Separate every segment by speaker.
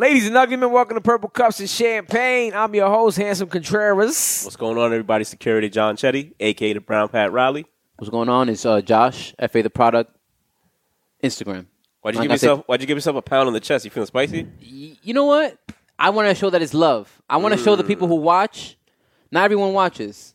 Speaker 1: Ladies and gentlemen, welcome to Purple Cups and Champagne. I'm your host, Handsome Contreras.
Speaker 2: What's going on, everybody? Security John Chetty, aka the Brown Pat Riley.
Speaker 3: What's going on? It's uh, Josh, FA the product, Instagram.
Speaker 2: Why'd you
Speaker 3: Like
Speaker 2: give
Speaker 3: I said-
Speaker 2: yourself? Why'd you give yourself a pound on the chest? You feeling spicy?
Speaker 3: Y- You know what? I want to show that it's love. I want to show the people who watch. Not everyone watches.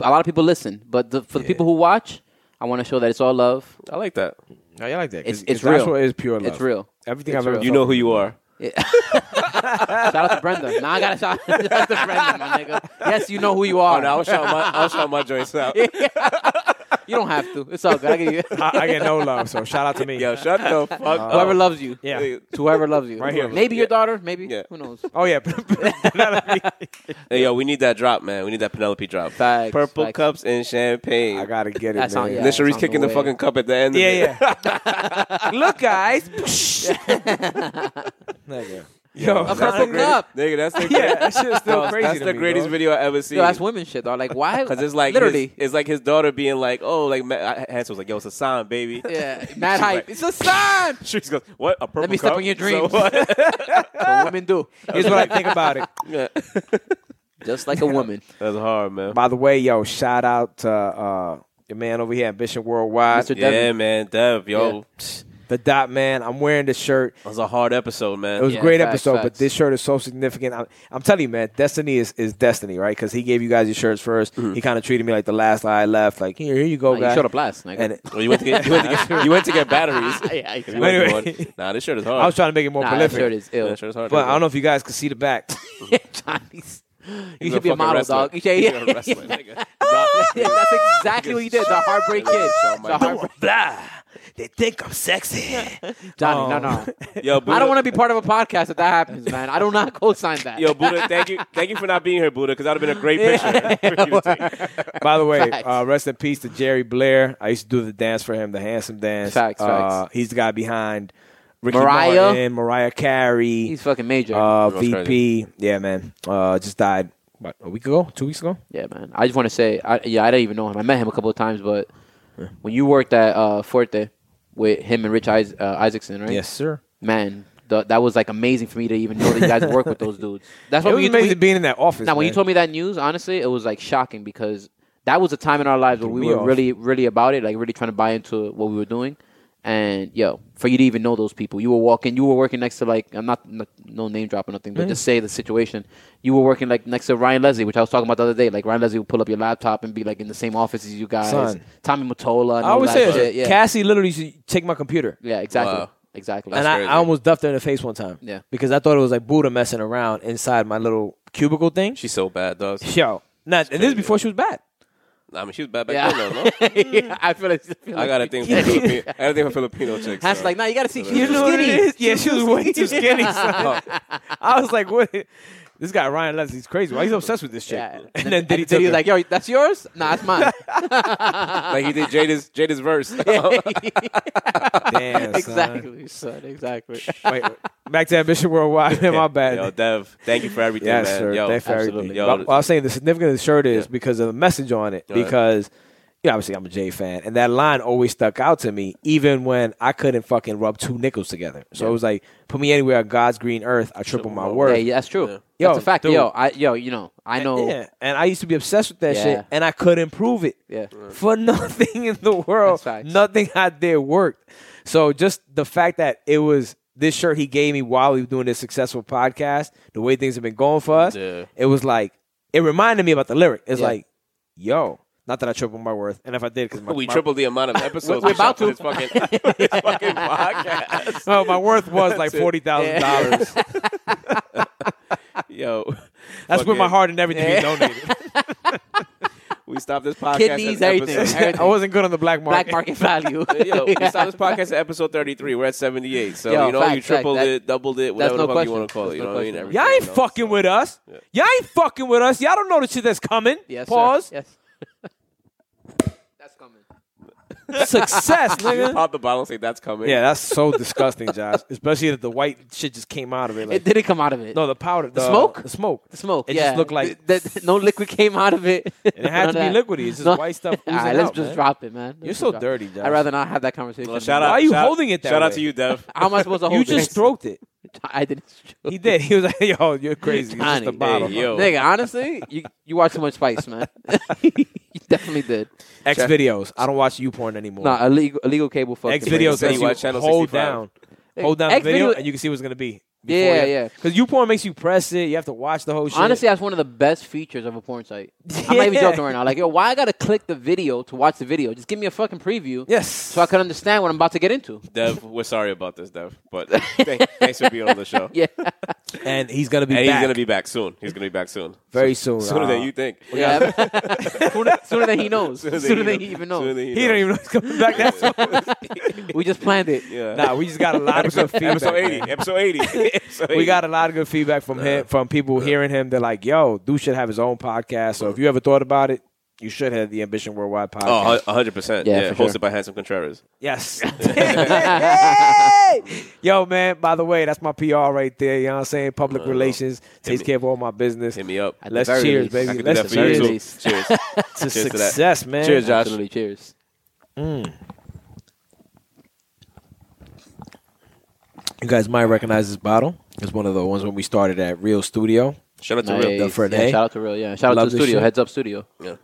Speaker 3: A lot of people listen, but the, for the people who watch, I want to show that it's all love.
Speaker 2: I like that.
Speaker 1: No, you like that. 'cause
Speaker 3: It's- it's
Speaker 1: That's
Speaker 3: real.
Speaker 1: what is pure love.
Speaker 3: It's real.
Speaker 1: Everything
Speaker 3: It's
Speaker 1: I've ever
Speaker 3: real.
Speaker 2: You know who you are.
Speaker 3: Shout out to Brenda. Now I gotta shout shout out to Brenda, my nigga. Yes, you know who you are.
Speaker 2: Oh, no, I'll shout my I'll shout my joints out.
Speaker 3: You don't have to. It's all good. I give you.
Speaker 1: I, I get no love, so shout out to me.
Speaker 2: Yo, shut the fuck
Speaker 3: Whoever
Speaker 2: up.
Speaker 3: loves you.
Speaker 1: yeah.
Speaker 3: To whoever loves you.
Speaker 1: Right here.
Speaker 3: Maybe your
Speaker 2: Yeah.
Speaker 3: daughter. Maybe.
Speaker 2: Yeah.
Speaker 3: Who knows?
Speaker 1: Oh yeah. Penelope.
Speaker 2: Hey, yo, we need that drop, man. We need that Penelope drop.
Speaker 3: Facts,
Speaker 2: Purple
Speaker 3: facts.
Speaker 2: cups and champagne.
Speaker 1: I gotta get it,
Speaker 3: That's
Speaker 1: man.
Speaker 3: on-
Speaker 2: And then
Speaker 3: yeah. it's
Speaker 2: Sharice
Speaker 3: on
Speaker 2: kicking
Speaker 3: the
Speaker 2: the,
Speaker 3: way.
Speaker 2: fucking cup at the end. of it.
Speaker 1: Yeah, yeah. Look, guys. Nigga. Yo,
Speaker 3: A
Speaker 1: that's
Speaker 3: purple
Speaker 1: the greatest-
Speaker 3: cup.
Speaker 2: Nigga, that's the
Speaker 1: Yeah, that shit's still
Speaker 2: Dog,
Speaker 1: crazy.
Speaker 2: That's
Speaker 1: to
Speaker 2: the
Speaker 1: me,
Speaker 2: greatest
Speaker 1: dog.
Speaker 2: video I ever seen.
Speaker 3: Yo, that's women shit, though. Like, why?
Speaker 2: Cause it's like
Speaker 3: literally.
Speaker 2: his, it's like his daughter being like, "Oh, like Ma- I- Hansel was like, yo, it's a sign, baby."
Speaker 3: yeah. Mad hype. It's a sign.
Speaker 2: She goes, "What? A purple
Speaker 3: me
Speaker 2: cup?
Speaker 3: step on your dreams."
Speaker 2: So what?
Speaker 3: What women do.
Speaker 1: Here's what I think about it.
Speaker 2: Yeah.
Speaker 3: Just like a woman.
Speaker 2: That's hard, man.
Speaker 1: By the way, yo, shout out to uh, your man over here, Ambition Worldwide,
Speaker 3: Mr.
Speaker 2: yeah,
Speaker 3: Devin.
Speaker 2: man, Dev, yo,
Speaker 3: Yeah.
Speaker 2: psh,
Speaker 1: the Dot Man. I'm wearing this shirt.
Speaker 2: that was a hard episode, man.
Speaker 1: It was
Speaker 3: Yeah,
Speaker 1: a great
Speaker 3: facts,
Speaker 1: episode, but
Speaker 3: facts.
Speaker 1: this shirt is so significant. I'm, I'm telling you, man, destiny is, is destiny, right? Because he gave you guys your shirts 1st He kind of treated me like the last guy I left. Like here, here you go,
Speaker 3: Like, Mm-hmm. Oh, you
Speaker 1: guys.
Speaker 3: showed up last, nigga. Ah,
Speaker 1: And it-
Speaker 2: Well, you went to get you went to get, you went to get batteries.
Speaker 3: Yeah, I-
Speaker 2: 'Cause you wasn't
Speaker 1: Anyway.
Speaker 2: going, Nah, this shirt is hard.
Speaker 1: I was trying to make it more
Speaker 3: nah, that
Speaker 1: prolific,
Speaker 3: shirt is
Speaker 2: Yeah,
Speaker 3: ill.
Speaker 2: this shirt is hard.
Speaker 1: but I don't know if you guys can see the back.
Speaker 3: Johnny's. You
Speaker 2: He's
Speaker 3: should be a
Speaker 2: fucking
Speaker 3: model,
Speaker 2: wrestler.
Speaker 3: dog. You should,
Speaker 2: He's
Speaker 3: yeah,
Speaker 2: a
Speaker 3: yeah,
Speaker 2: wrestler,
Speaker 3: yeah.
Speaker 2: nigga. Nah,
Speaker 3: Yeah, that's exactly what you did. The heartbreak kid.
Speaker 2: So
Speaker 3: The
Speaker 2: much.
Speaker 3: heartbreak.
Speaker 1: Blah. They think I'm sexy.
Speaker 3: Johnny, no, no.
Speaker 2: Yo, Buddha,
Speaker 3: I don't want to be part of a podcast if that happens, man. I do not co-sign that.
Speaker 2: Yo, Buddha, thank you, thank you for not being here, Buddha, because that would have been a great picture. for you to take.
Speaker 1: By the way,
Speaker 3: Facts.
Speaker 1: uh, rest in peace to Jerry Blair. I used to do the dance for him, the handsome dance.
Speaker 3: Facts,
Speaker 1: uh,
Speaker 3: facts.
Speaker 1: He's the guy behind Ricky
Speaker 3: Mariah.
Speaker 1: Martin, Mariah Carey,
Speaker 3: He's fucking major.
Speaker 1: uh,
Speaker 2: That's
Speaker 1: VP. Yeah, man. Uh, just died what, a week ago, two weeks ago.
Speaker 3: yeah, man. I just want to say, I, yeah, I didn't even know him. I met him a couple of times, but when you worked at uh, Forte with him and Rich Is- uh, Isaacson, right?
Speaker 1: Yes, sir.
Speaker 3: Man, th- that was like amazing for me to even know that you guys work with those dudes. That's
Speaker 1: It
Speaker 3: what
Speaker 1: was
Speaker 3: we,
Speaker 1: amazing
Speaker 3: we,
Speaker 1: being in that office.
Speaker 3: Now, when
Speaker 1: man.
Speaker 3: you told me that news, honestly, it was like shocking because that was a time in our lives where we
Speaker 1: me
Speaker 3: were
Speaker 1: off.
Speaker 3: really, really about it, like really trying to buy into what we were doing. And yo, for you to even know those people, you were walking, you were working next to like I'm not, not no name dropping nothing, but just say the situation. You were working like next to Ryan Leslie, which I was talking about the other day. Like Ryan Leslie would pull up your laptop and be like in the same office as you guys.
Speaker 1: Son.
Speaker 3: Tommy Mottola. And
Speaker 1: I
Speaker 3: all
Speaker 1: always say
Speaker 3: that shit.
Speaker 1: this,
Speaker 3: yeah,
Speaker 1: Cassie literally used to take my computer.
Speaker 3: yeah, exactly,
Speaker 2: Wow.
Speaker 3: exactly.
Speaker 1: and I, I almost duffed her in the face one time.
Speaker 3: Yeah.
Speaker 1: Because I thought it was like Buddha messing around inside my little cubicle thing.
Speaker 2: She's so bad, dog.
Speaker 1: Yo. Nah, and this is
Speaker 2: crazy.
Speaker 1: before she was bad.
Speaker 2: I mean, she was bad back
Speaker 3: yeah.
Speaker 2: then, though. No?
Speaker 3: Yeah, I feel like
Speaker 2: I got a thing for Filipino. I got a thing for Filipino chicks.
Speaker 3: That's
Speaker 2: so.
Speaker 3: like, nah, you gotta see.
Speaker 2: You
Speaker 3: she's
Speaker 2: know what it
Speaker 3: skinny.
Speaker 1: Yeah, she was way too skinny. son. I was like, what? This guy Ryan Leslie's crazy. Why he's obsessed with this chick?
Speaker 3: Yeah.
Speaker 1: And then did he
Speaker 3: Did
Speaker 1: took
Speaker 3: he
Speaker 1: her.
Speaker 3: like, yo, that's yours? Nah, that's mine.
Speaker 2: like he did Jada's Jada's verse.
Speaker 1: Damn, son.
Speaker 3: exactly, son. Exactly.
Speaker 1: Wait, back to Ambition Worldwide. Man, My bad.
Speaker 2: Yo, Dev, thank you for everything,
Speaker 1: yes,
Speaker 2: man.
Speaker 1: sir.
Speaker 2: Yo,
Speaker 1: Thank you for
Speaker 3: absolutely.
Speaker 1: everything.
Speaker 2: Yo,
Speaker 1: Well, I was saying the significance of the shirt is because of the message on it.
Speaker 2: right.
Speaker 1: Because you know, obviously I'm a J fan, and that line always stuck out to me, even when I couldn't fucking rub two nickels together. So it was like, put me anywhere on God's green earth, I triple my worth.
Speaker 3: Hey, yeah, that's true.
Speaker 1: Yo,
Speaker 3: that's a fact.
Speaker 1: dude.
Speaker 3: Yo, Eh, I, yo, you know, I know.
Speaker 1: Yeah, and I used to be obsessed with that
Speaker 3: Yeah.
Speaker 1: shit, and I couldn't prove it.
Speaker 3: Yeah.
Speaker 1: for nothing in the world,
Speaker 3: That's facts.
Speaker 1: nothing I did worked. So just the fact that it was this shirt he gave me while we were doing this successful podcast, the way things have been going for us,
Speaker 2: Yeah.
Speaker 1: it was like it reminded me about the lyric. It's
Speaker 3: Yeah.
Speaker 1: like, yo, not that I tripled my worth, and if I did, because my,
Speaker 2: we
Speaker 1: my,
Speaker 2: tripled the amount of episodes
Speaker 3: We're
Speaker 2: we shot for
Speaker 3: about to.
Speaker 2: this fucking, this fucking podcast.
Speaker 1: no, my worth was like
Speaker 2: That's it.
Speaker 1: forty thousand dollars.
Speaker 2: Yo,
Speaker 1: That's where my
Speaker 2: fucking-
Speaker 1: heart and everything is donated.
Speaker 2: We stopped this podcast.
Speaker 3: Kidneys,
Speaker 2: at
Speaker 3: everything.
Speaker 2: episode-
Speaker 1: I wasn't good on the black market.
Speaker 3: Black market value.
Speaker 2: Yo, we stopped this podcast at episode 33. We're at 78. So,
Speaker 3: Yo,
Speaker 2: you know,
Speaker 3: facts,
Speaker 2: you tripled
Speaker 3: facts.
Speaker 2: it, doubled it,
Speaker 3: That's
Speaker 2: whatever
Speaker 3: no
Speaker 2: the fuck
Speaker 3: question.
Speaker 2: you want to call it.
Speaker 3: That's
Speaker 2: You
Speaker 3: no
Speaker 2: know what I mean?
Speaker 3: question.
Speaker 2: Everything,
Speaker 1: Y'all ain't
Speaker 2: you know?
Speaker 1: fucking with us. Y'all ain't fucking with us. Y'all don't know the shit that's coming.
Speaker 3: Yes, sir.
Speaker 1: Pause.
Speaker 3: Yes. That's coming.
Speaker 1: Success,
Speaker 2: You
Speaker 1: nigga.
Speaker 2: pop the bottle and say, that's coming.
Speaker 1: Yeah, that's so disgusting, Josh. Especially that the white shit just came out of it. Like,
Speaker 3: It didn't come out of it.
Speaker 1: no, the powder, the,
Speaker 3: smoke?
Speaker 1: the smoke,
Speaker 3: The smoke.
Speaker 1: It
Speaker 3: yeah.
Speaker 1: just looked like
Speaker 3: Th- that- no liquid came out of it.
Speaker 1: it had to be liquidy. It's just
Speaker 3: No.
Speaker 1: white stuff.
Speaker 3: All
Speaker 1: oozing
Speaker 3: right, let's
Speaker 1: out,
Speaker 3: just
Speaker 1: man.
Speaker 3: drop it, man. Let's
Speaker 1: You're
Speaker 3: just
Speaker 1: so
Speaker 3: drop it.
Speaker 1: dirty, Josh.
Speaker 3: I'd rather not have that conversation.
Speaker 2: Well, shout out,
Speaker 1: Why are you
Speaker 2: shout-
Speaker 1: holding it that
Speaker 2: Shout out
Speaker 1: way?
Speaker 2: to you, Dev.
Speaker 3: How am I supposed to hold
Speaker 1: You just
Speaker 3: this?
Speaker 1: stroked it.
Speaker 3: I didn't. show
Speaker 1: He did. He was like, "Yo, you're crazy." It's just
Speaker 3: Tiny.
Speaker 1: the bottle.
Speaker 2: Hey, yo.
Speaker 3: Nigga, honestly, you, you watch too much Spice, man. you definitely did.
Speaker 1: X videos. I don't watch U porn anymore.
Speaker 3: No, illegal, illegal cable fuck.
Speaker 1: X
Speaker 3: thing.
Speaker 1: videos
Speaker 2: Say
Speaker 1: lets
Speaker 2: you
Speaker 1: you
Speaker 2: watch Channel
Speaker 1: hold
Speaker 2: 65.
Speaker 1: down, hold down the
Speaker 3: X
Speaker 1: video,
Speaker 3: video-
Speaker 1: and you can see what's gonna be.
Speaker 3: Yeah, yeah.
Speaker 1: Because U porn makes you press it. You have to watch the whole shit.
Speaker 3: Honestly, that's one of the best features of a porn site. I'm not even
Speaker 1: Yeah.
Speaker 3: joking right now. Like, yo, why I gotta click the video to watch the video? Just give me a fucking preview,
Speaker 1: yes.
Speaker 3: so I can understand what I'm about to get into.
Speaker 2: Dev, we're sorry about this, Dev, but thank- thanks for being on the show.
Speaker 3: Yeah,
Speaker 1: and he's gonna be
Speaker 2: And
Speaker 1: back
Speaker 2: he's gonna be back soon. He's gonna be back soon.
Speaker 1: very soon.
Speaker 2: Sooner
Speaker 1: Uh,
Speaker 2: than you think.
Speaker 3: yeah. sooner, sooner than he knows. Sooner, than he
Speaker 2: Sooner
Speaker 3: even knows.
Speaker 2: than
Speaker 1: He don't even know he's coming back. That's
Speaker 3: we just planned it.
Speaker 2: Yeah.
Speaker 1: nah. We just got a lot of good feedback.
Speaker 2: episode eighty.
Speaker 1: man.
Speaker 2: Episode eighty. Episode
Speaker 1: We
Speaker 2: 80.
Speaker 1: got a lot of good feedback from him, from people hearing him. They're like, "Yo, dude should have his own podcast." So if you ever thought about it, you should have the Ambition Worldwide podcast.
Speaker 2: Oh, a hundred percent.
Speaker 3: Yeah,
Speaker 2: Yeah,
Speaker 3: for
Speaker 2: hosted
Speaker 3: sure.
Speaker 2: by Handsome Contreras.
Speaker 1: Yes. Hey! Yo, man, by the way, that's my PR right there. You know what I'm saying? Public relations takes
Speaker 2: Uh, me-
Speaker 1: care of all my business.
Speaker 2: Hit me up.
Speaker 3: At the
Speaker 1: Let's
Speaker 3: very
Speaker 1: cheers,
Speaker 3: least.
Speaker 1: baby.
Speaker 2: I can do
Speaker 1: Let's
Speaker 2: that for you
Speaker 1: cheers
Speaker 2: too.
Speaker 3: cheers.
Speaker 2: Cheers.
Speaker 1: to
Speaker 2: Cheers to that.
Speaker 1: success, man.
Speaker 2: Cheers, Josh.
Speaker 3: Absolutely, cheers.
Speaker 1: You guys might recognize this bottle. It's one of the ones when we started at Real Studio.
Speaker 2: Shout out to
Speaker 3: Nice.
Speaker 2: Real.
Speaker 1: the Frenay.
Speaker 3: Yeah, shout out to real. Yeah, shout out
Speaker 1: Love
Speaker 3: to the
Speaker 1: this
Speaker 3: studio.
Speaker 1: shit.
Speaker 3: Heads up, studio.
Speaker 2: Yeah.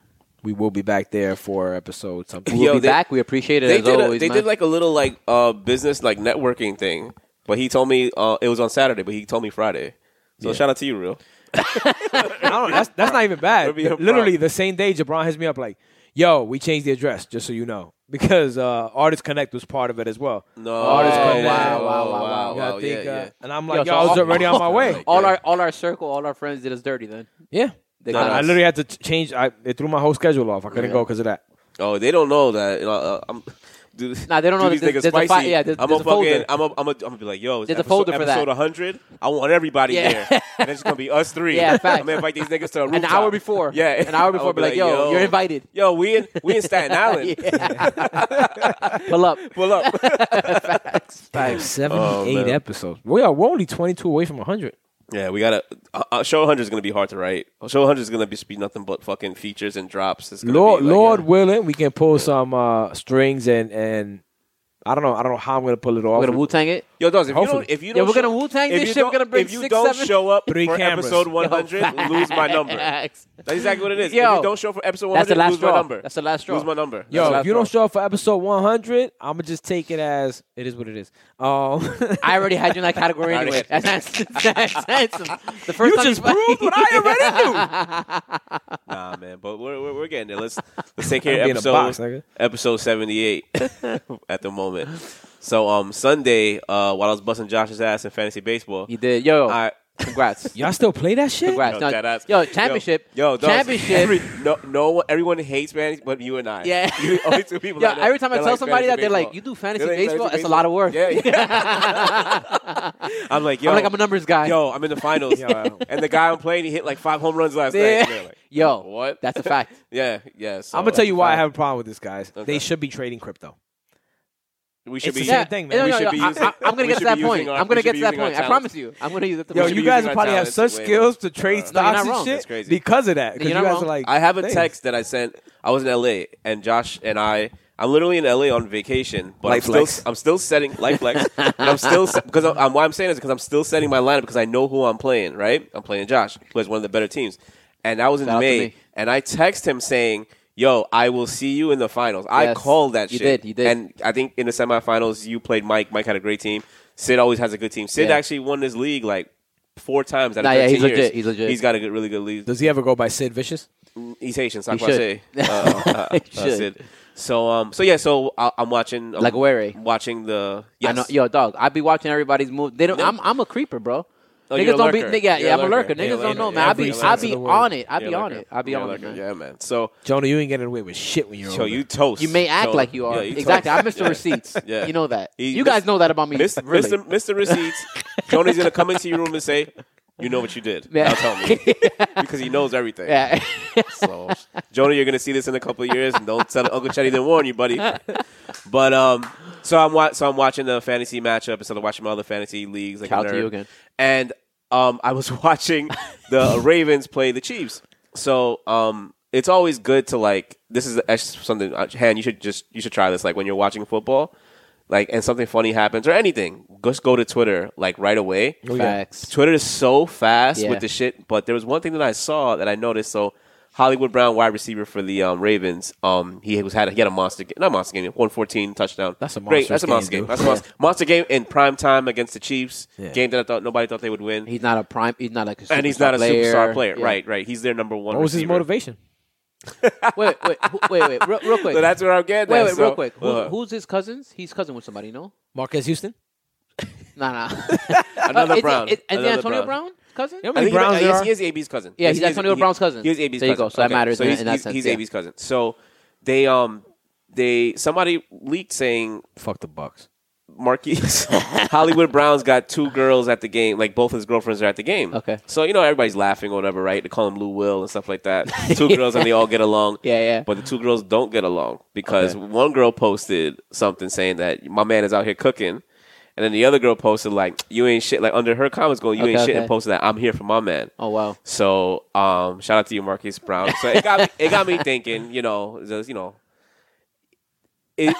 Speaker 1: We will be back there for episode something.
Speaker 3: We'll
Speaker 2: Yo,
Speaker 3: be
Speaker 2: they-
Speaker 3: back. We appreciate it
Speaker 2: They
Speaker 3: as
Speaker 2: did.
Speaker 3: always.
Speaker 2: a, they
Speaker 3: man.
Speaker 2: did like a little like uh business like networking thing, but he told me uh, it was on Saturday, but he told me Friday. So shout out to you, Real.
Speaker 1: I don't, that's, that's not even bad.
Speaker 2: It'll be no
Speaker 1: Literally,
Speaker 2: problem.
Speaker 1: the same day, Jabron hits me up like, yo, we changed the address, just so you know. Because uh, Artist Connect was part of it as well.
Speaker 2: No.
Speaker 1: Artist Connect.
Speaker 3: wow, wow, wow,
Speaker 1: You
Speaker 3: wow,
Speaker 1: gotta think,
Speaker 2: Oh, yeah,
Speaker 1: uh,
Speaker 2: yeah.
Speaker 1: And I'm
Speaker 3: Yo,
Speaker 1: like, yo,
Speaker 3: so
Speaker 1: I was
Speaker 3: all-
Speaker 1: already on my way.
Speaker 3: all our all our circle, all our friends did us dirty. Then
Speaker 1: Yeah.
Speaker 3: They
Speaker 1: I-
Speaker 3: got
Speaker 1: I
Speaker 3: us.
Speaker 1: literally had to ch- change. I, they threw my whole schedule off. I couldn't go because of that.
Speaker 2: Oh, they don't know that. You know, uh, I'm. Dude,
Speaker 3: Nah, they don't know
Speaker 2: dude, these
Speaker 3: that
Speaker 2: niggas
Speaker 3: there's- there's a
Speaker 2: spicy.
Speaker 3: fi- yeah, there's-
Speaker 2: I'm
Speaker 3: there's
Speaker 2: a
Speaker 3: a folder.
Speaker 2: fucking. I'm a. I'm a. I'm gonna be like, yo, it's
Speaker 3: There's a
Speaker 2: episode,
Speaker 3: folder for that.
Speaker 2: Episode 100. I want everybody
Speaker 3: Yeah.
Speaker 2: there. And it's gonna be us three.
Speaker 3: Yeah,
Speaker 2: I'm
Speaker 3: facts.
Speaker 2: gonna invite these niggas to a
Speaker 3: an
Speaker 2: rooftop.
Speaker 3: hour before.
Speaker 2: Yeah,
Speaker 3: an hour
Speaker 2: I
Speaker 3: before.
Speaker 2: would
Speaker 3: Be like, yo, you're invited.
Speaker 2: Yo, we in we in Staten Island.
Speaker 3: Pull up.
Speaker 2: Pull up. Oh,
Speaker 1: 78
Speaker 2: man.
Speaker 1: episodes. We are, we're only 22 away from 100.
Speaker 2: yeah, we gotta. Uh, uh, show 100 is gonna be hard to write. Show 100 is gonna be, be nothing but fucking features and drops. It's gonna
Speaker 1: Lord,
Speaker 2: be like,
Speaker 1: Lord
Speaker 2: yeah.
Speaker 1: willing, we can pull some uh, strings and and I don't know. I don't know how I'm going to pull it off.
Speaker 3: We're gonna Wu Tang it.
Speaker 2: Yo, dogs, if you
Speaker 1: Hopefully.
Speaker 2: don't, if you
Speaker 3: Yeah,
Speaker 2: don't
Speaker 3: we're gonna
Speaker 2: show-
Speaker 3: Wu-Tang
Speaker 2: if
Speaker 3: this
Speaker 2: you
Speaker 3: shit, we're
Speaker 2: don't-
Speaker 3: gonna bring
Speaker 2: If you
Speaker 3: six,
Speaker 2: don't
Speaker 3: seven-
Speaker 2: show up
Speaker 1: Three
Speaker 2: for
Speaker 1: cameras.
Speaker 2: episode 100, lose my number.
Speaker 3: Facts.
Speaker 2: That's exactly what it is.
Speaker 3: Yo.
Speaker 2: if you don't show for episode
Speaker 3: That's
Speaker 2: 100,
Speaker 3: the last
Speaker 2: lose
Speaker 3: straw.
Speaker 2: my number.
Speaker 3: That's the last straw.
Speaker 2: Lose my number. That's the
Speaker 1: Yo,
Speaker 2: last
Speaker 1: if you don't
Speaker 2: straw.
Speaker 1: show up for episode 100, I'm going to just take it as it is what it is. Um,
Speaker 3: I already had you in that category
Speaker 2: I already
Speaker 3: anyway.
Speaker 2: had
Speaker 3: That's, that's, that's the first
Speaker 1: you
Speaker 3: time
Speaker 1: just proved what I already knew.
Speaker 2: Nah, man, but we're, we're, we're getting there. Let's let's take care
Speaker 1: I'm
Speaker 2: of
Speaker 1: being a
Speaker 2: episode
Speaker 1: box, nigga.
Speaker 2: episode seventy eight at the moment. So um Sunday, uh, while I was busting Josh's ass in fantasy baseball,
Speaker 3: You did, yo.
Speaker 2: I
Speaker 3: Congrats.
Speaker 1: Y'all still play that shit?
Speaker 3: Congrats.
Speaker 2: yo,
Speaker 3: No,
Speaker 2: dead ass.
Speaker 3: yo, championship.
Speaker 2: Yo, yo, dogs,
Speaker 3: championship.
Speaker 2: Every, no, no, one- everyone hates fantasy, but you and I.
Speaker 3: Yeah.
Speaker 2: you the only two people.
Speaker 3: Yo,
Speaker 2: I know
Speaker 3: every time I
Speaker 2: that
Speaker 3: tell
Speaker 2: like
Speaker 3: somebody that,
Speaker 2: fantasy
Speaker 3: they're like,
Speaker 2: baseball.
Speaker 3: "You do fantasy
Speaker 2: They're like,
Speaker 3: baseball?
Speaker 2: fantasy
Speaker 3: That's a lot of work."
Speaker 2: Yeah, yeah. I'm like, yo,
Speaker 3: I'm like, I'm a numbers guy.
Speaker 2: Yo, I'm in the finals, and the guy I'm playing, he hit like five home runs last night.
Speaker 3: Yeah.
Speaker 2: And they're like,
Speaker 3: Yo,
Speaker 2: What?
Speaker 3: That's a fact.
Speaker 2: yeah, yeah. So,
Speaker 1: I'm going to tell you why I
Speaker 2: uh,
Speaker 1: have a problem with this, guys.
Speaker 2: Okay.
Speaker 1: They should be trading crypto.
Speaker 2: we should
Speaker 1: it's
Speaker 2: be
Speaker 1: the same thing, man.
Speaker 3: No,
Speaker 1: We
Speaker 3: no,
Speaker 2: should
Speaker 3: no,
Speaker 2: be
Speaker 3: I,
Speaker 2: using-
Speaker 3: I, am
Speaker 2: we
Speaker 3: gonna get to
Speaker 2: should
Speaker 3: that
Speaker 2: be
Speaker 3: point.
Speaker 2: using our-
Speaker 3: I'm gonna
Speaker 2: we
Speaker 3: get
Speaker 2: should
Speaker 3: to
Speaker 2: be
Speaker 3: that
Speaker 2: using our
Speaker 3: point. I
Speaker 2: talents.
Speaker 3: promise you. I'm gonna use it. To
Speaker 1: Yo,
Speaker 2: should
Speaker 1: you
Speaker 2: be
Speaker 1: guys
Speaker 2: using our
Speaker 1: probably have
Speaker 2: talents
Speaker 1: such
Speaker 2: to win.
Speaker 1: skills to trade
Speaker 3: No, you're not
Speaker 1: stocks and
Speaker 3: wrong.
Speaker 1: shit
Speaker 2: That's crazy.
Speaker 1: because of that. 'Cause
Speaker 3: You're
Speaker 1: you
Speaker 3: not
Speaker 1: guys
Speaker 3: wrong.
Speaker 1: are like,
Speaker 2: I have a
Speaker 1: "Damn."
Speaker 2: text that I sent. I was in LA, and Josh and I. I'm literally in LA on vacation, but I'm
Speaker 1: Life
Speaker 2: still,
Speaker 1: flex.
Speaker 2: I'm still setting life flex. and I'm still because I'm, I'm- why I'm saying is because I'm still setting my lineup because I know who I'm playing. Right, I'm playing Josh, who has one of the better teams, and I was in
Speaker 3: Shout out to me.
Speaker 2: May, and I text him saying. Yo, I will see you in the finals. I
Speaker 3: Yes,
Speaker 2: called that
Speaker 3: you
Speaker 2: shit.
Speaker 3: did, you did.
Speaker 2: And I think in the semifinals, you played Mike. Mike had a great team. Sid always has a good team. Sid
Speaker 3: Yeah.
Speaker 2: actually won this league like four times out of
Speaker 3: Nah,
Speaker 2: 13
Speaker 3: yeah, he's
Speaker 2: years.
Speaker 3: legit, he's legit.
Speaker 2: He's got a good, really good league.
Speaker 1: Does he ever go by Sid Vicious?
Speaker 2: He's Haitian. Sac
Speaker 3: He should.
Speaker 2: Marseille. Uh, uh,
Speaker 3: He
Speaker 2: uh,
Speaker 3: should.
Speaker 2: Sid. So um, so yeah, so I, I'm watching. I'm
Speaker 3: Laguerre.
Speaker 2: Watching the. Yes.
Speaker 3: I know, yo, dog. I be watching everybody's move. They don't. I'm, I'm a creeper, bro.
Speaker 2: Oh,
Speaker 3: niggas
Speaker 2: you're a
Speaker 3: don't be.
Speaker 2: lurker.
Speaker 3: Nigga, yeah,
Speaker 2: You're a
Speaker 3: I'm a lurker.
Speaker 2: lurker.
Speaker 3: Niggas
Speaker 2: Yeah,
Speaker 3: don't
Speaker 2: lurker.
Speaker 3: know, man. I
Speaker 1: Every
Speaker 3: be,
Speaker 1: sense
Speaker 3: I
Speaker 1: of
Speaker 3: be
Speaker 1: the word.
Speaker 3: on it. I be
Speaker 2: Yeah,
Speaker 3: on
Speaker 2: lurker.
Speaker 3: it. I be
Speaker 2: Yeah,
Speaker 3: on it.
Speaker 2: lurker.
Speaker 3: man.
Speaker 2: Yeah, man. So
Speaker 1: Jonah, you ain't getting away with shit when you're
Speaker 2: so
Speaker 1: older.
Speaker 2: you toast.
Speaker 3: You may act
Speaker 2: Jonah.
Speaker 3: like you are.
Speaker 2: Yeah,
Speaker 3: exactly.
Speaker 2: toast.
Speaker 3: I'm Mr.
Speaker 2: Yeah.
Speaker 3: Receipts.
Speaker 2: Yeah.
Speaker 3: You know that.
Speaker 2: He-
Speaker 3: you guys know that about me.
Speaker 2: Mr.
Speaker 3: really.
Speaker 2: Mr. Mr. Receipts. Jonah's gonna come into your room and say, "You know what you did."
Speaker 3: Yeah.
Speaker 2: Now tell me because he knows everything.
Speaker 3: Yeah.
Speaker 2: So, Jonah, you're gonna see this in a couple of years, and don't tell Uncle Chetty didn't warn you, buddy. But um, so I'm wa- so I'm watching the fantasy matchup, and so I'm watching my other fantasy leagues. Like a
Speaker 3: Shout out to
Speaker 2: nerd.
Speaker 3: you again.
Speaker 2: And um, I was watching the Ravens play the Chiefs. So um, it's always uh, good to like. This is actually something, Han. You should just you should try this. Like when you're watching football, like and something funny happens or anything, just go to Twitter like right away.
Speaker 3: Facts.
Speaker 2: Twitter is so fast
Speaker 3: Yeah.
Speaker 2: with the shit. But there was one thing that I saw that I noticed. So Hollywood Brown, wide receiver for the um, Ravens, um, he was had a, he had a monster game, not monster game, one fourteen touchdown.
Speaker 1: That's a
Speaker 2: great.
Speaker 1: monstrous
Speaker 2: That's a monster
Speaker 1: game,
Speaker 2: game.
Speaker 1: dude.
Speaker 2: That's a monster, monster game in prime time against the Chiefs.
Speaker 1: Yeah.
Speaker 2: Game that I thought nobody thought they would win.
Speaker 3: He's not a prime. He's not like a
Speaker 2: and he's not a
Speaker 3: player.
Speaker 2: superstar player.
Speaker 3: Yeah.
Speaker 2: Right, right. He's their number one.
Speaker 1: What was his
Speaker 2: receiver.
Speaker 1: motivation?
Speaker 3: wait, wait, who- wait, wait. Real, real quick.
Speaker 2: So that's where I'm getting.
Speaker 3: wait,
Speaker 2: at.
Speaker 3: wait,
Speaker 2: So,
Speaker 3: real quick. Who,
Speaker 2: uh,
Speaker 3: who's his cousins? He's cousin with somebody, no?
Speaker 1: Marquez Houston?
Speaker 3: Nah, nah.
Speaker 2: Another
Speaker 3: Is it-
Speaker 2: Brown.
Speaker 3: is- Is
Speaker 2: Another
Speaker 3: it Antonio
Speaker 2: Brown.
Speaker 3: Brown's cousin?
Speaker 1: You know how
Speaker 2: I
Speaker 1: many
Speaker 2: think
Speaker 1: Browns
Speaker 2: he, uh,
Speaker 1: there
Speaker 2: he's,
Speaker 1: are?
Speaker 2: he's AB's cousin.
Speaker 3: Yeah, he's
Speaker 2: Yes,
Speaker 3: Antonio
Speaker 2: he-
Speaker 3: Brown's cousin.
Speaker 2: He was AB's
Speaker 3: There you
Speaker 2: cousin.
Speaker 3: go. So that matters
Speaker 2: So
Speaker 3: in-
Speaker 2: he's,
Speaker 3: in that
Speaker 2: he's,
Speaker 3: sense,
Speaker 2: he's
Speaker 3: yeah.
Speaker 2: AB's cousin. So they um they somebody leaked saying
Speaker 1: Fuck the Bucks.
Speaker 2: Marquise Hollywood Brown's got two girls at the game. Like both his girlfriends are at the game.
Speaker 3: Okay.
Speaker 2: So you know everybody's laughing or whatever, right? They call him Lou Will and stuff like that. Two girls and they all get along.
Speaker 3: Yeah, yeah.
Speaker 2: But the two girls don't get along because one girl posted something saying that my man is out here cooking. And then the other girl posted like you ain't shit like under her comments going you
Speaker 3: Okay,
Speaker 2: ain't shit
Speaker 3: okay.
Speaker 2: and posted that I'm here for my man.
Speaker 3: Oh wow.
Speaker 2: So, um, shout out to you, Marquise Brown. So it got me, it got me thinking. You know, just, you know, it,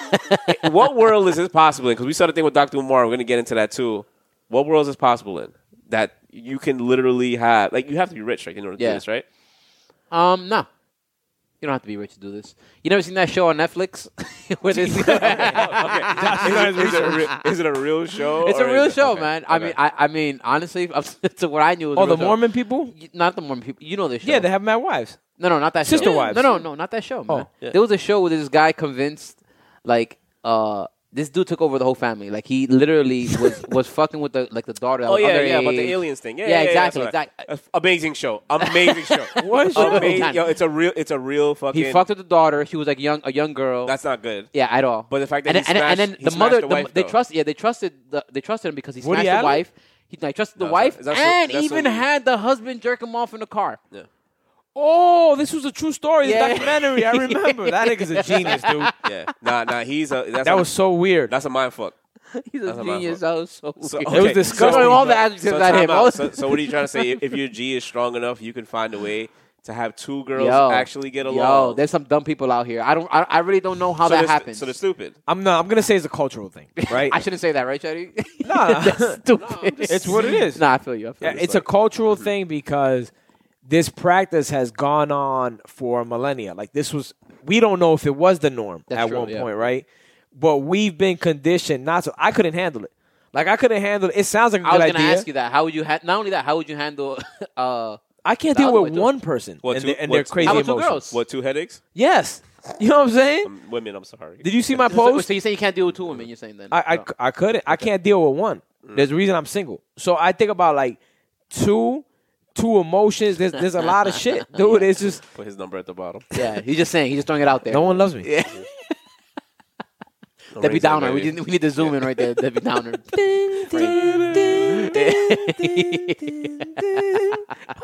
Speaker 2: it- what world is this possible in? Because we saw the thing with Dr. Umar. We're gonna get into that too. What world is this possible in that you can literally have? Like, you have to be rich, right? In order to
Speaker 3: Yeah.
Speaker 2: do this, right?
Speaker 3: Um, no. You don't have to be rich to do this. You never seen that show on Netflix? Where this-
Speaker 2: Is, it- is it a real, is it a real show?
Speaker 3: it's a
Speaker 2: or
Speaker 3: real
Speaker 2: is it-
Speaker 3: show,
Speaker 2: okay,
Speaker 3: man. I
Speaker 2: okay.
Speaker 3: mean, I, I mean, honestly, up to what I knew. Was a
Speaker 1: Oh,
Speaker 3: real
Speaker 1: the
Speaker 3: show.
Speaker 1: Mormon people?
Speaker 3: Y- Not the Mormon people. You know this show.
Speaker 1: Yeah, they have mad wives.
Speaker 3: No, no, not that
Speaker 1: Sister
Speaker 3: show.
Speaker 1: Wives.
Speaker 3: No, no, no, not that show, man.
Speaker 1: Oh.
Speaker 2: Yeah.
Speaker 3: There was a show where this guy convinced, like, uh, this dude took over the whole family. Like, he literally was was fucking with the like the daughter.
Speaker 2: Oh
Speaker 3: of
Speaker 2: yeah,
Speaker 3: other
Speaker 2: yeah, about the
Speaker 3: age.
Speaker 2: aliens thing. Yeah,
Speaker 3: Yeah,
Speaker 2: yeah,
Speaker 3: exactly,
Speaker 2: that's what I-
Speaker 3: exactly.
Speaker 2: Amazing show. Amazing show.
Speaker 1: What show?
Speaker 2: Amazing. Yo, it's a real. It's a real fucking.
Speaker 3: He fucked with the daughter. She was like young, a young girl.
Speaker 2: That's not good.
Speaker 3: yeah, at all.
Speaker 2: But the fact that
Speaker 3: and,
Speaker 2: he
Speaker 3: then- and, then-
Speaker 2: smashed-
Speaker 3: and then
Speaker 2: he
Speaker 3: the mother,
Speaker 2: smashed the
Speaker 3: the-
Speaker 2: wife,
Speaker 3: they
Speaker 2: though.
Speaker 3: trust, yeah, they trusted, the, they trusted him because he
Speaker 1: Woody
Speaker 3: smashed the
Speaker 1: Allen?
Speaker 3: wife. He like, trusted the
Speaker 2: No,
Speaker 3: wife
Speaker 2: that's not- that's not-
Speaker 3: and
Speaker 2: that's
Speaker 3: even
Speaker 2: not-
Speaker 3: had the husband jerk him off in the car.
Speaker 2: Yeah.
Speaker 1: Oh, this was a true story. The
Speaker 3: Yeah.
Speaker 1: documentary. I remember. that nigga's a genius, dude.
Speaker 2: Yeah. Nah, nah. He's a. That's
Speaker 1: That
Speaker 2: a,
Speaker 1: was so weird.
Speaker 2: That's a mind fuck.
Speaker 3: He's a
Speaker 2: That's not my
Speaker 3: genius. That was so,
Speaker 2: So,
Speaker 3: weird.
Speaker 2: okay.
Speaker 1: It was disgusting.
Speaker 2: So-
Speaker 3: All the adjectives
Speaker 2: so
Speaker 3: at
Speaker 2: time
Speaker 3: him.
Speaker 2: out.
Speaker 3: All-
Speaker 2: So, so what are you trying to say? If, if your G is strong enough, you can find a way to have two girls
Speaker 3: Yo.
Speaker 2: actually get along.
Speaker 3: Yo, there's some dumb people out here. I don't. I, I really don't know how
Speaker 2: so
Speaker 3: that
Speaker 2: they're stu-
Speaker 3: happens.
Speaker 2: So they're stupid.
Speaker 1: I'm not. I'm gonna say it's a cultural thing, right?
Speaker 3: I shouldn't say that, right, Chetty?
Speaker 1: Nah.
Speaker 3: That's stupid.
Speaker 1: It's what it is.
Speaker 3: Nah, I feel you. I feel
Speaker 1: Yeah,
Speaker 3: you.
Speaker 1: it's a cultural thing because this practice has gone on for millennia. Like this was, we don't know if it was the norm
Speaker 3: That's
Speaker 1: at
Speaker 3: true,
Speaker 1: one
Speaker 3: yeah.
Speaker 1: point, right? But we've been conditioned not to. I couldn't handle it. Like I couldn't handle it. It sounds like a
Speaker 3: I
Speaker 1: good
Speaker 3: was gonna
Speaker 1: idea.
Speaker 3: ask you that. How would you ha- not only that? How would you handle? Uh,
Speaker 1: I can't
Speaker 3: The
Speaker 1: deal
Speaker 3: other
Speaker 1: with
Speaker 3: way, too.
Speaker 1: one person
Speaker 2: What,
Speaker 1: and,
Speaker 2: two-
Speaker 1: they, and
Speaker 2: what,
Speaker 1: their
Speaker 2: two-
Speaker 1: crazy
Speaker 3: how about two
Speaker 1: emotions.
Speaker 3: girls?
Speaker 2: What two headaches?
Speaker 1: Yes, you know what I'm saying.
Speaker 2: Um, women, I'm sorry.
Speaker 1: Did you see my
Speaker 3: so,
Speaker 1: post?
Speaker 3: so you say you can't deal with two women? You're saying then?
Speaker 1: I,
Speaker 3: No.
Speaker 1: I, I couldn't. I can't deal with one.
Speaker 3: Mm.
Speaker 1: There's a reason I'm single. So I think about like two, two emotions. There's there's a lot of shit, dude. It's just
Speaker 2: Put his number at the bottom.
Speaker 3: yeah, he's just saying. He's just throwing it out there.
Speaker 1: no one loves me.
Speaker 3: Debbie
Speaker 2: raise that
Speaker 3: Downer. We
Speaker 2: baby.
Speaker 3: need, we need to zoom in right there. Debbie Downer.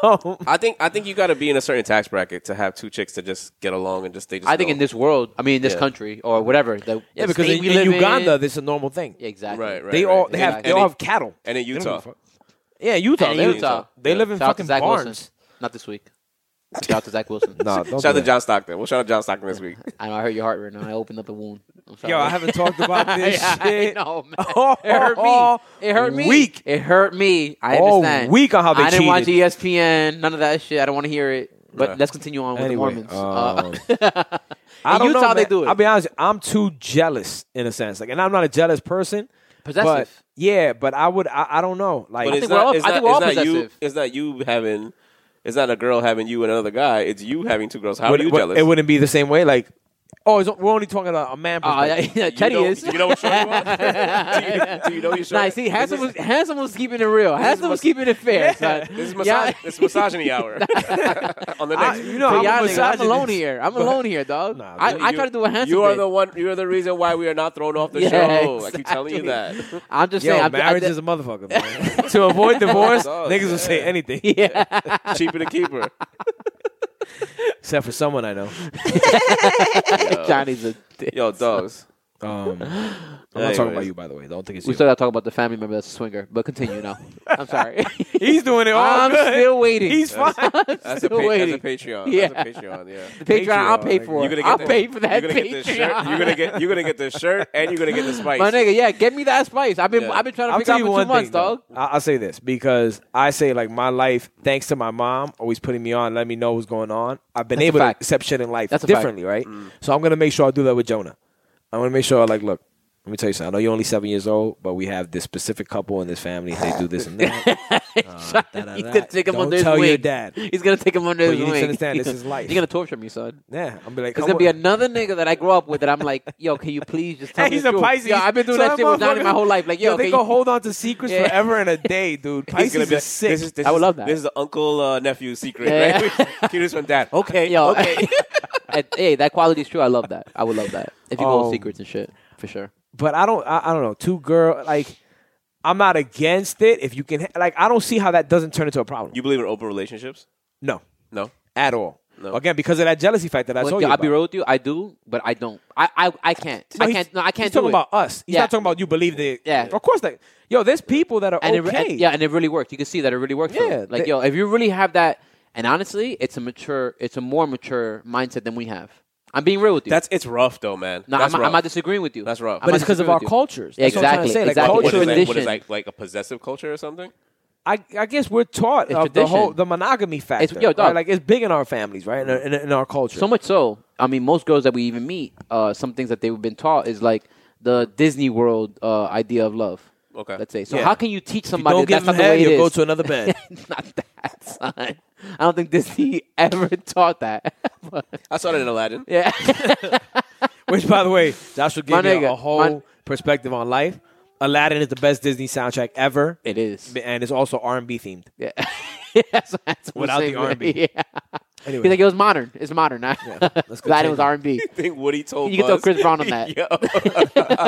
Speaker 1: Oh,
Speaker 2: I think I think you got to be in a certain tax bracket to have two chicks to just get along and just they just.
Speaker 3: I think
Speaker 2: know.
Speaker 3: in this world, I mean, in this
Speaker 2: Yeah.
Speaker 3: country or whatever. The,
Speaker 1: yeah,
Speaker 3: the
Speaker 1: because
Speaker 3: state
Speaker 1: in,
Speaker 3: we
Speaker 1: in
Speaker 3: live
Speaker 1: Uganda,
Speaker 3: in-
Speaker 1: this is a normal thing.
Speaker 3: Yeah, exactly.
Speaker 2: Right, right.
Speaker 1: they all they have
Speaker 3: Exactly.
Speaker 1: they all
Speaker 2: And
Speaker 1: have cattle.
Speaker 2: and in
Speaker 1: They don't
Speaker 2: Utah.
Speaker 1: give a fuck. Yeah, Utah.
Speaker 3: And
Speaker 1: they,
Speaker 3: in Utah,
Speaker 1: they live in
Speaker 3: Shout out to
Speaker 1: fucking
Speaker 3: Zach
Speaker 1: barns.
Speaker 3: Wilson. Not this week. Shout out to Zach Wilson.
Speaker 1: Nah, don't
Speaker 2: Shout out
Speaker 1: do
Speaker 2: to
Speaker 1: that.
Speaker 2: John Stockton. We'll shout out John Stockton this week.
Speaker 3: I know I hurt your heart right now. I opened up a wound. I'm sorry.
Speaker 1: Yo, I haven't talked about this
Speaker 3: Yeah,
Speaker 1: shit.
Speaker 3: I know, man.
Speaker 1: Oh,
Speaker 3: it hurt me. It hurt me.
Speaker 1: Weak.
Speaker 3: It hurt me. I
Speaker 1: Oh,
Speaker 3: understand.
Speaker 1: weak on how they
Speaker 3: I didn't watch E
Speaker 1: cheated.
Speaker 3: ESPN. None of that shit. I don't want to hear it. But
Speaker 2: Yeah.
Speaker 3: let's continue on with
Speaker 1: Anyway,
Speaker 3: the Mormons.
Speaker 1: um,
Speaker 3: uh,
Speaker 1: I
Speaker 3: in
Speaker 1: don't
Speaker 3: Utah,
Speaker 1: know,
Speaker 3: they
Speaker 1: man.
Speaker 3: do it.
Speaker 1: I'll be honest. I'm too jealous in a sense. Like, and I'm not a jealous person.
Speaker 3: Possessive.
Speaker 1: But yeah, but I would. I, I don't know. Like,
Speaker 2: But it's
Speaker 3: think we're all-
Speaker 2: not. It's
Speaker 3: I
Speaker 2: not.
Speaker 3: think we're all
Speaker 2: It's not you.
Speaker 3: possessive.
Speaker 2: It's not you having. It's not a girl having you and another guy. It's you having two girls. How
Speaker 1: would-
Speaker 2: are you
Speaker 1: would-
Speaker 2: jealous?
Speaker 1: It wouldn't be the same way. Like, oh, it's, we're only talking about a man.
Speaker 3: Oh,
Speaker 1: perspective.
Speaker 3: yeah, yeah,
Speaker 2: Do
Speaker 3: Teddy
Speaker 2: you know,
Speaker 3: is.
Speaker 2: Do you know what show you want? do, you, do you know your show?
Speaker 3: Nah, see, handsome was handsome was keeping it real. Handsome was
Speaker 2: mas-
Speaker 3: keeping it fair. son.
Speaker 2: This is,
Speaker 3: Yeah.
Speaker 2: massage, this is misogyny hour. On the
Speaker 1: I-
Speaker 2: next,
Speaker 1: you know,
Speaker 3: For
Speaker 1: I'm, a
Speaker 3: y'all niggas, I'm
Speaker 1: misogynist.
Speaker 3: alone here. I'm alone here, dog.
Speaker 1: Nah,
Speaker 3: I, I
Speaker 2: you-
Speaker 3: try to do a handsome.
Speaker 2: You are
Speaker 3: thing.
Speaker 2: the one. You are the reason why we are not thrown off the
Speaker 3: Yeah,
Speaker 2: show. I keep telling you that.
Speaker 3: exactly. I'm just
Speaker 1: Yo,
Speaker 3: saying. I'm-
Speaker 1: marriage
Speaker 3: I,
Speaker 1: is a motherfucker. Man. to avoid divorce,
Speaker 2: Oh,
Speaker 1: niggas will say
Speaker 2: yeah.
Speaker 1: anything
Speaker 3: yeah.
Speaker 2: Cheaper to keeper.
Speaker 1: except for someone I know.
Speaker 3: Johnny's a dick.
Speaker 2: Yo, dogs.
Speaker 1: Um, I'm not talking about
Speaker 2: Anyways.
Speaker 1: you, by the way. Don't think it's
Speaker 3: We
Speaker 1: you.
Speaker 3: still gotta talk about the family member that's a swinger, but continue now. I'm sorry.
Speaker 1: He's doing it all
Speaker 3: I'm
Speaker 1: good.
Speaker 3: still waiting.
Speaker 1: He's fine.
Speaker 2: That's, a
Speaker 3: Still
Speaker 2: pa- that's a
Speaker 3: waiting.
Speaker 2: Patreon.
Speaker 3: Yeah.
Speaker 2: That's a Patreon. Yeah.
Speaker 3: The Patreon, I'll pay for
Speaker 2: You're gonna
Speaker 3: it.
Speaker 2: get
Speaker 3: I'll
Speaker 2: the-
Speaker 3: pay for that
Speaker 2: you're gonna get this shirt.
Speaker 3: Patreon.
Speaker 2: You're gonna get you're gonna get the shirt and you're gonna get the spice.
Speaker 3: My nigga, yeah, get me that spice. I've been
Speaker 2: Yeah.
Speaker 3: I've been trying to
Speaker 1: I'll
Speaker 3: figure
Speaker 1: tell
Speaker 3: out
Speaker 1: you
Speaker 3: for two
Speaker 1: one
Speaker 3: months,
Speaker 1: thing,
Speaker 3: dog.
Speaker 1: though. I- I'll say this because I say like my life, thanks to my mom always putting me on, letting me know what's going on. I've been
Speaker 3: That's a
Speaker 1: able to
Speaker 3: fact.
Speaker 1: accept shit in life
Speaker 3: That's a fact. Mm.
Speaker 1: differently, right? So I'm gonna make sure I do that with Jonah. I'm gonna make sure I like look. Let me tell you something. I know you're only seven years old, but we have this specific couple in this family. They do this and that.
Speaker 3: He's gonna take him
Speaker 1: Don't
Speaker 3: under his
Speaker 1: tell
Speaker 3: wing.
Speaker 1: your dad.
Speaker 3: He's gonna take him under
Speaker 1: But
Speaker 3: his
Speaker 1: you
Speaker 3: wing.
Speaker 1: need to understand, this is life.
Speaker 3: You're gonna torture me, son.
Speaker 1: yeah, I'm be like,
Speaker 3: There's
Speaker 1: come
Speaker 3: gonna be
Speaker 1: on.
Speaker 3: another nigga that I grow up with that I'm like, yo, can you please just tell
Speaker 1: Hey,
Speaker 3: me
Speaker 1: he's
Speaker 3: the
Speaker 1: a
Speaker 3: truth?
Speaker 1: Pisces.
Speaker 3: Yo, I've been doing
Speaker 1: So
Speaker 3: that shit with Johnny my
Speaker 1: motherfucker-
Speaker 3: whole life. Like, yo,
Speaker 1: they
Speaker 3: can
Speaker 1: go
Speaker 3: you-
Speaker 1: hold on to secrets
Speaker 3: Yeah.
Speaker 1: forever and a day, dude.
Speaker 2: He's
Speaker 1: Pisces
Speaker 2: gonna be
Speaker 1: is sick.
Speaker 2: This is, this
Speaker 3: I would
Speaker 2: is-
Speaker 3: love that.
Speaker 2: This is the uncle uh, nephew secret,
Speaker 3: Yeah.
Speaker 2: right? Cutest one, dad. Okay,
Speaker 3: yo,
Speaker 2: okay.
Speaker 3: I- hey, that quality is true. I love that. I would love that. If you go
Speaker 1: Um,
Speaker 3: with secrets and shit, for sure.
Speaker 1: but I don't I, I don't know two girl like I'm not against it if you can like I don't see how that doesn't turn into a problem.
Speaker 2: You believe in open relationships?
Speaker 1: no,
Speaker 2: No.
Speaker 1: at all.
Speaker 2: No.
Speaker 1: Again, because of that jealousy factor that I
Speaker 3: Well,
Speaker 1: told
Speaker 3: yo,
Speaker 1: you.
Speaker 3: I'll be
Speaker 1: about.
Speaker 3: real with you. I do, but I don't. I I, I can't.
Speaker 1: No,
Speaker 3: I
Speaker 1: he's-
Speaker 3: can't. No, I can't
Speaker 1: He's
Speaker 3: do
Speaker 1: talking
Speaker 3: it.
Speaker 1: about us. He's
Speaker 3: Yeah.
Speaker 1: not talking about you believe that.
Speaker 3: Yeah.
Speaker 1: Of course that. Yo, there's people that are
Speaker 3: and it,
Speaker 1: okay.
Speaker 3: and- yeah, and it really worked. You can see that it really worked. for
Speaker 1: Yeah,
Speaker 3: them. like
Speaker 1: they-
Speaker 3: yo, if you really have that, and honestly, it's a mature, it's a more mature mindset than we have. I'm being real with you.
Speaker 2: That's it's rough though, man.
Speaker 3: no,
Speaker 2: That's
Speaker 3: I'm,
Speaker 2: rough.
Speaker 3: I'm not disagreeing with you.
Speaker 2: That's rough.
Speaker 3: I'm
Speaker 1: but
Speaker 3: not
Speaker 1: it's because of
Speaker 3: disagreeing
Speaker 1: our
Speaker 3: with you.
Speaker 1: cultures.
Speaker 3: Yeah,
Speaker 1: That's what I'm trying to
Speaker 3: exactly,
Speaker 1: say. Like,
Speaker 3: exactly.
Speaker 2: what,
Speaker 1: culture
Speaker 2: is
Speaker 1: and
Speaker 2: like, what is
Speaker 3: condition.
Speaker 2: like like a possessive culture or something?
Speaker 1: I, I guess we're taught
Speaker 3: It's
Speaker 1: of the
Speaker 3: tradition.
Speaker 1: whole the monogamy factor.
Speaker 3: yo,
Speaker 1: right?
Speaker 3: dog.
Speaker 1: Like it's big in our families, right? In, our- in, in our culture.
Speaker 3: So much so, I mean, most girls that we even meet, uh, some things that they've been taught is like the Disney World uh, idea of love.
Speaker 2: Okay.
Speaker 3: Let's say. So
Speaker 1: Yeah.
Speaker 3: how can you teach
Speaker 1: If you
Speaker 3: somebody
Speaker 1: don't
Speaker 3: that's
Speaker 1: give them
Speaker 3: not the
Speaker 1: head,
Speaker 3: way it
Speaker 1: you'll go
Speaker 3: is?
Speaker 1: to another bed.
Speaker 3: not that, son. I don't think Disney ever taught that. But,
Speaker 2: I saw that in Aladdin.
Speaker 3: yeah.
Speaker 1: Which, by the way, Josh will
Speaker 3: My
Speaker 1: give you
Speaker 3: nigga,
Speaker 1: a whole
Speaker 3: my-
Speaker 1: perspective on life. Aladdin is the best Disney soundtrack ever,
Speaker 3: It is.
Speaker 1: and it's also R and B themed.
Speaker 3: Yeah. that's, that's
Speaker 1: Without
Speaker 3: insane,
Speaker 1: the
Speaker 3: man.
Speaker 1: R&B.
Speaker 3: Yeah.
Speaker 1: Anyway,
Speaker 3: He's like, it was modern. It's modern. Huh?
Speaker 1: let's
Speaker 3: Glad it
Speaker 1: continue.
Speaker 3: was R and B.
Speaker 2: I think Woody told
Speaker 3: You can throw
Speaker 2: Buzz-
Speaker 3: Chris Brown on that.
Speaker 2: Yo.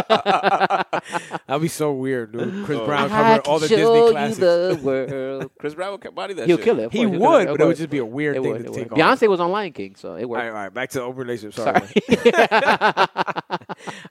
Speaker 1: that'd be so weird, dude. Chris Brown
Speaker 3: I
Speaker 1: covering
Speaker 3: can
Speaker 1: all the
Speaker 3: show
Speaker 1: Disney
Speaker 3: you
Speaker 1: classics.
Speaker 3: the world.
Speaker 2: Chris Brown would body that
Speaker 3: He'll
Speaker 2: shit.
Speaker 3: kill it. of
Speaker 1: he
Speaker 3: course, he'll
Speaker 1: would,
Speaker 3: kill it,
Speaker 1: but
Speaker 3: of
Speaker 1: it would
Speaker 3: course.
Speaker 1: just be a weird
Speaker 3: It
Speaker 1: thing
Speaker 3: would,
Speaker 1: to
Speaker 3: it
Speaker 1: take
Speaker 3: would.
Speaker 1: on.
Speaker 3: Beyonce was on Lion King, so it
Speaker 1: All
Speaker 3: worked.
Speaker 1: right, all right, back to open relationship. Sorry,
Speaker 3: Sorry.
Speaker 1: man.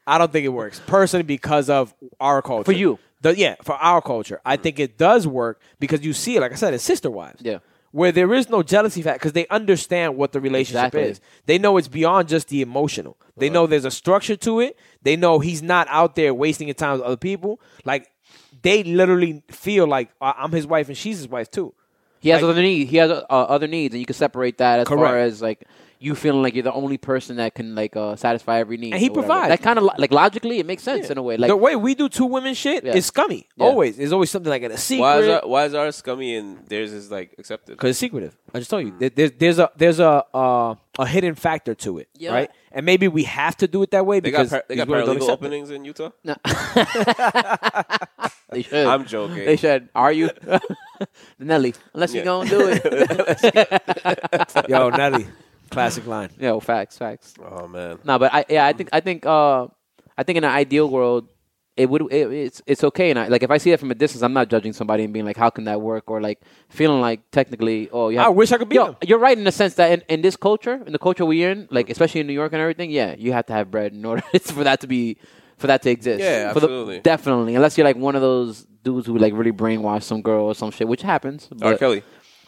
Speaker 1: I don't think it works personally because of our culture.
Speaker 3: For you. Mm.
Speaker 1: The- yeah, for our culture, I think it does work because you see it. Like I said, in sister wives,
Speaker 3: Yeah.
Speaker 1: where there is no jealousy factor because they understand what the relationship
Speaker 3: Exactly. Uh-huh.
Speaker 1: is. They know it's beyond just the emotional. They know there's a structure to it. They know he's not out there wasting his time with other people. Like they literally feel like "I- I'm his wife and she's his wife too.
Speaker 3: He has
Speaker 1: Like-
Speaker 3: other needs. He has uh, other needs, and you can separate that as
Speaker 1: Correct.
Speaker 3: far as like you feeling like you're the only person that can like uh, satisfy every need.
Speaker 1: And he
Speaker 3: or whatever.
Speaker 1: provides.
Speaker 3: that kind of like logically it makes sense in a way. Like
Speaker 1: the way we do two women shit
Speaker 3: Yeah.
Speaker 1: is scummy.
Speaker 3: Yeah.
Speaker 1: Always, there's always something like a secret.
Speaker 2: Why is our, why is ours scummy and theirs is like accepted?
Speaker 1: because it's secretive. I just
Speaker 3: Hmm.
Speaker 1: told you There- there's there's a there's a uh, a hidden factor to it,
Speaker 3: Yeah.
Speaker 1: right? And maybe we have to do it that way
Speaker 2: They got
Speaker 1: because
Speaker 2: par- they
Speaker 1: these
Speaker 2: got
Speaker 1: women don't
Speaker 2: paralegal
Speaker 1: accept it.
Speaker 2: openings in Utah.
Speaker 3: they should.
Speaker 2: I'm
Speaker 3: they
Speaker 2: joking.
Speaker 3: should. Are you Nelly? Unless
Speaker 2: Yeah.
Speaker 3: you gonna do it.
Speaker 1: Yo, Nelly, classic line.
Speaker 3: Yo, facts, facts.
Speaker 2: Oh man.
Speaker 3: No, but I yeah, I think I think uh, I think in an ideal world, it would it, it's it's okay. And I, like if I see that from a distance, I'm not judging somebody and being like, how can that work? Or like feeling like technically, oh, you have
Speaker 1: I wish I could be
Speaker 3: Yo,
Speaker 1: them.
Speaker 3: You're right in the sense that in, in this culture, in the culture we're in, like especially in New York and everything, yeah, you have to have bread in order for that to be for that to exist.
Speaker 2: Yeah,
Speaker 3: For the-
Speaker 2: absolutely.
Speaker 3: definitely, unless you're like one of those dudes who like really brainwash some girl or some shit, which happens.
Speaker 2: R.
Speaker 3: but-
Speaker 2: Kelly.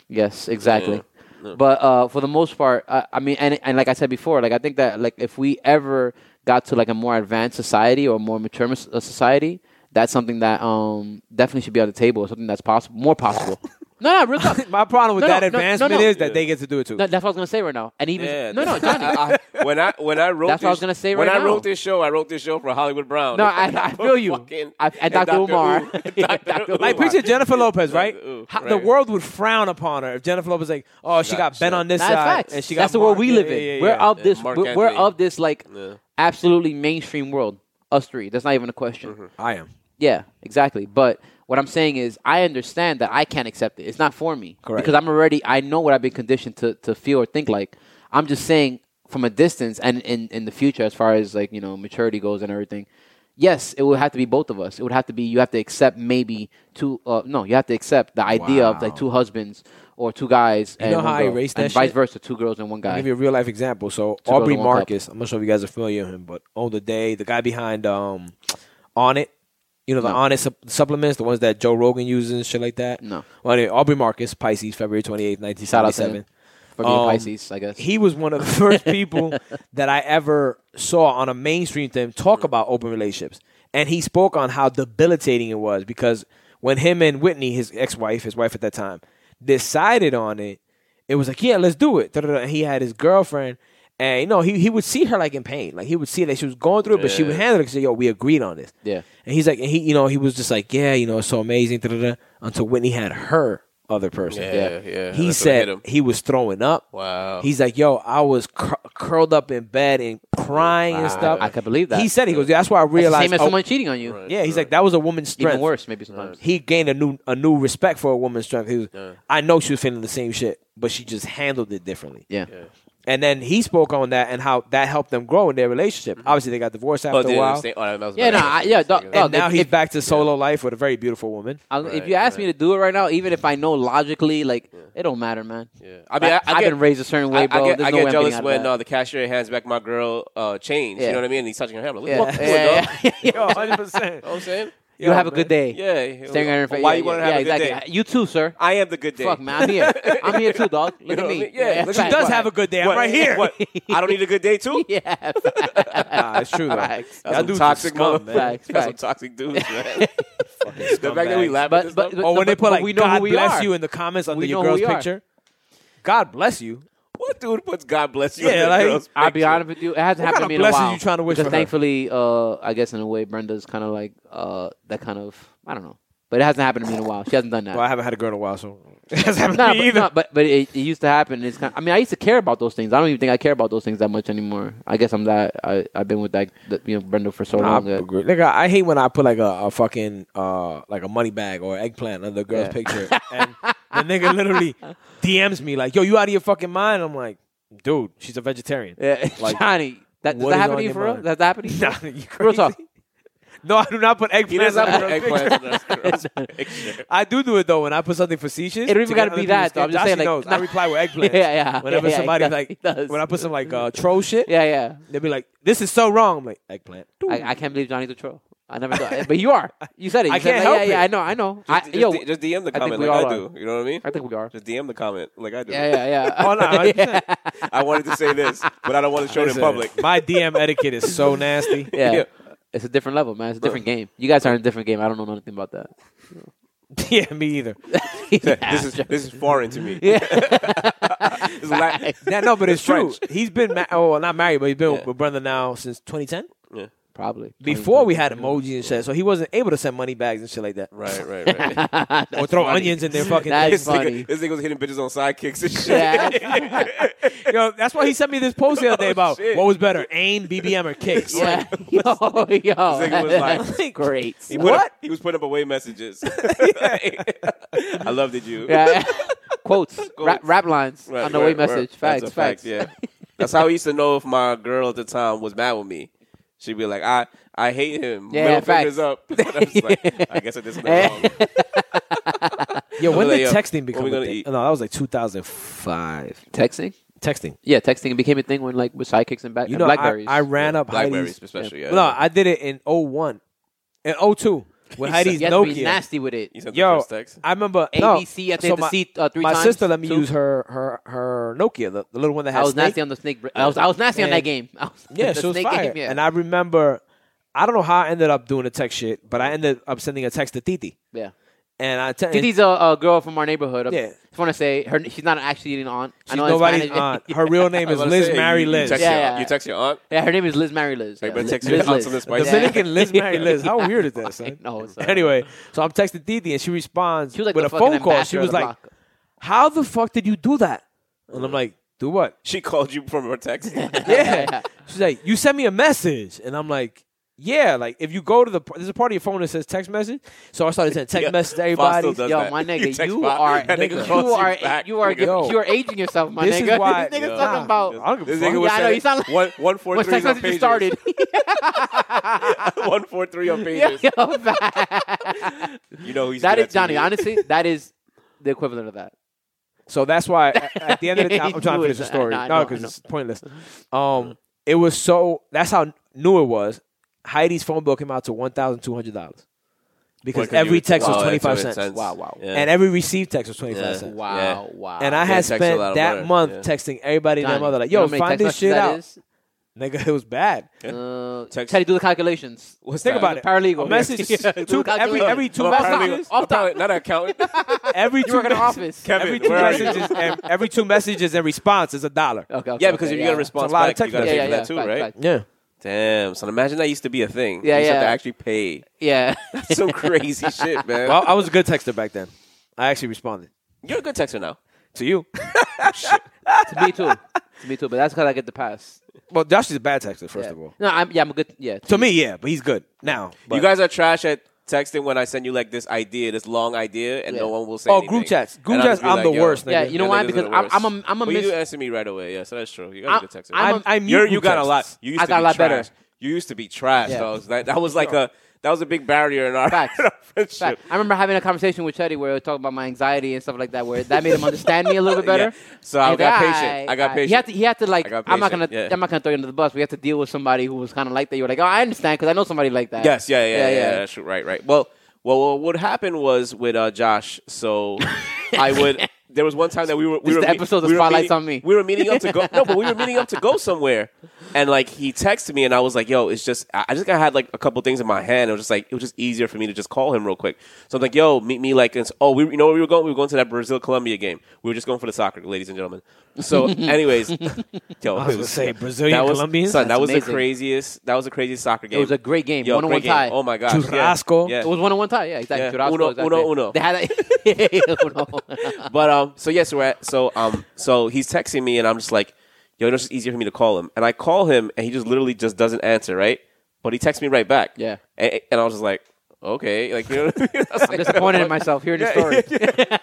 Speaker 3: Yes, exactly. But uh, for the most part, I, I mean, and and like I said before, like I think that like if we ever got to like a more advanced society or a more mature mis- uh, society, that's something that um definitely should be on the table. Something that's possible, more possible. no, no, real talk.
Speaker 1: My problem with
Speaker 3: No, no,
Speaker 1: that
Speaker 3: no, no,
Speaker 1: advancement
Speaker 3: no.
Speaker 1: is that they get to do it too.
Speaker 3: No, that's what I was gonna say right now. And even
Speaker 2: Yeah,
Speaker 3: no, no,
Speaker 2: that's-
Speaker 3: Johnny.
Speaker 2: I- I- when I when I wrote
Speaker 3: That's
Speaker 2: this,
Speaker 3: what I was gonna say
Speaker 2: When
Speaker 3: right
Speaker 2: I
Speaker 3: now.
Speaker 2: wrote this show, I wrote this show for Hollywood Brown.
Speaker 3: No, I- I feel you.
Speaker 2: Fucking-
Speaker 3: I- and Dr. Umar.
Speaker 2: Who. And
Speaker 3: Yeah,
Speaker 2: Dr.
Speaker 3: Dr.
Speaker 1: Like
Speaker 2: Umar.
Speaker 1: picture Jennifer Lopez, right?
Speaker 2: Ooh,
Speaker 1: How-
Speaker 2: right.
Speaker 1: The world would frown upon her if Jennifer Lopez like, oh, she
Speaker 2: got-
Speaker 1: got
Speaker 2: she
Speaker 1: bent
Speaker 2: got-
Speaker 1: on this
Speaker 3: That's
Speaker 1: side,
Speaker 3: facts.
Speaker 1: and she got
Speaker 3: that's the world
Speaker 1: marked.
Speaker 3: we
Speaker 1: Yeah,
Speaker 3: live
Speaker 1: yeah,
Speaker 3: in.
Speaker 1: yeah,
Speaker 3: we're
Speaker 1: yeah.
Speaker 3: of this.
Speaker 2: Mark
Speaker 3: We're, we're
Speaker 2: Anthony.
Speaker 3: of this like
Speaker 2: Yeah.
Speaker 3: absolutely mainstream world. Us three. That's not even a question.
Speaker 2: Mm-hmm.
Speaker 1: I am
Speaker 3: Yeah, exactly. But what I'm saying is, I understand that I can't accept it. It's not for me
Speaker 1: Correct.
Speaker 3: because I'm already. I know what I've been conditioned to, to feel or think like. I'm just saying from a distance and in in the future, as far as like you know maturity goes and everything. yes, it would have to be both of us. It would have to be you have to accept maybe two. Uh, no, you have to accept the idea of like
Speaker 1: Wow.
Speaker 3: two husbands or two guys
Speaker 1: You
Speaker 3: and
Speaker 1: know
Speaker 3: one
Speaker 1: how I
Speaker 3: girl,
Speaker 1: erased
Speaker 3: and
Speaker 1: that
Speaker 3: vice
Speaker 1: shit?
Speaker 3: versa, two girls and one
Speaker 1: I'll
Speaker 3: guy.
Speaker 1: give you a real life example. So
Speaker 3: girls
Speaker 1: Aubrey
Speaker 3: and one cup.
Speaker 1: Marcus, I'm not sure if you guys are familiar with him, but on the day, the guy behind um, On It, you know the
Speaker 3: No.
Speaker 1: On It sup- supplements, the ones that Joe Rogan uses and shit like that.
Speaker 3: No.
Speaker 1: Well, anyway, Aubrey Marcus, Pisces, February 28th,
Speaker 3: Shout out to
Speaker 1: 1977.
Speaker 3: him for being
Speaker 1: Um,
Speaker 3: Pisces, I guess.
Speaker 1: He was one of the first people that I ever saw on a mainstream thing talk about open relationships. And he spoke on how debilitating it was because when him and Whitney, his ex wife, his wife at that time, decided on it, it was like, yeah, let's do it. Da-da-da. And he had his girlfriend. And you know he, he would see her like in pain, like he would see that she was going through it, but she would
Speaker 2: Yeah.
Speaker 1: handle it. Cause yo, we agreed on this.
Speaker 3: Yeah.
Speaker 1: and he's like, and he you know he was just like, yeah, you know, it's so amazing. Da-da-da, until Whitney had her other person.
Speaker 2: Yeah, yeah,
Speaker 1: He
Speaker 2: that's what hit
Speaker 1: said
Speaker 2: him.
Speaker 1: he was throwing up.
Speaker 2: Wow.
Speaker 1: Oh. He's like, yo, I was cur- curled up in bed and crying and stuff.
Speaker 3: I can believe that.
Speaker 1: He said he goes, yeah, that's why I
Speaker 3: It's the
Speaker 1: realized.
Speaker 3: same as
Speaker 1: oh,
Speaker 3: someone cheating on you.
Speaker 2: Right.
Speaker 1: yeah, he's like that was a woman's strength.
Speaker 3: Even worse, maybe sometimes.
Speaker 1: He gained a new a new respect for a woman's strength. He was, I know she was feeling the same shit, but she just handled it differently.
Speaker 3: Yeah.
Speaker 1: And then he spoke on that and how that helped them grow in their relationship.
Speaker 3: Mm-hmm.
Speaker 1: Obviously, they got divorced after
Speaker 2: But
Speaker 1: a
Speaker 2: they
Speaker 1: while,
Speaker 2: understand- oh, that was
Speaker 3: Yeah,
Speaker 2: bad.
Speaker 3: no, I- yeah, dog-
Speaker 1: and
Speaker 3: dog,
Speaker 1: now
Speaker 3: if-
Speaker 1: he's
Speaker 3: if-
Speaker 1: back to solo life with a very beautiful woman.
Speaker 3: I'll- if
Speaker 2: Right,
Speaker 3: you ask
Speaker 2: right.
Speaker 3: me to do it right now, even if I know logically, like it don't matter, man.
Speaker 2: Yeah. I mean, I, I
Speaker 3: have
Speaker 2: get,
Speaker 3: been raised a certain way,
Speaker 2: I,
Speaker 3: bro.
Speaker 2: I get,
Speaker 3: There's
Speaker 2: I get
Speaker 3: no way I'm getting
Speaker 2: jealous
Speaker 3: out of
Speaker 2: when
Speaker 3: that.
Speaker 2: uh, the cashier hands back my girl uh, change.
Speaker 3: Yeah.
Speaker 2: You know what I mean? And he's touching her hand. I'm like,
Speaker 3: Yeah.
Speaker 2: what the uh, fuck,
Speaker 3: Yeah,
Speaker 2: dog?
Speaker 3: yeah, yeah, yeah.
Speaker 1: Yo, 100%.
Speaker 2: You know what I'm saying?
Speaker 3: You have a good day.
Speaker 2: Yeah.
Speaker 3: Staring at her face.
Speaker 2: Why
Speaker 3: yeah,
Speaker 2: you want to
Speaker 3: yeah,
Speaker 2: have
Speaker 3: yeah,
Speaker 2: a good
Speaker 3: exactly.
Speaker 2: day?
Speaker 3: You too, sir.
Speaker 2: I am the good day.
Speaker 3: Fuck man, I'm here. I'm here too, dog. Look
Speaker 2: know what
Speaker 3: at
Speaker 2: I
Speaker 3: me.
Speaker 2: mean? Yeah, look,
Speaker 1: She
Speaker 2: Right,
Speaker 1: does
Speaker 3: fact.
Speaker 1: have a good day. I'm
Speaker 2: What?
Speaker 1: right here.
Speaker 2: What? I don't need a good day too.
Speaker 3: Yeah,
Speaker 1: Nah, it's true. Though.
Speaker 3: Facts.
Speaker 1: Y'all
Speaker 2: That's some
Speaker 1: dudes are
Speaker 2: toxic
Speaker 1: scum, man.
Speaker 2: That's
Speaker 3: Facts,
Speaker 2: some
Speaker 3: facts.
Speaker 2: toxic dudes, man. the fact that we
Speaker 1: scumbags.
Speaker 2: laugh at
Speaker 3: But-
Speaker 2: this
Speaker 3: but-
Speaker 2: stuff-
Speaker 1: Or
Speaker 3: No,
Speaker 1: when they put
Speaker 3: but
Speaker 1: like
Speaker 3: we know who
Speaker 1: "God
Speaker 3: we
Speaker 1: bless
Speaker 3: are."
Speaker 1: you" in the comments under
Speaker 3: We
Speaker 1: your
Speaker 3: know who
Speaker 1: girl's
Speaker 3: we are.
Speaker 1: picture. God bless you.
Speaker 2: what dude puts God bless you?
Speaker 1: Yeah,
Speaker 2: in that
Speaker 1: like-
Speaker 2: girl's
Speaker 3: I'll be
Speaker 2: picture?
Speaker 3: honest with you. It hasn't
Speaker 1: What
Speaker 3: happened
Speaker 1: kind
Speaker 3: to me
Speaker 1: of
Speaker 3: in a
Speaker 1: blessings
Speaker 3: while.
Speaker 1: you trying to wish
Speaker 3: because
Speaker 1: for her?
Speaker 3: thankfully, uh, I guess in a way, Brenda's kind of like uh, that kind of I don't know, but it hasn't happened to me in a while. She hasn't done that.
Speaker 1: Well, I haven't had a girl in a while, so it hasn't happened
Speaker 3: no,
Speaker 1: to
Speaker 3: but,
Speaker 1: me either.
Speaker 3: no, but but it, it used to happen. It's kind. I mean, I used to care about those things. I don't even think I care about those things that much anymore. I guess I'm that. I I've been with that, that you know Brenda for so
Speaker 1: Nah,
Speaker 3: long.
Speaker 1: I,
Speaker 3: That,
Speaker 1: agree. Nigga, I hate when I put like a, a fucking uh like a money bag or eggplant under the girl's
Speaker 3: Yeah.
Speaker 1: picture, and the nigga literally DMs me like, "Yo, you out of your fucking mind?" I'm like, "Dude, she's a vegetarian."
Speaker 3: yeah,
Speaker 1: Like,
Speaker 3: Johnny. That, does
Speaker 1: what
Speaker 3: that
Speaker 1: is
Speaker 3: happen
Speaker 1: on
Speaker 3: to you
Speaker 1: your
Speaker 3: for real?
Speaker 1: mind?
Speaker 3: Does that happen to you?
Speaker 1: Nah, you
Speaker 3: Real
Speaker 1: crazy?
Speaker 3: talk.
Speaker 1: No, I do not put eggplants.
Speaker 2: He does not
Speaker 1: under
Speaker 2: put
Speaker 1: her picture.
Speaker 2: eggplants in that girl's picture.
Speaker 1: I do do it though when I put something facetious.
Speaker 3: It don't even
Speaker 1: to
Speaker 3: gotta
Speaker 1: get other
Speaker 3: be that,
Speaker 1: people's
Speaker 3: though. I'm
Speaker 1: attention.
Speaker 3: just saying,
Speaker 1: She
Speaker 3: like,
Speaker 1: knows. I reply with eggplants.
Speaker 3: Yeah, yeah.
Speaker 1: Whenever
Speaker 3: Yeah, yeah,
Speaker 1: somebody's
Speaker 3: he does. He
Speaker 1: like, when I put
Speaker 3: does.
Speaker 1: some like uh, troll shit,
Speaker 3: Yeah, yeah.
Speaker 1: they'll be like, "This is so wrong." I'm like, "Eggplant."
Speaker 3: I, I can't believe Johnny's a troll. I never thought, but you are. You said it. You
Speaker 1: I
Speaker 3: said,
Speaker 1: can't
Speaker 3: like,
Speaker 1: help
Speaker 3: yeah, yeah,
Speaker 1: it.
Speaker 3: I know, I know. I,
Speaker 2: Just, just
Speaker 3: yo,
Speaker 2: D- just DM the
Speaker 3: I think
Speaker 2: comment
Speaker 3: we
Speaker 2: like I
Speaker 3: all
Speaker 2: do. You know what I mean?
Speaker 3: I think we are.
Speaker 2: Just DM the comment like I do.
Speaker 3: Yeah, yeah, yeah.
Speaker 1: Oh, no,
Speaker 3: yeah.
Speaker 1: 100%.
Speaker 2: I wanted to say this, but I don't want to show it in
Speaker 1: Listen,
Speaker 2: public.
Speaker 1: My DM etiquette is so nasty.
Speaker 3: yeah.
Speaker 2: Yeah.
Speaker 3: It's a different level, man. It's a different game. You guys are in a different game. I don't know nothing about that.
Speaker 1: yeah, me either.
Speaker 2: this is this is foreign to me. Yeah. this is la-
Speaker 1: Yeah, no, but it's true.
Speaker 2: French.
Speaker 1: He's been ma- oh, well, not married, but he's been
Speaker 3: Yeah.
Speaker 1: with brother now since 2010.
Speaker 3: Probably.
Speaker 1: Before we had emojis and shit, so he wasn't able to send money bags and shit like that,
Speaker 2: Right, right, right.
Speaker 1: or throw onions in their fucking. That's,
Speaker 3: That's-
Speaker 2: This
Speaker 3: funny.
Speaker 2: nigga, this nigga was hitting bitches on sidekicks and shit.
Speaker 3: Yeah.
Speaker 1: Yo, that's why he sent me this post the other day
Speaker 2: Oh,
Speaker 1: about
Speaker 2: shit.
Speaker 1: what was better, aim, BBM, or kicks.
Speaker 3: Yeah. yo, yo.
Speaker 2: nigga was like-
Speaker 3: that's great.
Speaker 2: He put Up, he was putting up away messages. I loved it, you.
Speaker 3: yeah. Quotes, Rap,
Speaker 2: Quotes.
Speaker 3: rap lines
Speaker 2: Right,
Speaker 3: on the
Speaker 2: right,
Speaker 3: way
Speaker 2: right.
Speaker 3: message.
Speaker 2: That's
Speaker 3: Facts,
Speaker 2: a
Speaker 3: facts.
Speaker 2: fact, yeah. That's how I used to know if my girl at the time was mad with me. She'd be like, I, I hate him. Middle
Speaker 3: Yeah, facts.
Speaker 2: fingers up. And I was like, I guess I did something
Speaker 3: Yeah.
Speaker 2: wrong.
Speaker 1: Yo, when
Speaker 2: Like,
Speaker 1: did
Speaker 2: yo,
Speaker 1: texting
Speaker 2: what
Speaker 1: become
Speaker 2: we
Speaker 1: a
Speaker 2: gonna
Speaker 1: thing?
Speaker 2: eat?
Speaker 1: No, that was like 2005.
Speaker 3: Texting?
Speaker 1: Texting.
Speaker 3: Yeah, texting became a thing when like with sidekicks and, back,
Speaker 1: You
Speaker 3: and
Speaker 1: know, I,
Speaker 3: blackberries.
Speaker 1: I ran up
Speaker 2: Blackberries,
Speaker 1: Heidi's.
Speaker 2: especially. Yeah.
Speaker 1: No, I did it in 01. In 02. With Heidi's
Speaker 3: you have to be
Speaker 1: Nokia.
Speaker 3: nasty with it.
Speaker 2: you sent the
Speaker 1: Yo,
Speaker 2: first text.
Speaker 1: I remember no,
Speaker 3: ABC.
Speaker 1: so
Speaker 3: I think the
Speaker 1: my-
Speaker 3: seat uh, three
Speaker 1: my
Speaker 3: times.
Speaker 1: sister let me
Speaker 3: two.
Speaker 1: use her her her Nokia, the, the little one that
Speaker 3: I
Speaker 1: has.
Speaker 3: was nasty on the snake. br- I was I was nasty on
Speaker 1: And-
Speaker 3: that game. I was,
Speaker 1: yeah,
Speaker 3: the
Speaker 1: she was
Speaker 3: snake
Speaker 1: fire.
Speaker 3: game. Yeah,
Speaker 1: And I remember, I don't know how I ended up doing the text shit, but I ended up sending a text to Titi,
Speaker 3: yeah.
Speaker 1: and I te-
Speaker 3: Titi's a, a girl from our neighborhood. I
Speaker 1: Yeah.
Speaker 3: just want to say her. She's not actually an aunt. I
Speaker 1: She's
Speaker 3: know it's
Speaker 1: nobody's
Speaker 3: Spanish.
Speaker 1: aunt. Her real name
Speaker 2: I
Speaker 1: is
Speaker 2: was about to
Speaker 1: Liz
Speaker 2: say,
Speaker 1: Mary
Speaker 2: you,
Speaker 1: Liz.
Speaker 2: You text,
Speaker 3: Yeah,
Speaker 2: your,
Speaker 3: yeah.
Speaker 2: you text your aunt?
Speaker 3: yeah, her name is Liz Mary Liz.
Speaker 2: Like,
Speaker 3: Yeah,
Speaker 2: but
Speaker 3: Liz,
Speaker 2: text your
Speaker 3: Liz,
Speaker 2: aunt
Speaker 3: Liz.
Speaker 2: something spicy.
Speaker 1: Dominican Liz Mary Liz. How weird is
Speaker 3: I
Speaker 1: that, son?
Speaker 3: know, son.
Speaker 1: Anyway, so I'm texting Titi, and she responds
Speaker 3: She was like
Speaker 1: with
Speaker 3: the
Speaker 1: a phone
Speaker 3: fucking
Speaker 1: call. She
Speaker 3: ambassador of
Speaker 1: was
Speaker 3: the
Speaker 1: like,
Speaker 3: block.
Speaker 1: "How the fuck did you do that?" And I'm like, "Do what?"
Speaker 2: She called you from her text.
Speaker 1: yeah. She's like, you sent me a message, and I'm like, yeah. Like if you go to the there's a part of your phone that says text message, so I started sending text
Speaker 2: Yeah,
Speaker 1: messages to
Speaker 2: Fox
Speaker 1: everybody.
Speaker 2: still does
Speaker 3: Yo,
Speaker 2: that.
Speaker 3: my
Speaker 2: You
Speaker 3: nigga,
Speaker 2: text
Speaker 3: you,
Speaker 2: Fob,
Speaker 3: are,
Speaker 2: that nigga
Speaker 3: you,
Speaker 2: calls
Speaker 3: are,
Speaker 2: back,
Speaker 3: you are,
Speaker 2: nigga.
Speaker 1: Yo.
Speaker 3: you are aging yourself, my
Speaker 1: This is
Speaker 3: nigga.
Speaker 1: why-
Speaker 3: this nigga's
Speaker 1: Nah.
Speaker 3: talking about
Speaker 1: I don't give a
Speaker 2: This
Speaker 1: fuck.
Speaker 2: nigga was
Speaker 3: Yeah, I know,
Speaker 2: sending
Speaker 3: you sound like-
Speaker 2: one, one four
Speaker 3: what
Speaker 2: threes
Speaker 3: text
Speaker 2: on
Speaker 3: message you
Speaker 2: pages.
Speaker 3: started.
Speaker 2: One four three on
Speaker 3: Yo,
Speaker 2: pages. You know who he's
Speaker 3: that
Speaker 2: good
Speaker 3: is
Speaker 2: at to
Speaker 3: Johnny.
Speaker 2: me.
Speaker 3: Honestly, that is the equivalent of that.
Speaker 1: So that's why at- at the end of the
Speaker 3: Yeah,
Speaker 1: time,
Speaker 3: he
Speaker 1: I'm trying to
Speaker 3: knew it.
Speaker 1: finish the story.
Speaker 3: I know,
Speaker 1: No,
Speaker 3: I
Speaker 1: because
Speaker 3: know.
Speaker 1: it's pointless. Um, it was so that's how new it was. Heidi's phone bill came out to one thousand two hundred dollars because
Speaker 2: Well,
Speaker 1: every
Speaker 2: you- Oh,
Speaker 1: text
Speaker 2: wow,
Speaker 1: was
Speaker 2: that's
Speaker 1: twenty five
Speaker 2: what it
Speaker 1: cents,
Speaker 2: says.
Speaker 3: Wow, wow.
Speaker 2: Yeah.
Speaker 1: and every received text was twenty five
Speaker 2: Yeah.
Speaker 1: cents.
Speaker 3: Wow,
Speaker 2: Yeah.
Speaker 3: wow.
Speaker 1: And I
Speaker 2: Yeah,
Speaker 1: had
Speaker 2: text a
Speaker 1: spent
Speaker 2: lot of
Speaker 1: that
Speaker 2: money.
Speaker 1: month
Speaker 2: Yeah.
Speaker 1: texting everybody and
Speaker 3: Johnny,
Speaker 1: their mother like,
Speaker 3: you know
Speaker 1: "Yo,
Speaker 3: how many
Speaker 1: find
Speaker 3: text
Speaker 1: this shit
Speaker 3: messages that
Speaker 1: out,
Speaker 3: is?
Speaker 1: nigga." It was bad.
Speaker 3: Uh,
Speaker 2: Text-
Speaker 3: Teddy, do the calculations.
Speaker 2: What's
Speaker 1: Think
Speaker 2: that?
Speaker 1: about it.
Speaker 3: paralegal.
Speaker 1: A message
Speaker 3: Yeah, do
Speaker 1: two,
Speaker 3: the
Speaker 1: every
Speaker 3: calculation.
Speaker 1: every two
Speaker 2: I'm a
Speaker 3: Off top,
Speaker 2: paralegal.
Speaker 1: messages,
Speaker 3: off
Speaker 2: I'm probably not an accountant.
Speaker 1: every two
Speaker 3: You work in an
Speaker 1: messages,
Speaker 3: office.
Speaker 2: Kevin,
Speaker 1: every two
Speaker 2: where are you?
Speaker 1: messages, and every two messages and response is a dollar.
Speaker 3: Okay, okay,
Speaker 2: yeah, because
Speaker 3: okay,
Speaker 2: if you
Speaker 3: yeah,
Speaker 2: got
Speaker 3: yeah.
Speaker 2: a response
Speaker 1: It's a lot of
Speaker 2: back, you
Speaker 1: text
Speaker 2: got to
Speaker 1: messages.
Speaker 2: pay
Speaker 1: Yeah,
Speaker 2: for
Speaker 3: yeah,
Speaker 2: that too,
Speaker 3: yeah.
Speaker 2: right?
Speaker 3: Fact, fact.
Speaker 1: Yeah.
Speaker 2: Damn. So imagine that used to be a thing.
Speaker 3: Yeah,
Speaker 2: you used to have
Speaker 3: yeah.
Speaker 2: to actually pay.
Speaker 3: Yeah.
Speaker 2: Some crazy shit, man.
Speaker 1: Well, I was a good texter back then. I actually responded
Speaker 2: You're a good texter now.
Speaker 1: to you.
Speaker 3: to me too. To me too. But that's because I get the pass.
Speaker 1: Well, Josh is a bad texter, first
Speaker 3: Yeah.
Speaker 1: of all.
Speaker 3: No, I'm yeah, I'm a good yeah.
Speaker 1: To me, yeah, but he's good now. But.
Speaker 2: you guys are trash at texting when I send you like this idea, this long idea, and no
Speaker 3: Yeah.
Speaker 2: one will say.
Speaker 1: Oh,
Speaker 2: anything.
Speaker 1: group chats. Group
Speaker 2: And I'll
Speaker 1: chats,
Speaker 2: just be
Speaker 1: I'm the
Speaker 2: yo,
Speaker 1: worst,
Speaker 3: Yeah,
Speaker 1: nigga.
Speaker 3: you know
Speaker 2: Yeah, niggas
Speaker 3: why?
Speaker 2: are
Speaker 3: Because
Speaker 2: the
Speaker 3: I'm
Speaker 2: worst.
Speaker 3: I'm a, I'm a
Speaker 2: Well, you do
Speaker 3: miss.
Speaker 2: answer me right away. Yeah, so that's true. You
Speaker 3: I-
Speaker 2: got a good texter.
Speaker 3: I'm
Speaker 1: I, I mute
Speaker 2: You're, you
Speaker 1: group
Speaker 2: got a
Speaker 1: texts.
Speaker 2: lot. You used
Speaker 3: I
Speaker 2: to
Speaker 3: got
Speaker 2: be
Speaker 3: a lot
Speaker 2: trash.
Speaker 3: better.
Speaker 2: You used to be trash,
Speaker 3: Yeah.
Speaker 2: though. That, that was like a that was a big barrier in our,
Speaker 3: Facts.
Speaker 2: in our friendship.
Speaker 3: Fact, I remember having a conversation with Chetty where we were talking about my anxiety and stuff like that, where that made him understand me a little bit
Speaker 2: Yeah.
Speaker 3: better.
Speaker 2: So I
Speaker 3: And
Speaker 2: got
Speaker 3: he's like,
Speaker 2: patient. I
Speaker 3: "Aight,
Speaker 2: got
Speaker 3: aight."
Speaker 2: patient.
Speaker 3: He had to. He had to
Speaker 2: I
Speaker 3: like.
Speaker 2: got
Speaker 3: I'm not gonna.
Speaker 2: patient, yeah.
Speaker 3: I'm not gonna throw you under the bus. We had to deal with somebody who was kind of like that. You were like, oh, I understand because I know somebody like that.
Speaker 2: Yes, yeah, yeah, yeah, yeah. That's true. Right, right. Well, well, well what happened was with uh, Josh. So I would. There was one time that we were. We
Speaker 3: This
Speaker 2: were
Speaker 3: is the
Speaker 2: meet-
Speaker 3: episode, the
Speaker 2: we were
Speaker 3: spotlight's
Speaker 2: meeting-
Speaker 3: on me.
Speaker 2: We were meeting up to go. No, but we were meeting up to go somewhere, and like he texted me, and I was like, "Yo, it's just I I just got had like a couple things in my hand. It was just like it was just easier for me to just call him real quick. So I'm like, "Yo, meet me like." It's, oh, we you know where we were going. We were going to that Brazil Colombia game. We were just going for the soccer, ladies and gentlemen. So, anyways, yo,
Speaker 1: I was
Speaker 2: it
Speaker 1: gonna say Brazilian
Speaker 2: that was,
Speaker 1: Colombians.
Speaker 2: Son, that
Speaker 3: That's
Speaker 2: was
Speaker 3: amazing.
Speaker 2: the craziest. That was the craziest soccer game.
Speaker 3: was a great game.
Speaker 2: Yo,
Speaker 3: One-on-one
Speaker 2: great game.
Speaker 3: tie.
Speaker 2: Oh my gosh.
Speaker 1: Churrasco.
Speaker 2: Yeah.
Speaker 3: It was one on one tie. Yeah, exactly.
Speaker 2: Yeah.
Speaker 3: Churrasco,
Speaker 2: Uno-
Speaker 3: exactly.
Speaker 2: uno- uno.
Speaker 3: They had a, uno.
Speaker 2: yeah. But um, so yes, we're at, so um, so he's texting me, and I'm just like, yo, it's just easier for me to call him. And I call him, and he just literally just doesn't answer, right? But he texts me right back.
Speaker 3: Yeah.
Speaker 2: And, and I was just like, okay, like you know. What I mean? I was
Speaker 3: I'm
Speaker 2: like,
Speaker 3: disappointed in myself hearing the story.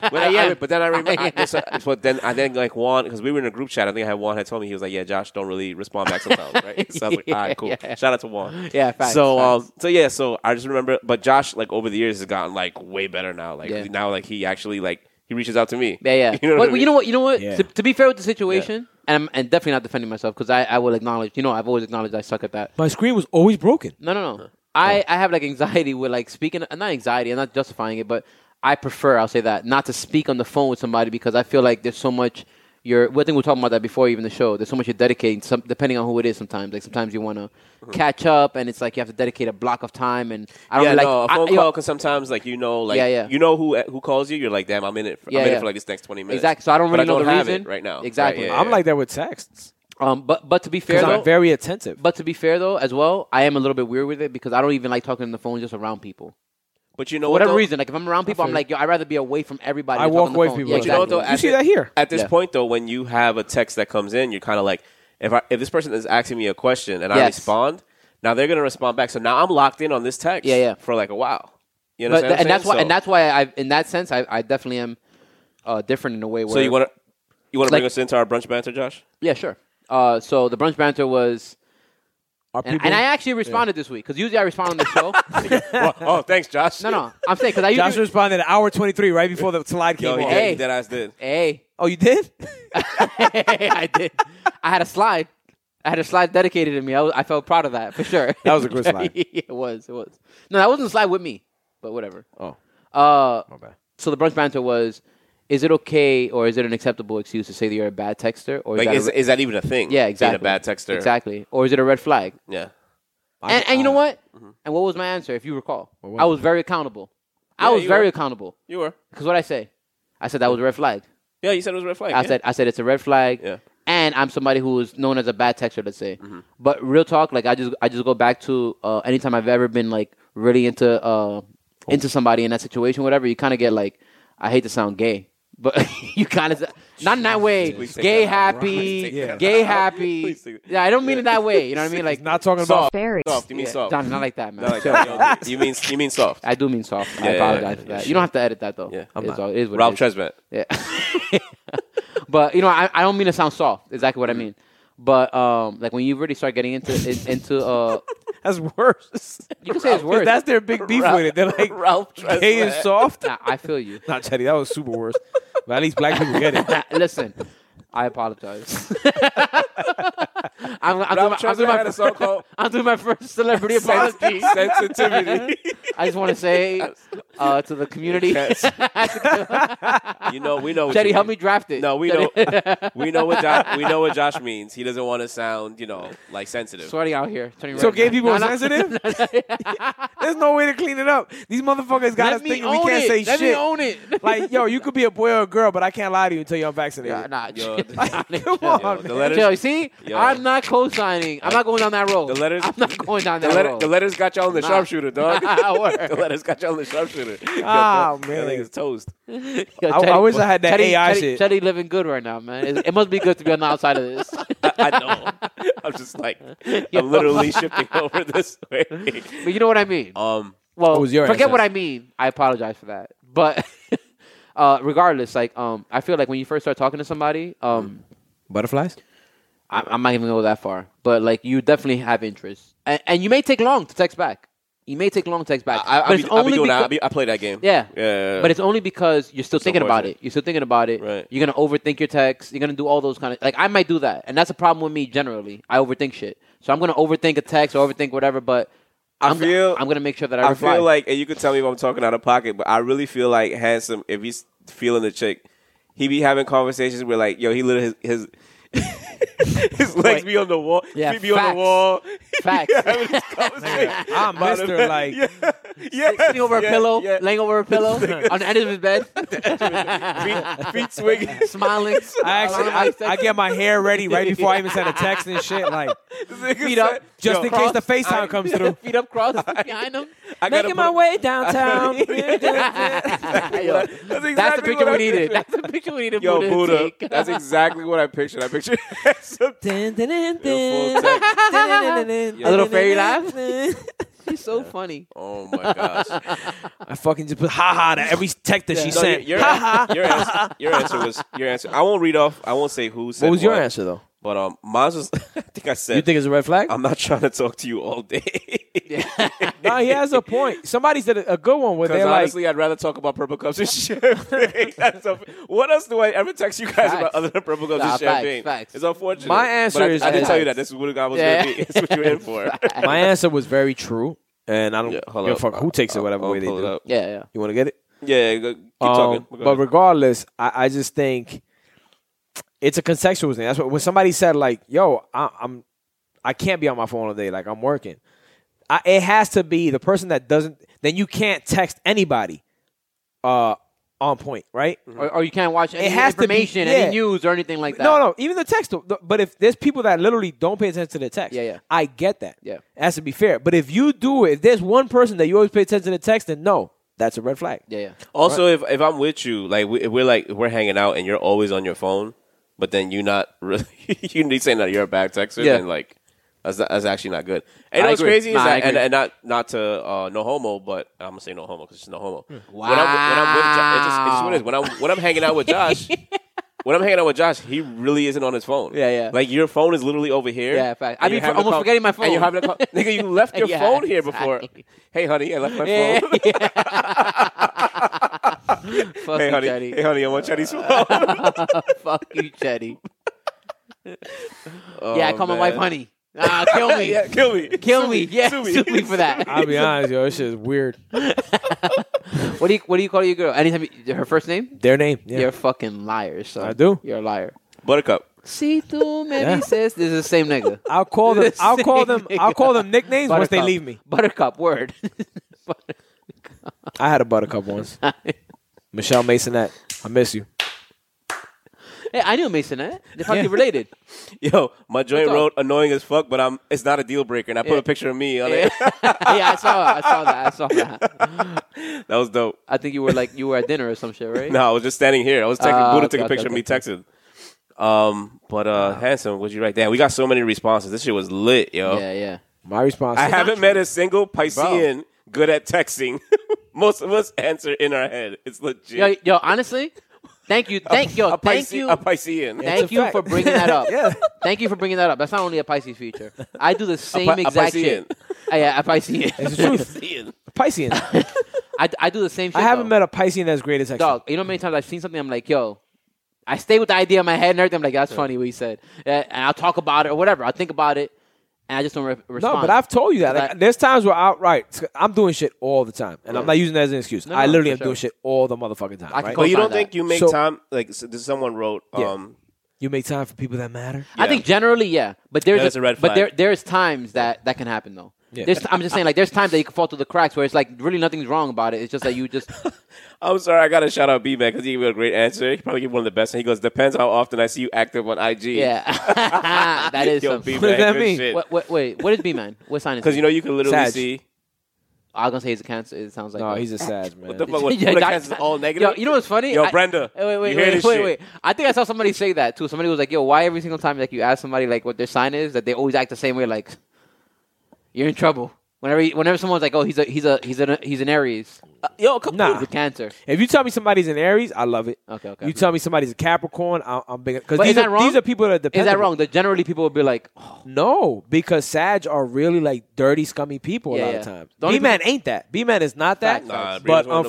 Speaker 2: But, I
Speaker 3: am.
Speaker 2: but then I remember. I, so, so then I then like Juan because we were in a group chat. I think I had Juan had told me he was like, "Yeah, Josh, don't really respond back sometimes." Right? So I was like, "All right, cool."
Speaker 3: Yeah.
Speaker 2: Shout out to Juan.
Speaker 3: Yeah, facts,
Speaker 2: so
Speaker 3: facts.
Speaker 2: um, so yeah, so I just remember. But Josh, like over the years, has gotten like way better now. Like
Speaker 3: Yeah.
Speaker 2: now, like he actually like he reaches out to me.
Speaker 3: Yeah, yeah.
Speaker 2: You know
Speaker 3: but
Speaker 2: what I
Speaker 3: you know
Speaker 2: mean?
Speaker 3: what? You know what?
Speaker 1: Yeah.
Speaker 3: To, to be fair with the situation, and I'm and definitely not defending myself because I, I will acknowledge. You know, I've always acknowledged I suck at that.
Speaker 1: My screen was always broken.
Speaker 3: No, no, no. I, I have like anxiety with like speaking. Not anxiety. I'm not justifying it, but I prefer. I'll say that not to speak on the phone with somebody because I feel like there's so much. You're. I think we were talking about that before even the show. There's so much you're dedicating. Some, depending on who it is, sometimes like sometimes you want to catch up, and it's like you have to dedicate a block of time. And I
Speaker 2: Uh-huh.
Speaker 3: don't
Speaker 2: Yeah,
Speaker 3: really like
Speaker 2: no, a
Speaker 3: I-
Speaker 2: phone
Speaker 3: yo,
Speaker 2: call because sometimes like you know, like
Speaker 3: Yeah, yeah.
Speaker 2: you know who who calls you. You're like, damn, I'm in it. For,
Speaker 3: Yeah,
Speaker 2: I'm in it
Speaker 3: yeah.
Speaker 2: for like this next twenty minutes.
Speaker 3: Exactly. So I don't
Speaker 2: But
Speaker 3: really know the
Speaker 2: have it
Speaker 3: reason.
Speaker 2: right now.
Speaker 3: Exactly.
Speaker 2: Right, yeah,
Speaker 1: I'm
Speaker 2: yeah.
Speaker 1: like that with texts
Speaker 3: Um, but but to be fair
Speaker 1: because
Speaker 3: though,
Speaker 1: I'm very attentive.
Speaker 3: But to be fair though, as well, I am a little bit weird with it because I don't even like talking on the phone just around people.
Speaker 2: But you know
Speaker 3: For
Speaker 2: what,
Speaker 3: whatever
Speaker 2: though?
Speaker 3: reason, like if I'm around people, I'm like, yo, I'd rather be away from everybody.
Speaker 1: I
Speaker 3: than talk
Speaker 1: walk
Speaker 3: on the
Speaker 1: away
Speaker 3: phone.
Speaker 1: from people.
Speaker 3: Yeah,
Speaker 1: like
Speaker 2: But you know
Speaker 3: exactly.
Speaker 2: what, though,
Speaker 1: You
Speaker 2: at
Speaker 1: see
Speaker 2: the-
Speaker 1: that here.
Speaker 2: At this
Speaker 3: Yeah.
Speaker 2: point, though, when you have a text that comes in, you're kind of like, if I, if this person is asking me a question and I
Speaker 3: Yes.
Speaker 2: respond, now they're gonna respond back. So now I'm locked in on this text,
Speaker 3: Yeah, yeah.
Speaker 2: for like a while. You know,
Speaker 3: But
Speaker 2: what I'm
Speaker 3: th- and
Speaker 2: saying?
Speaker 3: that's why,
Speaker 2: So-
Speaker 3: and that's why I, in that sense, I, I definitely am uh, different in a way. Where,
Speaker 2: So you want to you want to bring
Speaker 3: Like-
Speaker 2: us into our brunch banter, Josh?
Speaker 3: Yeah, sure. Uh, so the brunch banter was,
Speaker 1: Are
Speaker 3: and,
Speaker 1: people,
Speaker 3: and I actually responded this week because usually I respond on the show.
Speaker 2: oh, oh, thanks, Josh.
Speaker 3: no, no, I'm saying because I
Speaker 1: Josh
Speaker 3: usually.
Speaker 1: responded at hour 23 right before the slide
Speaker 2: Yo,
Speaker 1: came
Speaker 2: he
Speaker 1: on.
Speaker 2: did. He
Speaker 3: Hey.
Speaker 2: did. I did.
Speaker 3: Hey,
Speaker 1: Oh, you did?
Speaker 3: I did. I had a slide. I had a slide dedicated to me. I, was, I felt proud of that for sure.
Speaker 1: That was a good slide.
Speaker 3: it was. It was. No, that wasn't a slide with me, but whatever.
Speaker 1: Oh,
Speaker 3: Uh,
Speaker 1: my bad.
Speaker 3: so the brunch banter was: Is it okay or is it an acceptable excuse to say that you're a bad texter? Or is
Speaker 2: Like,
Speaker 3: that a
Speaker 2: is,
Speaker 3: re-
Speaker 2: is that even a thing?
Speaker 3: yeah, exactly.
Speaker 2: Being a bad texter.
Speaker 3: exactly. Or is it a red flag?
Speaker 2: Yeah.
Speaker 3: and, and you know
Speaker 1: Uh-huh.
Speaker 3: what?
Speaker 1: Mm-hmm.
Speaker 3: And what was my answer, if you recall? I was very accountable. I
Speaker 2: Yeah,
Speaker 3: was
Speaker 2: you
Speaker 3: very
Speaker 2: were.
Speaker 3: accountable.
Speaker 2: You were.
Speaker 3: Because what I say, I said that was a red flag.
Speaker 2: Yeah, you said it was a red flag.
Speaker 3: I
Speaker 2: yeah.
Speaker 3: said I said it's a red flag.
Speaker 2: Yeah. Mm-hmm.
Speaker 3: And I'm somebody who is known as a bad texter, let's say. But real talk, like I just I just go back to uh, anytime I've ever been like really into uh, into somebody in that situation, whatever. You kind of get like, I hate to sound gay, but you kind of not in that way.
Speaker 2: Please take
Speaker 3: Gay
Speaker 2: that out.
Speaker 3: happy,
Speaker 2: Please take that
Speaker 3: gay
Speaker 2: out.
Speaker 3: happy.
Speaker 2: Please take that-
Speaker 3: Yeah, I don't mean it that way. You know what I mean? Like
Speaker 1: Like, not talking about.
Speaker 2: soft.
Speaker 4: Very.
Speaker 2: Soft. You mean
Speaker 3: yeah,
Speaker 2: soft?
Speaker 3: John, not like that, man.
Speaker 2: Not like that. Yo, you mean you mean soft?
Speaker 3: I do mean soft. I
Speaker 2: Yeah, yeah,
Speaker 3: apologize
Speaker 2: yeah,
Speaker 3: for
Speaker 2: yeah,
Speaker 3: that.
Speaker 2: sure.
Speaker 3: You don't have to edit that though.
Speaker 2: Yeah.
Speaker 3: I'm
Speaker 1: I'm
Speaker 3: it's
Speaker 1: not.
Speaker 3: All, it is what
Speaker 2: Rob
Speaker 3: it is.
Speaker 2: Tresvant.
Speaker 3: Yeah. but you know, I, I don't
Speaker 1: Mm.
Speaker 3: mean to sound soft. Exactly what I mean. But um, like when you really start getting into in, into uh,
Speaker 1: That's worse.
Speaker 3: You can say it's
Speaker 1: 'Cause
Speaker 3: worse.
Speaker 1: That's their big beef with it. They're like
Speaker 2: Ralph Tresvant.
Speaker 1: gay and soft.
Speaker 3: Nah, I feel you.
Speaker 1: Not Chetty, that was super worse. But at least black people get it.
Speaker 3: Listen, I apologize. I'm, I'm, doing my,
Speaker 2: Ralph
Speaker 3: I'm, doing
Speaker 2: Tresvant had a
Speaker 3: my,
Speaker 2: song called
Speaker 3: I'm doing my first celebrity apology.
Speaker 2: Sensitivity.
Speaker 3: I just want to say uh, to the community,
Speaker 2: Yes. you know, we know. What
Speaker 3: Jetty,
Speaker 2: you
Speaker 3: help me
Speaker 2: mean.
Speaker 3: draft it.
Speaker 2: No, we
Speaker 3: Jetty,
Speaker 2: know. we know what Josh. We know what Josh means. He doesn't want to sound, you know, like sensitive.
Speaker 3: Sweating out here. Turning
Speaker 1: So
Speaker 3: red.
Speaker 1: gay people
Speaker 3: No,
Speaker 1: are
Speaker 3: no.
Speaker 1: sensitive? There's no way to clean it up. These motherfuckers got us
Speaker 3: Let me
Speaker 1: thinking
Speaker 3: own
Speaker 1: we can't
Speaker 3: it.
Speaker 1: say
Speaker 3: Let me
Speaker 1: shit.
Speaker 3: own it.
Speaker 1: Like, yo, you could be a boy or a girl, but I can't lie to you until you're vaccinated.
Speaker 3: Yeah, nah,
Speaker 2: Yo,
Speaker 3: chill.
Speaker 1: Come on,
Speaker 2: Yo, the
Speaker 1: man.
Speaker 2: letters,
Speaker 3: Chill, see,
Speaker 2: Yo.
Speaker 3: I'm not co-signing. I'm not going down that road.
Speaker 2: The letters-
Speaker 3: I'm not going down
Speaker 2: the,
Speaker 3: that
Speaker 2: letter,
Speaker 3: road.
Speaker 2: the letters got y'all in the
Speaker 3: Nah.
Speaker 2: sharpshooter, dog.
Speaker 3: Nah, word.
Speaker 2: the letters got y'all in the sharpshooter.
Speaker 1: Ah,
Speaker 2: Yo,
Speaker 1: man.
Speaker 2: that nigga's toast.
Speaker 3: Yo,
Speaker 1: I- I wish I had that
Speaker 3: Teddy,
Speaker 1: AI
Speaker 3: Teddy,
Speaker 1: shit.
Speaker 3: Teddy living good right now, man. It, it must be good to be on the outside of this.
Speaker 2: I, I know. I'm just like,
Speaker 3: Yo.
Speaker 2: I'm literally shifting over this way.
Speaker 3: But you know what I mean.
Speaker 2: Um,
Speaker 3: Well,
Speaker 1: What was your
Speaker 3: forget
Speaker 1: answer?
Speaker 3: what I mean. I apologize for that. But uh, regardless, like, um, I feel like when you first start talking to somebody, um,
Speaker 1: Butterflies?
Speaker 3: I, I'm not even gonna go that far. But like, you definitely have interest, and, and you may take long to text back. You may take long to text back.
Speaker 2: I, I,
Speaker 3: but
Speaker 2: I,
Speaker 3: it's
Speaker 2: be, I be
Speaker 3: only
Speaker 2: doing that. I,
Speaker 3: because-
Speaker 2: be, I play that game.
Speaker 3: Yeah.
Speaker 2: Yeah.
Speaker 3: But it's only because you're still thinking about
Speaker 2: worth
Speaker 3: it. You're still thinking about it.
Speaker 2: Right.
Speaker 3: You're gonna overthink your text. You're gonna do all those kind of like I might do that, and that's a problem with me generally. I overthink shit, so I'm gonna overthink a text or overthink whatever. But I am
Speaker 2: feel-
Speaker 3: I'm gonna make sure that I,
Speaker 2: I
Speaker 3: reply.
Speaker 2: feel like, and you could tell me if I'm talking out of pocket, but I really feel like handsome. If he's feeling the chick, he be having conversations where like, yo, he literally his his, his legs
Speaker 3: Wait.
Speaker 2: be on the wall,
Speaker 3: Yeah,
Speaker 2: feet be on
Speaker 3: facts.
Speaker 2: the wall.
Speaker 3: Facts.
Speaker 2: having this conversation.
Speaker 1: I'm
Speaker 2: Out of
Speaker 1: Mr.
Speaker 2: bed.
Speaker 1: Like-
Speaker 2: yeah, yeah,
Speaker 3: Sitting over a
Speaker 2: yeah,
Speaker 3: pillow,
Speaker 2: yeah.
Speaker 3: laying over a pillow on the end of his bed,
Speaker 2: feet, feet swinging.
Speaker 3: smiling.
Speaker 1: I actually, I, I get my hair ready right before I even send a text and shit. Like,
Speaker 2: Feet
Speaker 3: up,
Speaker 1: just
Speaker 2: Yo,
Speaker 1: in case the FaceTime
Speaker 2: I-
Speaker 1: comes through.
Speaker 3: feet up crossed behind him.
Speaker 2: I gotta put-
Speaker 1: way downtown.
Speaker 3: Yo,
Speaker 2: That's
Speaker 3: that's the
Speaker 2: exactly
Speaker 3: picture
Speaker 2: what
Speaker 3: we
Speaker 2: I pictured.
Speaker 3: needed. That's the picture we needed.
Speaker 2: Yo,
Speaker 3: Buddha to
Speaker 2: Buddha.
Speaker 3: take.
Speaker 2: That's exactly what I pictured. I pictured handsome. Yo, full text.
Speaker 1: A
Speaker 3: A little fairy laugh. She's so funny.
Speaker 2: Oh my gosh.
Speaker 1: I fucking just put ha ha to every text that she
Speaker 2: No,
Speaker 1: sent.
Speaker 2: your, your, answer, your, answer, your answer was your answer. I won't read off. I won't say who said
Speaker 1: what was your
Speaker 2: what,
Speaker 1: answer though?
Speaker 2: But um, mine was. I think I said.
Speaker 1: You think it's a red flag?
Speaker 2: I'm not trying to talk to you all day.
Speaker 1: no, he has a point. Somebody said a, a good one where
Speaker 2: Because
Speaker 1: they're like,
Speaker 2: honestly, I'd rather talk about purple cups and champagne. That's a, what else do I ever text you guys about
Speaker 3: Facts.
Speaker 2: other than purple cups and
Speaker 3: Nah, facts,
Speaker 2: champagne?
Speaker 3: facts.
Speaker 2: It's unfortunate.
Speaker 1: My answer
Speaker 2: but I,
Speaker 1: is-
Speaker 2: I did tell you that
Speaker 3: Facts.
Speaker 2: this is what I was
Speaker 3: Yeah.
Speaker 2: going to be. It's what you're in for.
Speaker 1: my answer was very true, and I don't
Speaker 2: Yeah, hold
Speaker 1: give a
Speaker 2: up.
Speaker 1: fuck who takes it whatever
Speaker 2: I'll
Speaker 1: way they
Speaker 2: pull it
Speaker 1: do.
Speaker 2: up.
Speaker 3: Yeah, yeah.
Speaker 1: You want to get it?
Speaker 2: Yeah, go, keep
Speaker 1: Um,
Speaker 2: talking. Go
Speaker 1: But
Speaker 2: ahead.
Speaker 1: regardless, I, I just think it's a contextual thing. That's what when somebody said like, "Yo, I, I'm, I can't be on my phone all day. Like I'm working." I, it has to be the person that doesn't. Then you can't text anybody, uh, on point, right?
Speaker 3: Or, or you can't watch any
Speaker 1: has to be-
Speaker 3: information,
Speaker 1: yeah.
Speaker 3: any news, or anything like that.
Speaker 1: No, no, even the text. though. The- But if there's people that literally don't pay attention to the text,
Speaker 3: Yeah, yeah.
Speaker 1: I get that.
Speaker 3: Yeah.
Speaker 1: it has to be fair. But if you do it, if there's one person that you always pay attention to the text, then no, that's a red flag.
Speaker 3: Yeah, yeah.
Speaker 2: Also, if if I'm with you, like we, if we're like if we're hanging out and you're always on your phone, but then you're not really you need saying that you're a bad texter,
Speaker 3: Yeah.
Speaker 2: then like that's that's actually not good. And you know
Speaker 3: I
Speaker 2: what's
Speaker 3: agree.
Speaker 2: crazy
Speaker 3: Nah,
Speaker 2: is
Speaker 3: I
Speaker 2: that, and,
Speaker 3: agree.
Speaker 2: and not not to uh, no homo, but I'm gonna say no homo because it's no
Speaker 3: Hmm.
Speaker 2: homo. When I'm, when I'm with Josh, it's just, it's just what it is. When I'm when I'm hanging out with Josh. When I'm hanging out with Josh, he really isn't on his phone.
Speaker 3: Yeah, yeah.
Speaker 2: Like your phone is literally over here.
Speaker 3: Yeah, in fact.
Speaker 2: and
Speaker 3: I
Speaker 2: you're
Speaker 3: be
Speaker 2: having a
Speaker 3: almost
Speaker 2: con-
Speaker 3: forgetting my
Speaker 2: And you're
Speaker 3: phone.
Speaker 2: having a con- nigga, you left your
Speaker 3: Yeah,
Speaker 2: phone here before.
Speaker 3: exactly.
Speaker 2: Hey, honey, I left my
Speaker 3: Yeah.
Speaker 2: phone.
Speaker 3: Fuck
Speaker 2: hey,
Speaker 3: you,
Speaker 2: honey.
Speaker 3: Chetty.
Speaker 2: Hey, honey, I'm on Chetty's phone.
Speaker 3: Oh, Fuck you, Chetty. yeah, I call my wife honey. Ah, kill me.
Speaker 2: Oh, Yeah, kill me.
Speaker 3: Kill me. Yeah, sue
Speaker 2: sue
Speaker 3: me.
Speaker 2: me.
Speaker 3: for that.
Speaker 1: I'll be honest, yo, this shit is weird.
Speaker 3: what do you What do you call your girl? Anytime you, her first name?
Speaker 1: Their name, yeah.
Speaker 3: You're a fucking liar, son.
Speaker 1: I do.
Speaker 3: You're a liar.
Speaker 2: Buttercup.
Speaker 3: See, tú me
Speaker 1: Yeah.
Speaker 3: dices. This is the same nigga.
Speaker 1: I'll call them. I'll call them. I'll call them nicknames once they
Speaker 3: Buttercup.
Speaker 1: leave me.
Speaker 3: Buttercup, word.
Speaker 1: I had a buttercup once. Michelle Masonette, I miss you.
Speaker 3: hey, I knew Masonette. They're fucking
Speaker 1: Yeah.
Speaker 3: related.
Speaker 2: Yo, my joint
Speaker 3: What's up?
Speaker 2: wrote annoying as fuck, but I'm. It's not a deal breaker, and I put
Speaker 3: Yeah.
Speaker 2: a picture of me on
Speaker 3: Yeah.
Speaker 2: it.
Speaker 3: yeah, I saw. I saw that. I saw that.
Speaker 2: that was dope.
Speaker 3: I think you were like you were at dinner or some shit, right?
Speaker 2: No, I was just standing here. I was texting.
Speaker 3: Ah,
Speaker 2: Buddha
Speaker 3: okay,
Speaker 2: took a
Speaker 3: okay,
Speaker 2: picture of
Speaker 3: okay,
Speaker 2: me texting. Um, but uh, handsome, would you write? Damn, we got so many responses. This shit was lit, yo.
Speaker 3: Yeah, yeah.
Speaker 1: My response.
Speaker 2: I haven't met a single Piscean good at texting. Most of us answer in our head. It's legit.
Speaker 3: Yo, yo, honestly, thank you, thank yo,
Speaker 2: a
Speaker 3: thank
Speaker 2: Pisce-
Speaker 3: you,
Speaker 2: A Piscean.
Speaker 1: It's
Speaker 3: thank
Speaker 1: a
Speaker 3: you
Speaker 1: fact.
Speaker 3: for bringing that up.
Speaker 1: Yeah.
Speaker 3: Thank you for bringing that up. That's not only a Pisces feature. I do the same
Speaker 2: Pi- a
Speaker 3: exact
Speaker 2: Piscean.
Speaker 3: shit. I, I, I Piscean.
Speaker 1: It's the truth. Piscean.
Speaker 3: I, I do the same shit.
Speaker 1: I haven't
Speaker 3: though.
Speaker 1: met a Piscean that's great as
Speaker 3: dog. You know, how many times I've seen something. I'm like, yo, I stay with the idea in my head and everything. I'm like, that's funny what he said, Yeah, and I'll talk about it or whatever. I'll think about it, and I just don't re- respond.
Speaker 1: No, but I've told you that.
Speaker 3: Because
Speaker 1: Like,
Speaker 3: I-
Speaker 1: there's times where outright I'm doing shit all the time, and I'm not using that as an excuse.
Speaker 3: No, no,
Speaker 1: I literally
Speaker 3: for
Speaker 1: am
Speaker 3: sure.
Speaker 1: doing shit all the motherfucking time.
Speaker 3: I can
Speaker 1: right?
Speaker 3: go-
Speaker 2: But you don't
Speaker 3: find
Speaker 2: think
Speaker 3: that.
Speaker 2: you make
Speaker 1: So-
Speaker 2: time like s- this- someone wrote.
Speaker 1: Yeah.
Speaker 2: Um,
Speaker 1: you make time for people that matter.
Speaker 3: I think generally, yeah, but there's
Speaker 2: That's a red
Speaker 3: but
Speaker 2: flag.
Speaker 3: there there's times that that can happen though.
Speaker 1: Yeah.
Speaker 3: There's, I'm just saying, like, there's times that you can fall through the cracks where it's like really nothing's wrong about it. It's just that you just
Speaker 2: I'm sorry, I gotta shout out B man because he gave me a great answer. He probably gave one of the best. And he goes, depends how often I see you active on IG.
Speaker 3: yeah, that is
Speaker 2: Yo,
Speaker 3: something.
Speaker 2: B-Man,
Speaker 1: What does that
Speaker 2: good
Speaker 1: mean?
Speaker 2: shit.
Speaker 3: Wait, wait, wait, what is B man? What sign is?
Speaker 2: Because you know you can literally
Speaker 1: Sag.
Speaker 2: see
Speaker 3: I was gonna say he's a cancer. It sounds like
Speaker 1: No,
Speaker 3: that.
Speaker 1: he's a sad man.
Speaker 2: what the fuck. What,
Speaker 3: Yeah,
Speaker 2: what
Speaker 3: doc-
Speaker 2: accounts is all negative.
Speaker 3: Yo, you know what's funny?
Speaker 2: Yo,
Speaker 3: I-
Speaker 2: Brenda,
Speaker 3: Wait, wait,
Speaker 2: you hear
Speaker 3: wait,
Speaker 2: this
Speaker 3: wait,
Speaker 2: shit?
Speaker 3: wait. I think I saw somebody say that too. Somebody was like, "Yo, why every single time like you ask somebody like what their sign is, that they always act the same way? Like, you're in trouble." Whenever, whenever someone's like, "Oh, he's a he's a he's an he's an Aries,
Speaker 2: yo, come
Speaker 1: Nah.
Speaker 3: he's a Cancer,"
Speaker 1: If you tell me somebody's an Aries, I love it.
Speaker 3: Okay, okay.
Speaker 1: You tell me somebody's a Capricorn, I- I'm big because
Speaker 3: But
Speaker 1: these
Speaker 3: is that
Speaker 1: are
Speaker 3: wrong?
Speaker 1: these are people that
Speaker 3: is
Speaker 1: depend.
Speaker 3: that wrong? That generally people will be like, oh,
Speaker 1: No, because Sag are really like dirty, scummy people
Speaker 3: Yeah,
Speaker 1: a lot
Speaker 3: yeah.
Speaker 1: of times.
Speaker 3: The only
Speaker 1: B man ain't that. B man is not that.
Speaker 3: Facts,
Speaker 2: Nah,
Speaker 1: but
Speaker 3: facts.
Speaker 2: Bree's one of the most loyal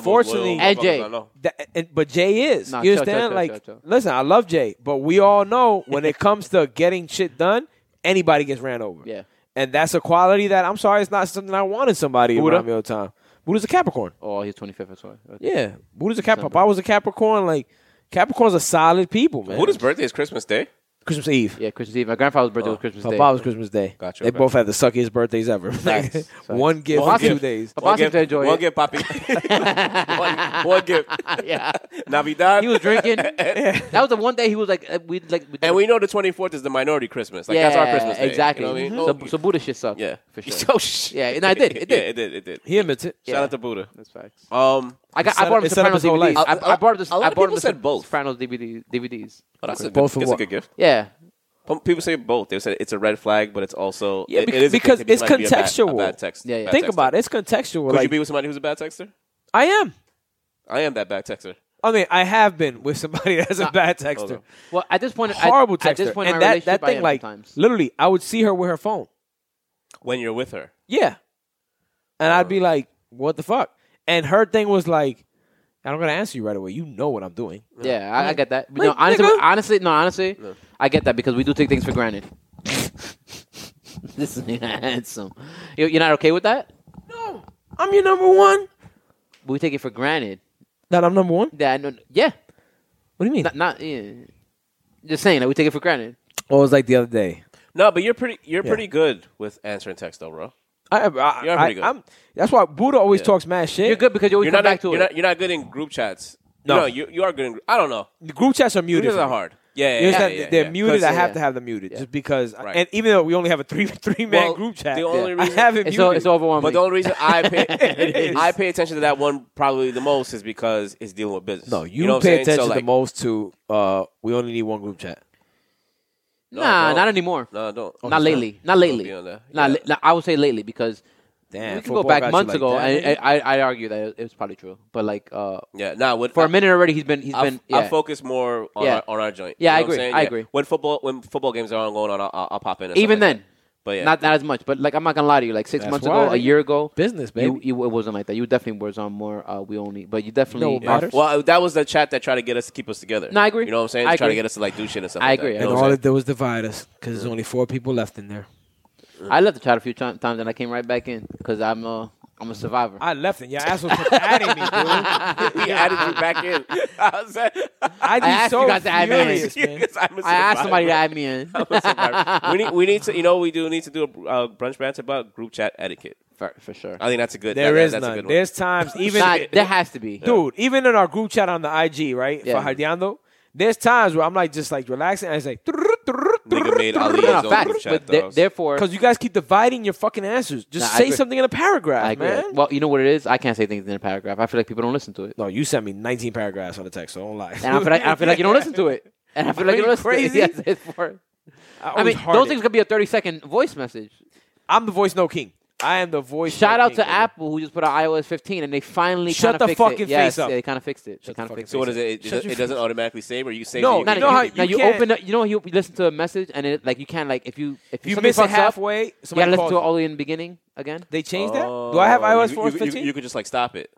Speaker 1: unfortunately,
Speaker 3: And Jay.
Speaker 2: motherfuckers I know.
Speaker 1: That, and, but Jay is.
Speaker 3: Nah,
Speaker 1: you
Speaker 3: chill, chill,
Speaker 1: understand?
Speaker 3: chill,
Speaker 1: like,
Speaker 3: chill, chill.
Speaker 1: listen, I love Jay, but we all know when it comes to getting shit done, anybody gets ran over.
Speaker 3: Yeah.
Speaker 1: And that's a quality that I'm sorry, it's not something I wanted somebody
Speaker 2: Buddha?
Speaker 1: around me all the time. Buddha's a Capricorn.
Speaker 3: "Oh, he's 25th or something."
Speaker 1: Yeah, Buddha's a Capricorn. If I was a Capricorn, like Capricorns are solid people, man.
Speaker 2: Buddha's birthday is Christmas Day.
Speaker 1: Christmas Eve?
Speaker 3: Yeah, Christmas Eve. My grandfather's birthday was Christmas
Speaker 1: Papa's
Speaker 3: Day.
Speaker 1: Christmas Day.
Speaker 2: Gotcha,
Speaker 1: they
Speaker 2: okay.
Speaker 1: both had the suckiest birthdays ever.
Speaker 3: Facts, facts.
Speaker 1: One gift
Speaker 2: One
Speaker 1: for two
Speaker 2: gift.
Speaker 1: days.
Speaker 3: Papa seemed to enjoy
Speaker 2: one
Speaker 3: it.
Speaker 2: gift, Poppy. one, one gift.
Speaker 3: yeah,
Speaker 2: Navidad.
Speaker 3: he was drinking. That was the one day he was like, uh, "We like." We
Speaker 2: and we know the 24th is the minority Christmas. Like,
Speaker 3: yeah,
Speaker 2: that's our Christmas day.
Speaker 3: Exactly.
Speaker 2: You know what I mean?
Speaker 3: so, so Buddha shit sucked.
Speaker 2: Mm-hmm. yeah.
Speaker 3: for sure.
Speaker 2: So, sh-
Speaker 3: Yeah, and I did. It did.
Speaker 2: yeah, it did. It did.
Speaker 1: He admits it.
Speaker 2: Shout out to Buddha.
Speaker 3: That's facts.
Speaker 2: Um,
Speaker 3: I got.
Speaker 1: set
Speaker 3: I
Speaker 1: up-
Speaker 3: bought him
Speaker 1: it set up
Speaker 3: Sopranos
Speaker 1: his whole
Speaker 3: DVDs.
Speaker 1: life.
Speaker 3: I, I bought him.
Speaker 2: A
Speaker 3: The,
Speaker 2: lot
Speaker 3: I
Speaker 2: of
Speaker 3: bought him
Speaker 2: people
Speaker 3: the
Speaker 2: said both.
Speaker 3: Sopranos DVD, DVDs.
Speaker 2: but that's a good,
Speaker 1: Both for
Speaker 2: that's a
Speaker 1: what?
Speaker 2: good gift.
Speaker 3: Yeah,
Speaker 2: Pum- People say both. They said it's a red flag, but it's also
Speaker 1: Yeah,
Speaker 2: it-
Speaker 1: bec-
Speaker 2: it is a
Speaker 1: because
Speaker 2: good thing.
Speaker 1: it's
Speaker 2: It might be a bad-
Speaker 1: contextual.
Speaker 2: A bad text.
Speaker 3: Yeah, yeah.
Speaker 2: Bad
Speaker 1: Think
Speaker 2: texter.
Speaker 1: about it. It's contextual.
Speaker 2: Could
Speaker 1: like,
Speaker 2: you be with somebody who's a bad texter?
Speaker 1: I am.
Speaker 2: I am that bad texter.
Speaker 1: I mean, I have been with somebody that's a bad texter,
Speaker 2: okay.
Speaker 3: Well, at this point, I-
Speaker 1: horrible texter,
Speaker 3: At this point, in
Speaker 1: and
Speaker 3: my
Speaker 1: that
Speaker 3: relationship,
Speaker 1: that
Speaker 3: I
Speaker 1: thing
Speaker 3: am
Speaker 1: like
Speaker 3: sometimes.
Speaker 1: literally, I would see her with her phone.
Speaker 2: When you're with her,
Speaker 1: Yeah, and I'd be
Speaker 3: Oh.
Speaker 1: like, "What the fuck?" And her thing was like, "I'm gonna answer you right away. You know what I'm doing."
Speaker 3: yeah, I, I get that. But
Speaker 1: Like,
Speaker 3: no, honestly,
Speaker 1: nigga.
Speaker 3: honestly, no, honestly, I get that because we do take things for granted. this is handsome. You- You're not okay with that?
Speaker 1: No, I'm your number one.
Speaker 3: We take it for granted.
Speaker 1: That I'm number one.
Speaker 3: That no, yeah,
Speaker 1: What do you mean?
Speaker 3: not, not yeah. Just saying, like we take it for granted.
Speaker 1: oh, it was like the other day.
Speaker 2: no, but you're pretty. You're
Speaker 1: Yeah.
Speaker 2: pretty good with answering text, though, bro.
Speaker 1: I, I,
Speaker 2: You're
Speaker 1: I,
Speaker 2: pretty good.
Speaker 1: am that's why Buddha always
Speaker 2: Yeah.
Speaker 1: talks mad shit.
Speaker 3: You're good because you always
Speaker 2: You're
Speaker 3: come
Speaker 2: not.
Speaker 3: back
Speaker 2: a-
Speaker 3: to
Speaker 2: you're
Speaker 3: it.
Speaker 2: not. You're not good in group chats.
Speaker 1: No.
Speaker 2: no you, you are good in. gr- I don't know.
Speaker 1: The group chats are muted.
Speaker 2: Group chats
Speaker 1: for
Speaker 2: are
Speaker 1: me.
Speaker 2: hard. Yeah,
Speaker 1: You
Speaker 2: yeah, yeah,
Speaker 1: understand?
Speaker 2: yeah,
Speaker 1: They're
Speaker 2: yeah.
Speaker 1: muted. I
Speaker 3: yeah,
Speaker 1: have
Speaker 3: yeah.
Speaker 1: to have them muted just because.
Speaker 2: Right.
Speaker 1: And even though we only have a three three man
Speaker 2: Well,
Speaker 1: group chat,
Speaker 2: the only
Speaker 1: I
Speaker 2: reason-
Speaker 1: have it
Speaker 3: it's,
Speaker 1: muted.
Speaker 3: o- it's overwhelming.
Speaker 2: But the only reason I
Speaker 1: is.
Speaker 2: pay I pay attention to that one probably the most is because it's dealing with business.
Speaker 1: No, you,
Speaker 2: know what I'm
Speaker 1: pay
Speaker 2: saying? So,
Speaker 1: attention
Speaker 2: like,
Speaker 1: the most to. Uh, we only need one group chat.
Speaker 2: No,
Speaker 3: nah,
Speaker 2: don't.
Speaker 3: not anymore.
Speaker 2: No, don't.
Speaker 3: not lately. Not lately.
Speaker 2: be on there.
Speaker 3: Not
Speaker 2: Yeah.
Speaker 3: la- not- I would say lately because
Speaker 1: Damn,
Speaker 3: we could
Speaker 1: football
Speaker 3: go back
Speaker 1: got you
Speaker 3: months
Speaker 1: like
Speaker 3: ago,
Speaker 1: that,
Speaker 3: and,
Speaker 1: nigga.
Speaker 3: and I I argue that it was probably true. But like uh,
Speaker 2: Yeah, nah. What,
Speaker 3: for a minute already, he's been he's
Speaker 2: I,
Speaker 3: been
Speaker 2: I
Speaker 3: yeah.
Speaker 2: focus more on,
Speaker 3: Yeah.
Speaker 2: our, on our joint.
Speaker 3: Yeah, I
Speaker 2: know what I'm
Speaker 3: agree.
Speaker 2: saying?
Speaker 3: I agree.
Speaker 2: When football when football games are ongoing on, I'll, I'll, I'll pop in. and stuff
Speaker 3: Even
Speaker 2: like
Speaker 3: then,
Speaker 2: that. but yeah,
Speaker 3: not not as much. But like I'm not gonna lie to you, like six
Speaker 1: That's
Speaker 3: months
Speaker 1: why.
Speaker 3: ago, a year ago,
Speaker 1: business,
Speaker 3: you,
Speaker 1: baby.
Speaker 3: you it wasn't like that. You definitely was on more. Uh, we only, but you definitely.
Speaker 1: No, it matters.
Speaker 2: Well, uh, that was the chat that tried to get us to keep us together.
Speaker 3: No, I agree.
Speaker 2: You know what I'm saying?
Speaker 3: I
Speaker 2: Try to
Speaker 3: agree.
Speaker 2: get us to like do shit and stuff.
Speaker 3: I
Speaker 2: like
Speaker 3: agree.
Speaker 2: That.
Speaker 3: And
Speaker 2: You
Speaker 1: and
Speaker 2: know what I'm
Speaker 1: all
Speaker 2: saying?
Speaker 1: it did was divide us because there's only four people left in there.
Speaker 3: I left the chat a few ti- times and I came right back in because I'm a I'm a survivor.
Speaker 1: I left and your ass was adding me, dude.
Speaker 2: we added you back in. I was like-
Speaker 1: I'd be
Speaker 3: I asked
Speaker 1: so
Speaker 3: you guys to add me in.
Speaker 1: furious, man.
Speaker 2: Because I'm a
Speaker 3: I
Speaker 2: survivor.
Speaker 3: asked somebody to add me in.
Speaker 2: I'm a survivor. we need we need to you know what we do need to do a uh, brunch rant about group chat etiquette.
Speaker 3: for, for sure.
Speaker 2: I think that's a good.
Speaker 1: There
Speaker 2: that-
Speaker 1: is
Speaker 2: that's a
Speaker 1: none.
Speaker 2: good one.
Speaker 1: There's times even
Speaker 3: Nah, there has to be.
Speaker 1: dude, even in our group chat on the IG, right?
Speaker 3: Yeah.
Speaker 1: For Hardiando, there's times where I'm like just like relaxing and it's like
Speaker 2: Nigga made Ali
Speaker 3: No,
Speaker 2: his
Speaker 3: no,
Speaker 2: own group
Speaker 3: facts.
Speaker 2: chat.
Speaker 3: But there-
Speaker 2: dogs.
Speaker 3: therefore,
Speaker 1: because you guys keep dividing your fucking answers. Just
Speaker 3: Nah, I
Speaker 1: say
Speaker 3: agree.
Speaker 1: something in a paragraph,
Speaker 3: I agree.
Speaker 1: man.
Speaker 3: Well, you know what it is? I can't say things in a paragraph. I feel like people don't listen to it.
Speaker 1: no, you sent me 19 paragraphs on the text, so don't lie.
Speaker 3: And I feel like, I feel like you don't listen to it. And I feel like you don't listen
Speaker 1: Are you
Speaker 3: to it. Yes, it's for-
Speaker 1: I,
Speaker 3: I mean, those things could be a 30 second voice message.
Speaker 1: I'm the voice no king. I am the voice.
Speaker 3: Shout
Speaker 1: of
Speaker 3: out to
Speaker 1: King.
Speaker 3: Apple who just put out iOS 15 and they finally
Speaker 1: Shut
Speaker 3: kinda
Speaker 1: the
Speaker 3: fixed
Speaker 1: fucking
Speaker 3: it. Yes,
Speaker 1: face up.
Speaker 3: yeah, They kind of fixed it. they kind of
Speaker 1: fucking face
Speaker 3: fixed
Speaker 2: So
Speaker 3: it.
Speaker 2: what is it? It,
Speaker 1: Shut
Speaker 2: does,
Speaker 1: your
Speaker 2: it doesn't
Speaker 1: face.
Speaker 2: automatically save, or you save
Speaker 1: No,
Speaker 2: it.
Speaker 3: No,
Speaker 1: You
Speaker 3: no,
Speaker 2: you
Speaker 1: know
Speaker 3: you,
Speaker 1: how-
Speaker 3: now
Speaker 1: you
Speaker 3: you
Speaker 1: can't-
Speaker 3: open. Up, you know, you you listen to a message and it like you can't like if you if,
Speaker 1: If you
Speaker 3: something
Speaker 1: miss it
Speaker 3: fucks up,
Speaker 1: halfway,
Speaker 3: you gotta
Speaker 1: somebody
Speaker 3: listen
Speaker 1: calls
Speaker 3: to it
Speaker 1: you.
Speaker 3: all the way in the beginning again.
Speaker 1: They changed that? Do I have iOS
Speaker 2: Oh, you, you,
Speaker 1: 4.15?
Speaker 2: you, you could just like stop it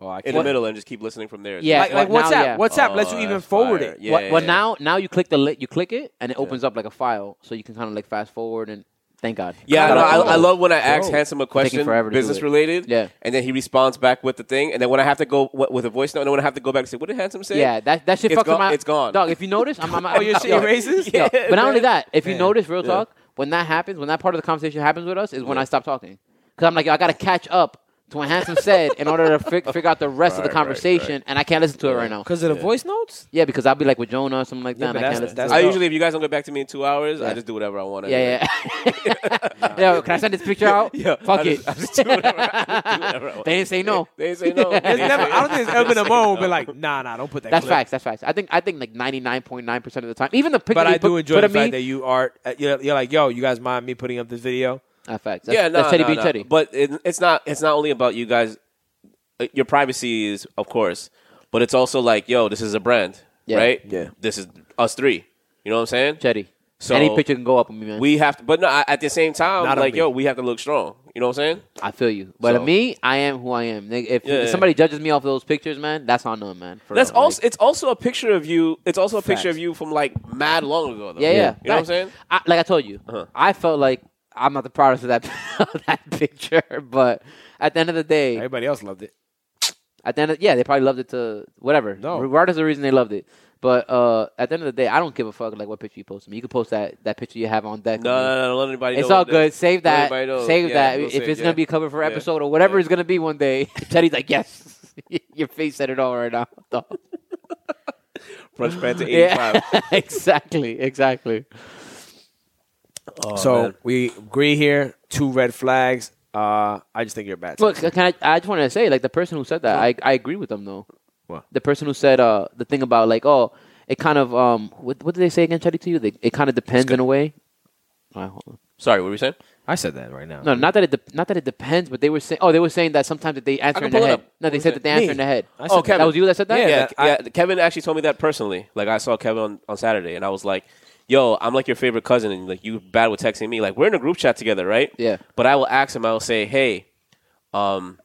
Speaker 1: oh, I
Speaker 2: in the middle and just keep listening from there.
Speaker 3: Yeah.
Speaker 1: Like, like
Speaker 3: Well, now,
Speaker 1: WhatsApp.
Speaker 3: yeah.
Speaker 1: WhatsApp
Speaker 2: Oh,
Speaker 1: lets you even
Speaker 2: that's
Speaker 1: forward
Speaker 2: fire.
Speaker 1: it.
Speaker 2: Yeah,
Speaker 3: well,
Speaker 2: yeah,
Speaker 3: well,
Speaker 2: yeah.
Speaker 3: now now you click the li- you click it and it opens up like a file, so you can kind of like fast forward and thank God.
Speaker 2: Yeah,
Speaker 1: Kinda
Speaker 2: no, I,
Speaker 1: cool.
Speaker 2: I love when I ask
Speaker 1: Bro.
Speaker 2: Handsome a
Speaker 3: Taking
Speaker 2: question,
Speaker 3: forever to do
Speaker 2: business
Speaker 3: it.
Speaker 2: related,
Speaker 3: Yeah.
Speaker 2: and then he responds back with the thing, and then when I have to go w- with a voice note, and then when I have to go back and say, "What did Handsome say?"
Speaker 3: Yeah, that that shit
Speaker 2: It's
Speaker 3: fucks
Speaker 2: gone-
Speaker 3: up my.
Speaker 2: it's gone.
Speaker 3: Dog, if you notice, I'm. I'm
Speaker 1: Oh, you're shit
Speaker 3: yo,
Speaker 1: racist?
Speaker 3: yo,
Speaker 2: Yeah,
Speaker 3: but not only
Speaker 2: man.
Speaker 3: that, if you
Speaker 1: Man.
Speaker 3: notice, real
Speaker 2: Yeah.
Speaker 3: talk, when that happens, when that part of the conversation happens with us, is when I stop talking because I'm like, yo, I gotta catch up to what Hanson said in order to fi- figure out the rest of
Speaker 2: Right,
Speaker 3: the
Speaker 2: right,
Speaker 3: conversation,
Speaker 2: right.
Speaker 3: and I can't listen to it right now.
Speaker 1: Because of the voice notes?
Speaker 3: Yeah, because I'll be like with Jonah or something like
Speaker 1: Yeah,
Speaker 3: that.
Speaker 1: but
Speaker 3: and I
Speaker 1: that's-
Speaker 3: can't listen
Speaker 1: that's
Speaker 3: to
Speaker 2: I
Speaker 3: it.
Speaker 2: usually, if you guys don't get back to me in two hours, I just do whatever I want.
Speaker 3: Yeah, yeah. Yo, can I send this picture out?
Speaker 2: yeah.
Speaker 3: Fuck
Speaker 2: I
Speaker 3: it.
Speaker 2: just- I just do whatever I- I do whatever I want.
Speaker 3: They didn't say no.
Speaker 2: They say no. They
Speaker 1: There's
Speaker 2: say
Speaker 1: never, I
Speaker 2: no.
Speaker 1: don't think there's ever been a moment where we're like, nah, nah, don't put that
Speaker 3: That's
Speaker 1: clip.
Speaker 3: facts. That's facts. I think I think like ninety nine point nine percent of the time, even the picture.
Speaker 1: But
Speaker 3: they
Speaker 1: I do
Speaker 3: put-
Speaker 1: enjoy
Speaker 3: put
Speaker 1: the
Speaker 3: of me-
Speaker 1: fact that you are, uh, you're, you're like, yo, you guys mind me putting up this video?
Speaker 3: Ah, facts. That's,
Speaker 2: Yeah, no,
Speaker 3: that's Teddy
Speaker 2: no,
Speaker 3: being
Speaker 2: no.
Speaker 3: Teddy.
Speaker 2: But it, it's not. It's not only about you guys. uh, Your privacy is, of course, but it's also like, yo, this is a brand,
Speaker 3: Yeah.
Speaker 2: right?
Speaker 1: Yeah.
Speaker 2: This is us three. You know what I'm saying?
Speaker 3: Teddy.
Speaker 2: So-
Speaker 3: any picture can go up on me, man.
Speaker 2: We have to, but no. I- At the same time,
Speaker 1: Not on
Speaker 2: like,
Speaker 1: me.
Speaker 2: yo, we have to look strong. You know what I'm saying?
Speaker 3: I feel you, but
Speaker 2: So-
Speaker 3: me, I am who I am. Nigga, If,
Speaker 2: Yeah,
Speaker 3: if
Speaker 2: yeah.
Speaker 3: somebody judges me off those pictures, man, that's on them, man. For
Speaker 2: That's
Speaker 3: real, like-
Speaker 2: also. It's also a picture of you. It's also a picture
Speaker 1: Facts.
Speaker 2: of you from like mad long ago. Though.
Speaker 3: yeah, yeah.
Speaker 2: You know what I'm
Speaker 3: Facts.
Speaker 2: saying?
Speaker 3: I, like I told you,
Speaker 2: Uh-huh.
Speaker 3: I felt like I'm not the proudest of that of that picture, but at the end of the day,
Speaker 1: Everybody else loved it.
Speaker 3: At the end, of, yeah, they probably loved it to whatever.
Speaker 1: No.
Speaker 3: regardless of the reason they loved it. But uh, at the end of the day, I don't give a fuck like what picture you post to me. You can post that, that picture you have on deck.
Speaker 2: No, no, no, no. Let anybody.
Speaker 3: it's
Speaker 2: know
Speaker 3: all
Speaker 2: that-
Speaker 3: good. Save
Speaker 2: Let
Speaker 3: that.
Speaker 2: anybody know.
Speaker 3: Save
Speaker 2: Yeah,
Speaker 3: that.
Speaker 2: we'll
Speaker 3: If
Speaker 2: save,
Speaker 3: it's
Speaker 2: yeah.
Speaker 3: gonna be a cover for
Speaker 2: Yeah.
Speaker 3: episode or whatever
Speaker 2: Yeah.
Speaker 3: it's gonna be one day, Teddy's like, yes, your face said it all right now. dog."
Speaker 2: Fresh Pants at 85.
Speaker 3: yeah, exactly, exactly.
Speaker 2: Oh,
Speaker 1: so
Speaker 2: man.
Speaker 1: we agree here. Two red flags. Uh, I just think you're a bad.
Speaker 3: Look, uh,
Speaker 1: teacher.
Speaker 3: can I, I just want to say, like, the person who said that, I, I agree with them, though.
Speaker 1: What?
Speaker 3: The person who said uh, the thing about, like, oh, it kind of, um, what, what did they say again, Chetty, to you? They, it kind of depends in a way. All right, hold on.
Speaker 2: sorry. What were you saying?
Speaker 1: I said that right now.
Speaker 3: No, not that it de- not that it depends, but they were saying, oh, they were saying that sometimes that they answer
Speaker 2: can
Speaker 3: in the
Speaker 2: pull it
Speaker 3: head.
Speaker 2: up.
Speaker 3: No, they
Speaker 2: What was
Speaker 3: said that
Speaker 2: it?
Speaker 3: they
Speaker 1: Me.
Speaker 3: answer in the head.
Speaker 1: I said
Speaker 3: oh,
Speaker 1: that.
Speaker 3: Kevin, that was you that said that?
Speaker 1: Yeah,
Speaker 2: yeah,
Speaker 1: that-
Speaker 2: yeah. Kevin actually told me that personally. Like I saw Kevin on, on Saturday, and I was like, "Yo, I'm like your favorite cousin, and like you bad with texting me. Like we're in a group chat together, right?
Speaker 3: Yeah.
Speaker 2: But I will ask him. I will say, "Hey, um,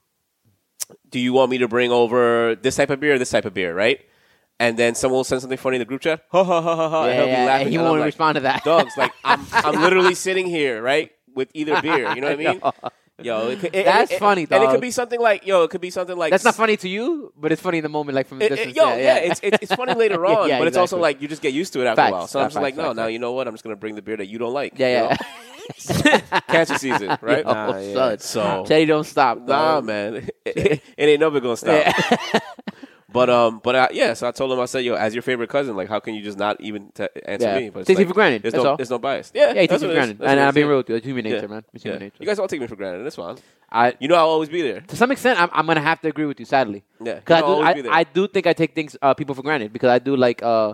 Speaker 2: do you want me to bring over this type of beer, or this type of beer, right? And then someone will send something funny in the group chat. Ha ha ha ha ha. and
Speaker 3: Yeah,
Speaker 2: Oh, he'll
Speaker 3: yeah,
Speaker 2: be laughing.
Speaker 3: and he
Speaker 2: and I'm
Speaker 3: won't
Speaker 2: like,
Speaker 3: respond to that.
Speaker 2: Dogs, like I'm, I'm literally sitting here, right, with either beer. You know what I mean? Yo, it, could- it,
Speaker 3: That's
Speaker 2: it- it-
Speaker 3: funny,
Speaker 2: And it
Speaker 3: dog.
Speaker 2: could be something like, yo, it could be something like
Speaker 3: That's not funny to you, but it's funny in the moment, like from the
Speaker 2: it- it-
Speaker 3: distance.
Speaker 2: yo, yeah, It's, it's it's funny later
Speaker 3: Yeah,
Speaker 2: on,
Speaker 3: yeah,
Speaker 2: but it's also
Speaker 3: exactly.
Speaker 2: like you just get used to it after
Speaker 3: Facts.
Speaker 2: a while. So
Speaker 3: Yeah,
Speaker 2: I'm just
Speaker 3: facts,
Speaker 2: like, no,
Speaker 3: facts,
Speaker 2: now
Speaker 3: facts.
Speaker 2: you know what? I'm just gonna bring the beer that you don't like.
Speaker 3: yeah,
Speaker 2: you
Speaker 3: yeah.
Speaker 2: know? Cancer season, right?
Speaker 3: Yo,
Speaker 1: yeah.
Speaker 3: son.
Speaker 2: So-
Speaker 3: Teddy, don't stop.
Speaker 2: Nah,
Speaker 3: dog.
Speaker 2: man, it ain't never gonna stop.
Speaker 3: Yeah.
Speaker 2: But um, but I, yeah, so I told him, I said, yo, as your favorite cousin, like, how can you just not even t- answer
Speaker 3: Yeah.
Speaker 2: me? But it's
Speaker 3: Takes you
Speaker 2: like,
Speaker 3: for granted,
Speaker 2: There's
Speaker 3: that's
Speaker 2: no,
Speaker 3: all.
Speaker 2: there's no bias. Yeah,
Speaker 3: Yeah, he takes
Speaker 2: that's
Speaker 3: it
Speaker 2: what
Speaker 3: for
Speaker 2: is.
Speaker 3: granted.
Speaker 2: That's
Speaker 3: And
Speaker 2: what it
Speaker 3: I'm being
Speaker 2: is.
Speaker 3: real with you. It's human nature,
Speaker 2: Yeah.
Speaker 3: man. It's human
Speaker 2: Yeah.
Speaker 3: nature.
Speaker 2: You guys all take me for granted. That's fine.
Speaker 3: I,
Speaker 2: You know, I'll always be there.
Speaker 3: to some extent, I'm, I'm gonna have to agree with you, sadly.
Speaker 2: Yeah,
Speaker 3: because
Speaker 2: you'll
Speaker 3: I
Speaker 2: always be
Speaker 3: do,
Speaker 2: there.
Speaker 3: I, I do think I take things uh, people for granted because I do like uh,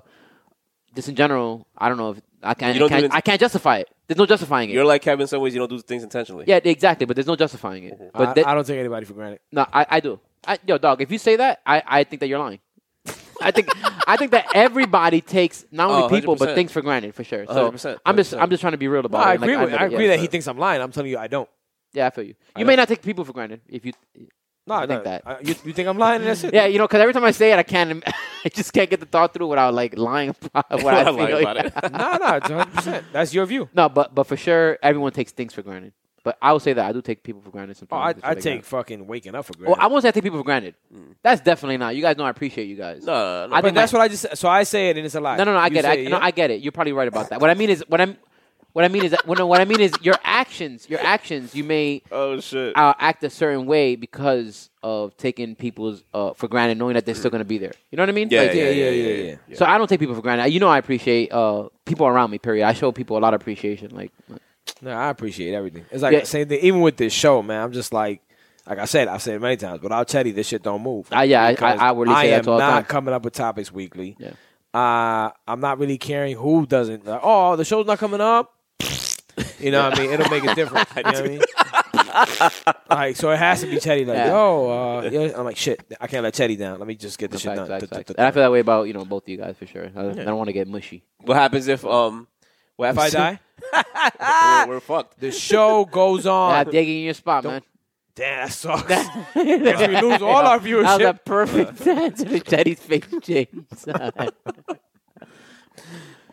Speaker 3: just in general. I don't know if I can't.
Speaker 2: You don't
Speaker 3: I can't,
Speaker 2: do it-
Speaker 3: I can't justify it. There's no justifying it.
Speaker 2: You're like Kevin in some ways. You don't do things intentionally.
Speaker 3: yeah, exactly. But there's no justifying it.
Speaker 2: Mm-hmm.
Speaker 3: But
Speaker 1: I,
Speaker 3: that,
Speaker 1: I don't take anybody for granted.
Speaker 3: no, I, I do. I, yo, dog. If you say that, I, I think that you're lying. I think I think that everybody takes not only
Speaker 2: Oh,
Speaker 3: people but
Speaker 2: 100%,
Speaker 3: things for granted for sure. So
Speaker 2: 100%,
Speaker 3: I'm just I'm
Speaker 2: 100%.
Speaker 3: just trying to be real about
Speaker 1: I
Speaker 3: it. Like,
Speaker 1: agree with.
Speaker 3: admit
Speaker 1: I
Speaker 3: it,
Speaker 1: agree
Speaker 3: yeah,
Speaker 1: that he
Speaker 3: so-
Speaker 1: thinks I'm lying. I'm telling you, I don't.
Speaker 3: Yeah, I feel you. You
Speaker 2: know.
Speaker 3: may not take people for granted if you.
Speaker 1: No,
Speaker 3: I think
Speaker 1: no,
Speaker 3: that.
Speaker 1: I- you, you think I'm lying? and That's it.
Speaker 3: Yeah, you know, because every time I say it, I can't. I just can't get the thought through without like lying about what I
Speaker 2: I'm
Speaker 3: feel.
Speaker 2: lying about it.
Speaker 1: No, no, it's 100. percent That's your view.
Speaker 3: No, but but for sure, everyone takes things for granted. But I will say that I do take people for granted
Speaker 1: Oh,
Speaker 3: sometimes.
Speaker 1: I,
Speaker 3: and shit
Speaker 1: I
Speaker 3: like
Speaker 1: take
Speaker 3: that.
Speaker 1: fucking waking up for granted.
Speaker 3: Well, I won't say I take people for granted.
Speaker 2: Mm.
Speaker 3: That's definitely not. You guys know I appreciate you guys.
Speaker 2: No, no, no.
Speaker 3: I
Speaker 2: I
Speaker 1: but
Speaker 3: think
Speaker 2: think
Speaker 1: that's
Speaker 3: my-
Speaker 1: what I just. So I say it, and it's a lie.
Speaker 3: No, no, no. I
Speaker 1: You
Speaker 3: get it.
Speaker 1: say
Speaker 3: I, No,
Speaker 1: yeah?
Speaker 3: I get it. You're probably right about that. What I mean is what I'm. What I mean is that. Well, no, what I mean is your actions. Your actions. You may
Speaker 2: oh shit.
Speaker 3: uh, act a certain way because of taking people's uh, for granted, knowing that they're still going to be there. You know what I mean? Like,
Speaker 1: yeah, yeah, yeah, yeah.
Speaker 3: So I don't take people for granted. You know, I appreciate uh, people around me. Period. I show people a lot of appreciation. Like,
Speaker 1: No, I appreciate everything. It's like
Speaker 3: Yeah.
Speaker 1: the same thing. Even with this show, man, I'm just like, like I said, I've said it many times. Without Teddy, this shit don't move.
Speaker 3: Ah, yeah, I- I-
Speaker 1: Because
Speaker 3: I outwardly say that
Speaker 1: am
Speaker 3: to all the
Speaker 1: not
Speaker 3: time.
Speaker 1: coming up with topics weekly.
Speaker 3: Yeah.
Speaker 1: Uh, I'm not really caring who doesn't. Like, oh, the show's not coming up. You know what I mean? It'll make a difference. You know what I mean? like, so it has to be Chetty. Like,
Speaker 3: Yeah.
Speaker 1: yo, uh, yeah. I'm like, shit, I can't let Chetty down. Let me just get this shit
Speaker 3: Facts,
Speaker 1: done.
Speaker 3: facts,
Speaker 1: Th- th-
Speaker 3: facts.
Speaker 1: th-
Speaker 3: And I feel that way about you know both of you guys for sure. I, I don't want to get mushy.
Speaker 2: What happens if um? What
Speaker 1: If I
Speaker 2: happens
Speaker 1: die, Ah!
Speaker 2: we're, we're fucked.
Speaker 1: the show goes
Speaker 3: Not
Speaker 1: on.
Speaker 3: digging in your spot, man.
Speaker 1: Damn, that sucks. Because we lose all our
Speaker 3: That was a
Speaker 1: viewership.
Speaker 3: perfect answer to Teddy's face, James. Left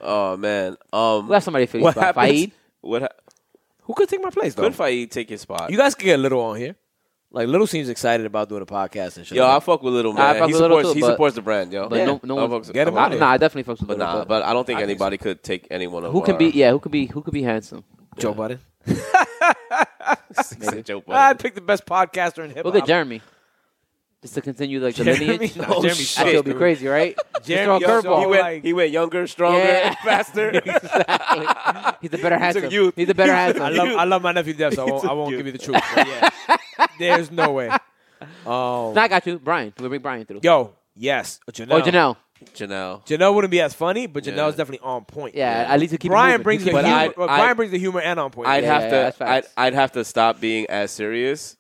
Speaker 2: Oh man. Um.
Speaker 3: somebody for
Speaker 2: what
Speaker 3: spot.
Speaker 2: happens?
Speaker 3: Faid?
Speaker 2: What? Ha-
Speaker 1: Who could take my place, though?
Speaker 2: could Faid take his spot?
Speaker 1: You guys could get Little on here. Like, Little seems excited about doing a podcast and shit.
Speaker 2: Yo, I
Speaker 1: like
Speaker 2: fuck with little
Speaker 3: I
Speaker 2: man.
Speaker 3: fuck
Speaker 2: he
Speaker 3: with Lil
Speaker 2: supports
Speaker 3: too,
Speaker 2: he
Speaker 3: but-
Speaker 2: supports the brand, yo.
Speaker 3: But
Speaker 2: Yeah.
Speaker 3: no, no
Speaker 2: I
Speaker 3: one.
Speaker 2: fuck with-
Speaker 1: Get him
Speaker 2: I-
Speaker 1: out of
Speaker 3: Nah, I definitely fucks with
Speaker 2: But
Speaker 3: Lil,
Speaker 2: nah, but uh, I don't think anybody could take any one of
Speaker 3: who can
Speaker 2: our-
Speaker 3: be? Yeah, who could be? Who could be handsome?
Speaker 1: that. Joe Budden.
Speaker 2: He's a joke, buddy.
Speaker 1: I picked the best podcaster in hip hop.
Speaker 3: Look
Speaker 2: Uh,
Speaker 3: at Jeremy. Just to continue like the
Speaker 1: Jeremy?
Speaker 3: lineage.
Speaker 1: No,
Speaker 2: Oh,
Speaker 1: Jeremy
Speaker 2: shit.
Speaker 3: I
Speaker 1: sucks.
Speaker 3: feel be
Speaker 1: dude.
Speaker 3: crazy, right?
Speaker 1: Jeremy,
Speaker 3: Just throw a
Speaker 1: yo, so
Speaker 2: He
Speaker 1: Oh,
Speaker 2: went,
Speaker 1: like-
Speaker 2: he went younger, stronger,
Speaker 3: Yeah.
Speaker 2: faster.
Speaker 3: curveball. He's a
Speaker 2: He's
Speaker 3: better
Speaker 2: a
Speaker 3: handsome.
Speaker 2: youth.
Speaker 3: He's a better handsome.
Speaker 1: I love I love my nephew to death, so I won't, I won't give you the truth. But yeah, there's no way. Um,
Speaker 3: Nah, I got you, Brian. We'll bring Brian through.
Speaker 1: yo, yes, Uh,
Speaker 3: oh,
Speaker 1: Janelle.
Speaker 3: Janelle.
Speaker 2: Janelle.
Speaker 1: Janelle wouldn't be as funny, but
Speaker 2: Yeah.
Speaker 1: Janelle's definitely on point.
Speaker 3: Yeah, at least you keep. it
Speaker 1: Brian
Speaker 3: moving.
Speaker 1: brings the
Speaker 3: You
Speaker 1: humor.
Speaker 3: keep
Speaker 2: But
Speaker 3: it
Speaker 2: I'd-
Speaker 3: moving.
Speaker 1: well,
Speaker 2: I'd-
Speaker 1: Brian brings the humor and on point.
Speaker 2: I'd
Speaker 1: Yeah.
Speaker 2: have
Speaker 3: yeah, that's
Speaker 2: to. I'd,
Speaker 3: facts.
Speaker 2: I'd have to stop being as serious,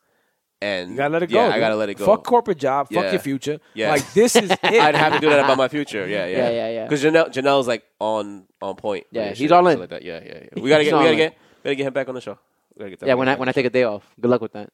Speaker 2: and
Speaker 1: you gotta let it go.
Speaker 2: Yeah, I
Speaker 1: dude.
Speaker 2: gotta let it go.
Speaker 1: Fuck corporate job.
Speaker 2: Yeah.
Speaker 1: Fuck your future.
Speaker 2: Yeah.
Speaker 1: Like this is it.
Speaker 2: I'd have to do that about my future. Yeah, yeah,
Speaker 3: Yeah, yeah, yeah.
Speaker 2: Because Janelle, Janelle's like on on point. with
Speaker 3: Yeah,
Speaker 2: this
Speaker 3: he's
Speaker 2: shit,
Speaker 3: all
Speaker 2: shit
Speaker 3: in.
Speaker 2: Like that. Yeah, yeah, yeah. We gotta
Speaker 3: He's
Speaker 2: get. We
Speaker 3: all
Speaker 2: gotta
Speaker 3: in.
Speaker 2: get. We gotta get him back on the show. We gotta get that
Speaker 3: Yeah, when I
Speaker 2: back
Speaker 3: when I take a day off, good luck with that.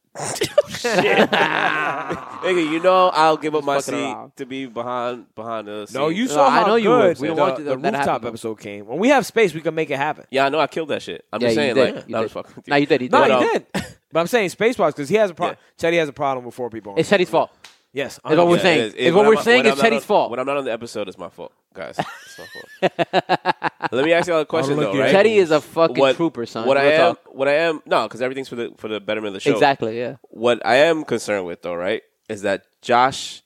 Speaker 2: on. nigga, you know I'll give up my
Speaker 3: fucking
Speaker 2: seat
Speaker 3: around.
Speaker 2: to be behind behind the. Scene.
Speaker 1: No, you
Speaker 3: No,
Speaker 1: saw
Speaker 3: I
Speaker 1: how
Speaker 3: know you would.
Speaker 1: good
Speaker 3: We
Speaker 1: the,
Speaker 3: don't want to-
Speaker 1: the
Speaker 3: that happen,
Speaker 1: rooftop
Speaker 3: though.
Speaker 1: episode came. When we have space, we can make it happen.
Speaker 2: Yeah, I know I killed that shit. I'm just
Speaker 3: yeah,
Speaker 2: saying,
Speaker 3: you did.
Speaker 2: like,
Speaker 3: you
Speaker 2: no, I
Speaker 3: did.
Speaker 2: was fucking.
Speaker 3: Nah, you did. You did.
Speaker 1: No,
Speaker 2: But,
Speaker 1: you
Speaker 2: um,
Speaker 1: did. But I'm saying Spacebox because he has a problem. Chetty has a problem with four people. on
Speaker 3: It's Teddy's fault.
Speaker 1: Yes,
Speaker 3: It's what we're
Speaker 2: Yeah,
Speaker 3: saying.
Speaker 2: it is.
Speaker 3: It's
Speaker 2: It-
Speaker 3: what
Speaker 2: when
Speaker 3: we're
Speaker 2: I'm-
Speaker 3: saying
Speaker 2: when
Speaker 3: is
Speaker 2: I'm not
Speaker 3: Teddy's
Speaker 2: on-
Speaker 3: fault.
Speaker 2: When I'm not on the episode, it's my fault, guys. It's my fault. Let me ask y'all a question
Speaker 1: look
Speaker 2: though,
Speaker 1: at
Speaker 2: right?
Speaker 1: you.
Speaker 3: Teddy is a fucking trooper, son.
Speaker 2: What I
Speaker 3: Real
Speaker 2: am,
Speaker 3: talk.
Speaker 2: what I am, no, because everything's for the for the betterment of the show.
Speaker 3: Exactly. Yeah.
Speaker 2: What I am concerned with, though, right, is that Josh,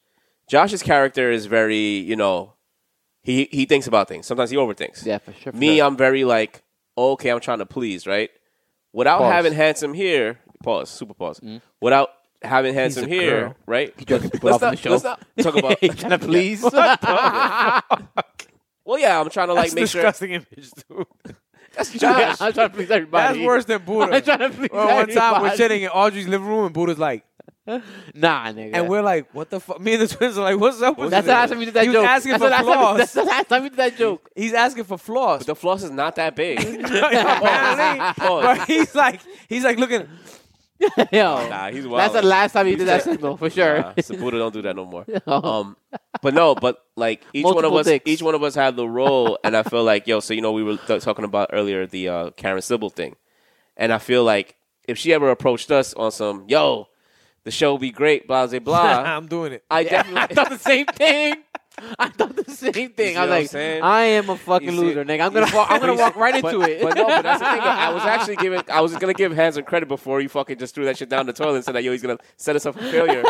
Speaker 2: Josh's character is very, you know, he he thinks about things. Sometimes he overthinks.
Speaker 3: Yeah, for sure, for
Speaker 2: Me,
Speaker 3: sure.
Speaker 2: I'm very like, okay, I'm trying to please, right? Without
Speaker 3: Pause. Mm-hmm.
Speaker 2: having handsome here, pause, super pause. Without having handsome
Speaker 1: a
Speaker 2: here,
Speaker 1: girl.
Speaker 2: right?
Speaker 3: jerking people
Speaker 2: let's
Speaker 3: off on
Speaker 2: not-
Speaker 3: the show.
Speaker 2: let's not talk about.
Speaker 3: Can I please?
Speaker 2: Well, yeah, I'm trying to like
Speaker 1: That's
Speaker 2: make sure.
Speaker 1: disgusting image, dude.
Speaker 2: That's
Speaker 3: Yeah,
Speaker 2: Josh.
Speaker 3: I'm trying to please everybody.
Speaker 1: That's worse than Buddha.
Speaker 3: I'm trying to please
Speaker 1: Well, one time we're
Speaker 3: everybody.
Speaker 1: sitting in Audrey's living room and Buddha's like,
Speaker 3: Nah, nigga.
Speaker 1: and we're like, what the fuck? Me and the twins are like, what's up with
Speaker 3: That's
Speaker 1: this?
Speaker 3: the last time you did that
Speaker 1: he
Speaker 3: joke.
Speaker 1: was asking
Speaker 3: that's
Speaker 1: for
Speaker 3: the last Time, that's
Speaker 1: flaws.
Speaker 3: the last time you did that joke.
Speaker 1: He's asking for flaws.
Speaker 2: The floss is not that big.
Speaker 1: Apparently,
Speaker 2: Pause.
Speaker 1: but he's like, he's like looking.
Speaker 3: Yo,
Speaker 2: Nah, he's wild.
Speaker 3: that's the last time you did that signal for sure.
Speaker 2: Nah, Sabuda Uh, don't do that no more. Um, but no, but like each
Speaker 3: Multiple
Speaker 2: one of us,
Speaker 3: dicks.
Speaker 2: each one of us had the role, and I feel like yo. So you know, we were t- talking about earlier the uh, Karen Sybil thing, and I feel like if she ever approached us on some yo, the show be great, blah blah
Speaker 3: Uh-huh.
Speaker 2: blah.
Speaker 1: I'm doing it.
Speaker 2: I
Speaker 3: I
Speaker 2: definitely.
Speaker 3: thought the same thing. I thought the same thing.
Speaker 2: see
Speaker 3: I
Speaker 2: what I'm
Speaker 3: was
Speaker 2: saying?
Speaker 3: like, I am a fucking
Speaker 2: You see-
Speaker 3: loser, nigga. I'm gonna walk, I'm gonna
Speaker 2: you see-
Speaker 3: walk right into
Speaker 2: but-
Speaker 3: it.
Speaker 2: But no, but that's the thing. I was actually giving. I was gonna give Hanson credit before you fucking just threw that shit down the toilet and said that yo, he's gonna set us up for failure.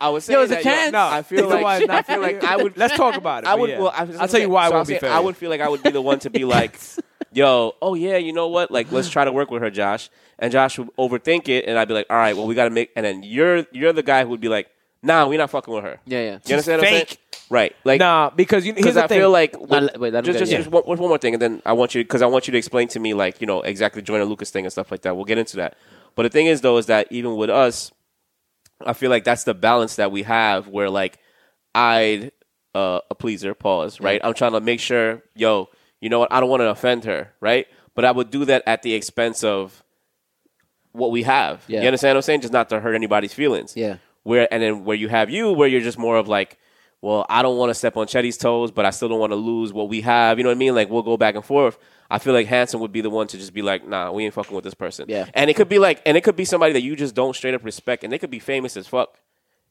Speaker 2: I was saying
Speaker 3: Yo, there's a
Speaker 2: that,
Speaker 3: chance.
Speaker 2: Yo,
Speaker 1: No,
Speaker 2: I feel like
Speaker 1: otherwise
Speaker 2: I
Speaker 1: not
Speaker 2: feel like
Speaker 1: failure.
Speaker 2: I would
Speaker 1: Let's talk about it.
Speaker 2: I
Speaker 1: but
Speaker 2: would.
Speaker 1: yeah.
Speaker 2: Well, I, was-
Speaker 1: I'll tell you why
Speaker 2: so
Speaker 1: I
Speaker 2: I'm
Speaker 1: won't be
Speaker 2: saying
Speaker 1: fair.
Speaker 2: I would feel like I would be the one to be like, "Yo, oh yeah, you know what? Like, let's try to work with her, Josh." And Josh would overthink it, and I'd be like, "All right, well, we got to make." And then you're you're the guy who would be like, "Nah, we're not fucking with her."
Speaker 3: Yeah, yeah.
Speaker 2: You understand what I'm
Speaker 1: fake.
Speaker 2: saying? Right. Like,
Speaker 1: Nah, because you, here's
Speaker 2: because
Speaker 1: the
Speaker 2: I
Speaker 1: thing.
Speaker 2: feel like
Speaker 3: Nah, let- wait, let him
Speaker 2: just,
Speaker 3: go,
Speaker 2: just,
Speaker 3: yeah.
Speaker 2: just one, one more thing, and then I want you because I want you to explain to me like you know exactly Joyner Lucas thing and stuff like that. We'll get into that. But the thing is though is that even with us, I feel like that's the balance that we have where like I'd uh, a pleaser pause right. I'm trying to make sure yo you know what I don't want to offend her right, but I would do that at the expense of what we have.
Speaker 3: Yeah.
Speaker 2: You understand what I'm saying? Just not to hurt anybody's feelings
Speaker 3: Yeah.
Speaker 2: where and then where you have you where you're just more of like well i don't want to step on chetty's toes but i still don't want to lose what we have you know what i mean like we'll go back and forth i feel like hanson would be the one to just be like nah we ain't fucking with this person
Speaker 3: Yeah.
Speaker 2: and it could be like and it could be somebody that you just don't straight up respect and they could be famous as fuck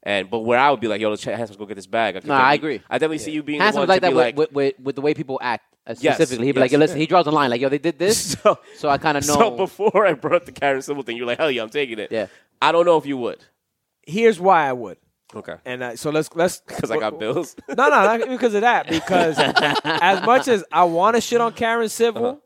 Speaker 2: and but where i would be like yo Ch- hanson's gonna get this bag I could
Speaker 3: Nah, I
Speaker 2: definitely-
Speaker 3: agree.
Speaker 2: i definitely see you being the
Speaker 3: Hanson was
Speaker 2: one
Speaker 3: like
Speaker 2: to
Speaker 3: that
Speaker 2: be
Speaker 3: with,
Speaker 2: like
Speaker 3: with, with, with the way people act uh,
Speaker 2: Yes,
Speaker 3: specifically. He'd be like,
Speaker 2: yes.
Speaker 3: yo, listen, he draws a line. Like, yo, they did this, so,
Speaker 2: So-
Speaker 3: I kind of know.
Speaker 2: so before i brought up the karen symbol thing you're like hell yeah i'm taking it
Speaker 3: Yeah.
Speaker 2: i don't know if you would
Speaker 1: here's why I would.
Speaker 2: okay
Speaker 1: And uh, so let's let's
Speaker 2: because i got bills
Speaker 1: No, no, not because of that. Because as much as I want to shit on Karen Civil,
Speaker 2: Uh-huh.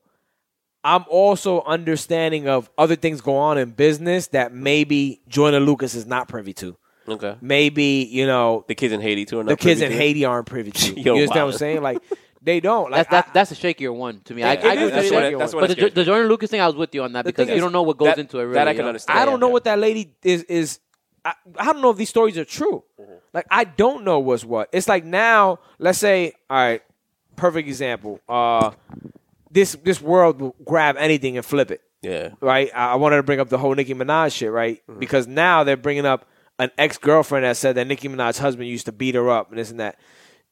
Speaker 1: I'm also understanding of other things go on in business that maybe Joyner Lucas is not privy to.
Speaker 2: okay
Speaker 1: Maybe you know
Speaker 2: the kids in haiti too are not
Speaker 1: the kids in
Speaker 2: privy to it?
Speaker 1: Haiti aren't privy to.
Speaker 2: Yo,
Speaker 1: you understand
Speaker 2: wow.
Speaker 1: what I'm saying? Like They don't. Like,
Speaker 3: that's that,
Speaker 1: I-
Speaker 3: that's a shakier one to me. I, I
Speaker 1: It
Speaker 2: Yeah,
Speaker 1: is
Speaker 3: agree with
Speaker 1: the
Speaker 2: that's
Speaker 3: you.
Speaker 1: shakier
Speaker 2: what, it-
Speaker 1: one.
Speaker 2: that's what
Speaker 3: But
Speaker 2: it
Speaker 3: the, Jo-
Speaker 2: scares
Speaker 3: the
Speaker 2: me.
Speaker 3: Jordan Lucas thing, I was with you on that because
Speaker 1: thing
Speaker 3: you
Speaker 1: is,
Speaker 3: don't know what goes
Speaker 2: that-
Speaker 3: into it. Really,
Speaker 2: that I
Speaker 3: you
Speaker 2: can
Speaker 3: know?
Speaker 2: understand.
Speaker 1: I don't know
Speaker 2: yeah.
Speaker 1: what that lady is. Is I, I don't know if these stories are true.
Speaker 2: Mm-hmm.
Speaker 1: Like I don't know what's what. It's like now, let's say, all right, perfect example. Uh, this this world will grab anything and flip it.
Speaker 2: Yeah. Mm-hmm.
Speaker 1: Right. I, I wanted to bring up the whole Nicki Minaj shit, right? Because now they're bringing up an ex girlfriend that said that Nicki Minaj's husband used to beat her up and this and that.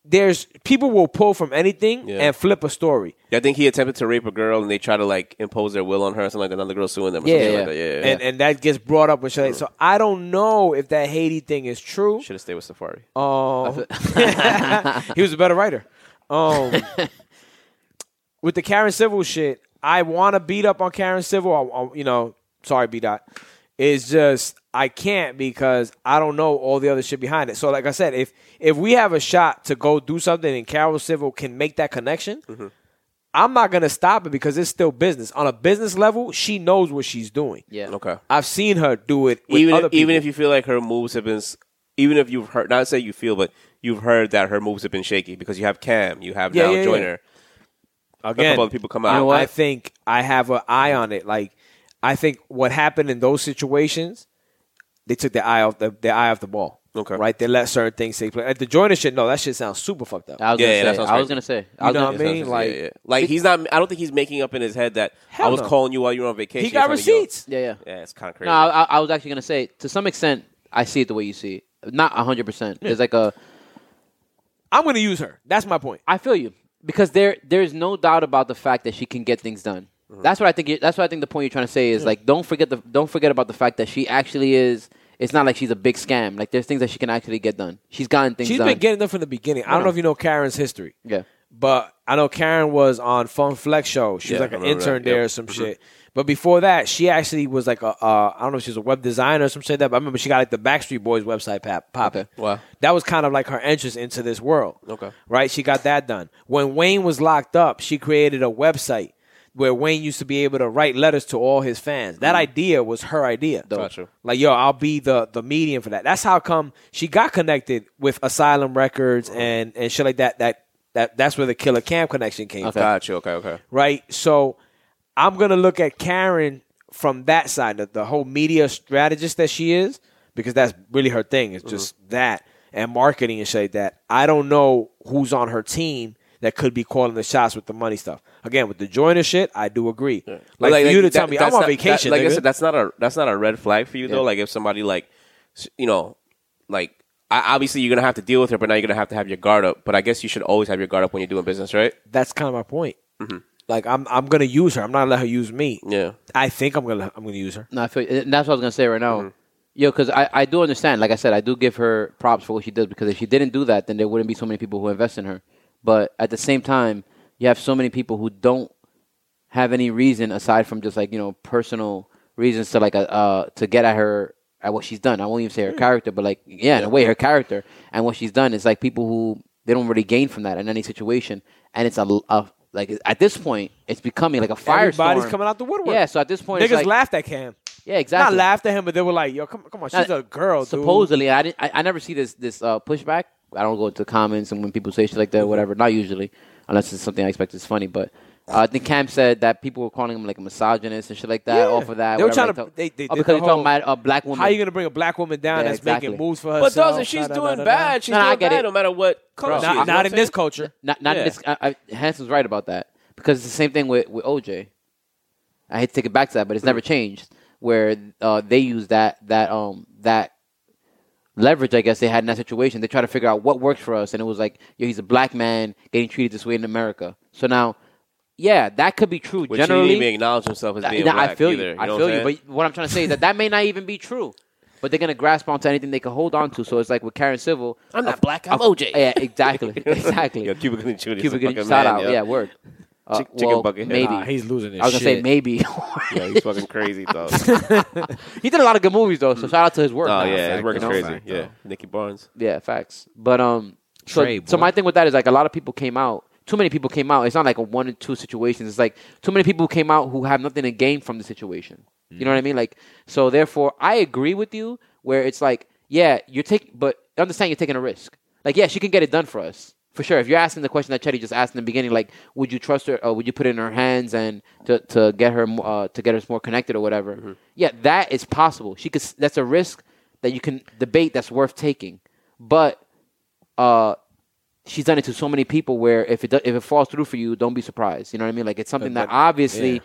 Speaker 1: There's people will pull from anything
Speaker 2: Yeah.
Speaker 1: and flip a story.
Speaker 2: Yeah, I think he attempted to rape a girl, and they try to like impose their will on her, something like another girl suing them. Or
Speaker 3: Yeah,
Speaker 2: something
Speaker 3: yeah.
Speaker 2: Like that. yeah, yeah.
Speaker 1: And and that gets brought up with shit. like- So I don't know if that Haiti thing is true.
Speaker 2: should have stayed with Safari.
Speaker 1: Um, he was a better writer. Um, with the Karen Civil shit, I want to beat up on Karen Civil. I, I- you know, sorry, B dot. It's just I can't because I don't know all the other shit behind it. So, like I said, if if we have a shot to go do something and Carol Civil can make that connection,
Speaker 2: Mm-hmm.
Speaker 1: I'm not gonna stop it because it's still business. On a business level, she knows what she's doing.
Speaker 3: Yeah.
Speaker 2: Okay.
Speaker 1: I've seen her do it. With
Speaker 2: even
Speaker 1: other
Speaker 2: if, even
Speaker 1: people.
Speaker 2: if you feel like her moves have been, s- even if you've heard, not say you feel, but you've heard that her moves have been shaky because you have Cam, you have
Speaker 1: Yeah,
Speaker 2: now
Speaker 1: yeah, yeah.
Speaker 2: Joyner, a
Speaker 1: again,
Speaker 2: couple other people come
Speaker 1: I-
Speaker 2: out.
Speaker 1: I think I have an eye on it. Like I think what happened in those situations, they took their eye off the their eye off the ball.
Speaker 2: Okay.
Speaker 1: Right? They let certain things take place. Like the Jordan shit, no, that shit sounds super fucked up.
Speaker 3: I was
Speaker 2: Yeah, yeah, that
Speaker 3: gonna say.
Speaker 2: sounds
Speaker 3: I was
Speaker 2: crazy.
Speaker 3: gonna say.
Speaker 1: You
Speaker 3: I was
Speaker 1: know
Speaker 3: gonna
Speaker 1: what I
Speaker 2: Yeah,
Speaker 1: mean?
Speaker 2: yeah,
Speaker 1: like-
Speaker 2: yeah. like he's not. I don't think he's making up in his head that I
Speaker 1: Hell
Speaker 2: was
Speaker 1: no.
Speaker 2: calling you while you were on vacation.
Speaker 1: he got
Speaker 2: You're trying to go.
Speaker 1: receipts.
Speaker 3: Yeah, yeah.
Speaker 2: Yeah, it's kind of crazy.
Speaker 3: No, I, I I was actually gonna say to some extent I see it the way you see it. Not hundred percent. There's like a
Speaker 1: I'm gonna use her. That's my point.
Speaker 3: I feel you because there there is no doubt about the fact that she can get things done.
Speaker 1: Mm-hmm.
Speaker 3: That's what I think. you- That's what I think the point you're trying to say is like don't forget the don't forget about the fact that she actually is. It's not like she's a big scam. Like there's things that she can actually get done. She's gotten things
Speaker 1: She's
Speaker 3: done.
Speaker 1: been getting them from the beginning. I don't know if you know Karen's history.
Speaker 3: Yeah.
Speaker 1: But I know Karen was on Fun Flex Show. She
Speaker 2: Yeah,
Speaker 1: was
Speaker 2: I
Speaker 1: like an
Speaker 2: remember
Speaker 1: intern
Speaker 2: that.
Speaker 1: there
Speaker 2: Yep. Mm-hmm.
Speaker 1: or some shit. But before that, she actually was like a uh, I don't know if she was a web designer or some shit like that. But I remember she got like the Backstreet Boys website pop popping.
Speaker 2: Wow.
Speaker 1: that was kind of like her entrance into this world.
Speaker 2: Okay.
Speaker 1: right? She got that done. When Wayne was locked up, she created a website where Wayne used to be able to write letters to all his fans. That idea was her idea.
Speaker 2: Mm. Gotcha.
Speaker 1: Like, yo, I'll be the the medium for that. That's how come she got connected with Asylum Records
Speaker 2: Uh-huh.
Speaker 1: and and shit like that. That that that's where the Killer Cam connection came from,
Speaker 2: Got you. Okay. Okay.
Speaker 1: right? So I'm gonna look at Karen from that side, the, the whole media strategist that she is, because that's really her thing.
Speaker 2: Uh-huh.
Speaker 1: It's just that and marketing and shit like that. I don't know who's on her team that could be calling the shots with the money stuff. Again, with the joiner shit, I do agree. Like, for you to tell
Speaker 2: that-
Speaker 1: me
Speaker 2: that's
Speaker 1: I'm on
Speaker 2: not-
Speaker 1: vacation,
Speaker 2: that- like I
Speaker 1: nigga.
Speaker 2: said, that's not a that's not a red flag for you
Speaker 3: Yeah.
Speaker 2: though. Like if somebody like, s- you know, like I, obviously you're gonna have to deal with her, but now you're gonna have to have your guard up. But I guess you should always have your guard up when you're doing business, right?
Speaker 1: that's kind of my point.
Speaker 3: Mm-hmm.
Speaker 1: Like I'm, I'm gonna use her. I'm not gonna let her use me.
Speaker 2: Yeah.
Speaker 1: I think I'm gonna, I'm gonna use her.
Speaker 3: No, I feel, and that's what I was gonna say right now.
Speaker 1: Mm-hmm.
Speaker 3: Yo, because I, I do understand. Like I said, I do give her props for what she does because if she didn't do that, then there wouldn't be so many people who invest in her. But at the same time, you have so many people who don't have any reason aside from just like you know personal reasons to like uh, uh to get at her at what she's done. I won't even
Speaker 1: Hmm.
Speaker 3: say her character, but like yeah, in a way, her character and what she's done is like people who they don't really gain from that in any situation, and it's a, a like at this point, it's becoming like a firestorm.
Speaker 1: Everybody's coming out the woodwork.
Speaker 3: Yeah, so at this point,
Speaker 1: Niggas
Speaker 3: it's like,
Speaker 1: laughed at Cam.
Speaker 3: Yeah,
Speaker 1: Not
Speaker 3: exactly.
Speaker 1: laughed at him, but they were like, "Yo, come, come on, she's
Speaker 3: Now,
Speaker 1: a girl, dude."
Speaker 3: Supposedly, I didn't. I, I never see this this uh, pushback. I don't go into comments and when people say shit like
Speaker 1: Mm-hmm.
Speaker 3: that, whatever. Not usually, unless it's something I expect is funny. But uh, I think Cam said that people were calling him like a misogynist and shit like that.
Speaker 1: Yeah.
Speaker 3: Off of that,
Speaker 1: They were
Speaker 3: whatever,
Speaker 1: trying
Speaker 3: like,
Speaker 1: to-
Speaker 3: talk-
Speaker 1: they- they
Speaker 3: oh,
Speaker 1: did
Speaker 3: because
Speaker 1: the
Speaker 3: you're talking
Speaker 1: whole-
Speaker 3: about a black woman.
Speaker 1: How you gonna bring a black woman down
Speaker 3: Yeah,
Speaker 1: that's
Speaker 3: exactly.
Speaker 1: making moves for
Speaker 2: But
Speaker 1: herself?
Speaker 2: doesn't
Speaker 1: Da,
Speaker 2: she's
Speaker 1: da,
Speaker 2: doing
Speaker 1: da, da, da.
Speaker 2: bad? She's
Speaker 3: No, no, I
Speaker 2: doing
Speaker 3: get
Speaker 2: bad
Speaker 3: it.
Speaker 2: no matter what. Culture
Speaker 1: Not, not in this culture.
Speaker 3: Not, not
Speaker 2: Yeah.
Speaker 3: this. I, I, Hanson's right about that because it's the same thing with, with OJ. I hate to take it back to that, but it's never
Speaker 2: Mm-hmm.
Speaker 3: changed. Where uh, they use that that um that leverage, I guess they had in that situation. They try to figure out what works for us, and it was like, yo, he's a black man getting treated this way in America. So now, yeah, that could be true.
Speaker 2: Which he
Speaker 3: generally,
Speaker 2: didn't even acknowledge himself as
Speaker 3: I-
Speaker 2: being
Speaker 3: nah,
Speaker 2: black
Speaker 3: I feel
Speaker 2: either.
Speaker 3: you. I
Speaker 2: know
Speaker 3: feel
Speaker 2: what I'm
Speaker 3: you.
Speaker 2: saying?
Speaker 3: But what I'm trying to say is that that may not even be true. But they're gonna grasp onto anything they can hold on to. So it's like with Karen Civil,
Speaker 2: I'm not black. I'm OJ.
Speaker 3: yeah, exactly, exactly.
Speaker 2: Yo, Cuba Gooding Jr. is
Speaker 3: Cuba
Speaker 2: a
Speaker 3: Gooding
Speaker 2: fucking
Speaker 3: shout
Speaker 2: man,
Speaker 3: out.
Speaker 2: yo.
Speaker 3: Yeah, word. Uh,
Speaker 2: Chick- chicken
Speaker 3: well,
Speaker 2: bucket head.
Speaker 3: Maybe.
Speaker 1: Nah, he's losing this
Speaker 3: I was gonna say
Speaker 1: shit.
Speaker 3: maybe.
Speaker 2: Yo, he's fucking crazy though.
Speaker 3: he did a lot of good movies though, so shout out to his work.
Speaker 2: Oh
Speaker 3: now.
Speaker 2: yeah, his
Speaker 1: fact,
Speaker 2: work is
Speaker 1: no
Speaker 2: crazy.
Speaker 1: fact,
Speaker 2: Yeah, Nicky Barnes.
Speaker 3: Yeah, facts. But um, so,
Speaker 1: Trey,
Speaker 3: so
Speaker 1: boy.
Speaker 3: my thing with that is like a lot of people came out. Too many people came out. It's not like a one or two situations. It's like too many people came out who have nothing to gain from the situation. You know what I mean? Like so. Therefore, I agree with you where it's like, yeah, you're taking, but understand you're taking a risk. Like, yeah, she can get it done for us. for sure. If you're asking the question that Chetty just asked in the beginning, like, would you trust her? Or would you put it in her hands and to, to get her mo- uh, to get us more connected or whatever?
Speaker 1: Mm-hmm.
Speaker 3: Yeah, that is possible. She could. s- That's a risk that you can debate. That's worth taking. But uh, she's done it to so many people where if it do, if it falls through for you, don't be surprised. You know what I mean? Like it's something that,
Speaker 1: that-
Speaker 3: obviously
Speaker 1: yeah.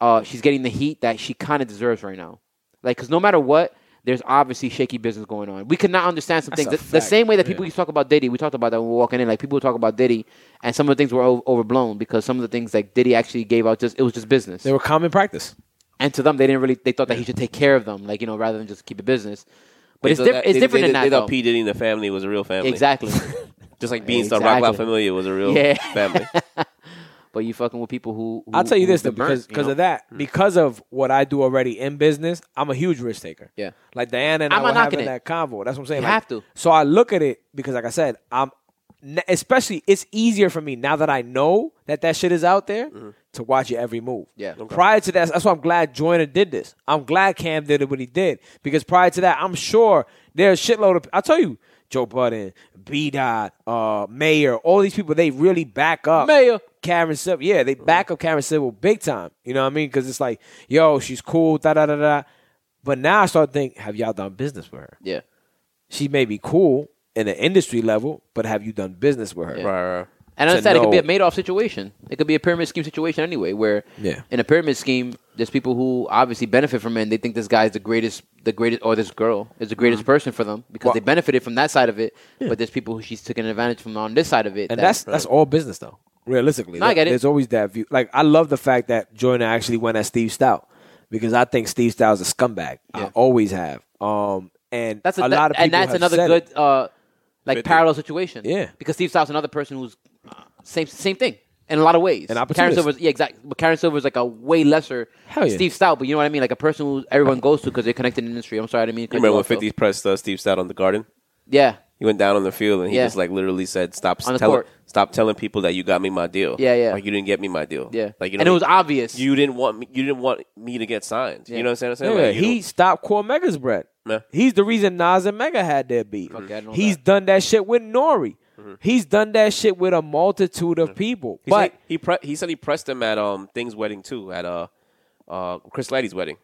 Speaker 3: uh, she's getting the heat that she kind of deserves right now. Like because no matter what, there's obviously shaky business going on. We cannot understand some
Speaker 1: That's
Speaker 3: things.
Speaker 1: a
Speaker 3: The, the
Speaker 1: fact.
Speaker 3: same way that people used to talk about Diddy, we talked about that when we were walking in. Like people would talk about Diddy, and some of the things were o- overblown because some of the things like Diddy actually gave out just it was just business
Speaker 1: They were common practice.
Speaker 3: and to them they didn't really they thought that he should take care of them like you know rather than just keep it business but it's,
Speaker 2: They
Speaker 3: diff-
Speaker 2: thought-
Speaker 3: it's
Speaker 2: they-
Speaker 3: different
Speaker 2: they,
Speaker 3: than
Speaker 2: They
Speaker 3: that
Speaker 2: thought
Speaker 3: though.
Speaker 2: P Diddy and the family was a real family.
Speaker 3: exactly
Speaker 2: Just like Beanstar,
Speaker 3: Exactly.
Speaker 2: Rock Wild Familia was a real
Speaker 3: Yeah.
Speaker 2: family.
Speaker 3: but you fucking with people who, who
Speaker 1: I'll tell you
Speaker 3: who've
Speaker 1: this though,
Speaker 3: been burnt,
Speaker 1: because because
Speaker 3: you know? Mm.
Speaker 1: of that, because of what I do already in business, I'm a huge risk taker.
Speaker 3: Yeah.
Speaker 1: like Diana and
Speaker 3: I'm
Speaker 1: i
Speaker 3: not
Speaker 1: were having
Speaker 3: knocking it.
Speaker 1: that convo. That's what I'm saying.
Speaker 3: You
Speaker 1: Like,
Speaker 3: have to.
Speaker 1: So I look at it because, like I said, I'm n- especially it's easier for me now that I know that that shit is out there to watch your every move.
Speaker 3: Mm-hmm. Yeah. Okay.
Speaker 1: Prior to that, that's why I'm glad Joyner did this. I'm glad Cam did what he did because prior to that, I'm sure there's a shitload of. I tell you. Joe Budden, B. Dot, uh, Mayor, all these people, they really back up.
Speaker 3: Mayor.
Speaker 1: Karen Civil. Yeah, they back up Karen Civil big time. You know what I mean? Because it's like, yo, she's cool, da da da da. But now I start thinking, have y'all done business with her?
Speaker 3: yeah
Speaker 1: She may be cool in the industry level, but have you done business with her?
Speaker 3: Yeah.
Speaker 2: right, right.
Speaker 3: and
Speaker 1: To
Speaker 3: I understand it could be a
Speaker 1: know-
Speaker 3: Madoff situation it could be a pyramid scheme situation anyway where
Speaker 1: Yeah.
Speaker 3: in a pyramid scheme there's people who obviously benefit from it and they think this guy is the greatest the greatest or this girl is the greatest person for them because
Speaker 1: Mm-hmm. Well-
Speaker 3: they benefited from that side of it but there's people who she's taking advantage from on this side of it
Speaker 1: And
Speaker 3: that-
Speaker 1: that's that's all business though. Realistically,
Speaker 3: No, I get it.
Speaker 1: There's always that view. Like I love the fact that Joyner actually went at Steve Stout because I think Steve Stout's a scumbag. I
Speaker 3: Yeah.
Speaker 1: always have. Um, and
Speaker 3: That's a,
Speaker 1: a
Speaker 3: that-
Speaker 1: lot of people
Speaker 3: and that's
Speaker 1: have
Speaker 3: another
Speaker 1: said it.
Speaker 3: good uh, like
Speaker 2: Fit in.
Speaker 3: parallel situation.
Speaker 1: Yeah.
Speaker 3: because Steve Stout's another person who's uh, same same thing in a lot of ways.
Speaker 1: An
Speaker 3: Karen
Speaker 1: opportunist.
Speaker 3: Silver's yeah, exactly. But Karen Silver's like a way lesser
Speaker 1: Hell yeah.
Speaker 3: Steve Stout. But you know what I mean, like a person who everyone goes to because they're connected in the industry. I'm sorry, I didn't mean.
Speaker 2: You
Speaker 3: to cut you
Speaker 2: remember when
Speaker 3: off, though.
Speaker 2: 50 pressed uh, Steve Stout on the garden?
Speaker 3: Yeah,
Speaker 2: He went down on the field and he
Speaker 3: Yeah.
Speaker 2: just like literally said, "Stop
Speaker 3: On the
Speaker 2: telling,
Speaker 3: court.
Speaker 2: stop telling people that you got me my deal."
Speaker 3: Yeah, yeah.
Speaker 2: Like you didn't get me my deal.
Speaker 3: yeah.
Speaker 2: Like you know,
Speaker 3: and it was obvious.
Speaker 2: you didn't want me, you didn't want me to get signed.
Speaker 3: Yeah.
Speaker 2: You know what I'm saying?
Speaker 1: Yeah,
Speaker 2: Like, you
Speaker 1: he
Speaker 2: don't-
Speaker 1: stopped Core Mega's bread.
Speaker 2: Yeah.
Speaker 1: He's the reason Nas and Mega had their beef.
Speaker 3: Fuck yeah, I know
Speaker 1: He's
Speaker 3: that.
Speaker 1: done that shit with Nori.
Speaker 3: Mm-hmm.
Speaker 1: He's done that shit with a multitude of people.
Speaker 2: he
Speaker 1: but
Speaker 2: said, he pre- he said he pressed him at um thing's wedding too at uh uh Chris Laddie's wedding.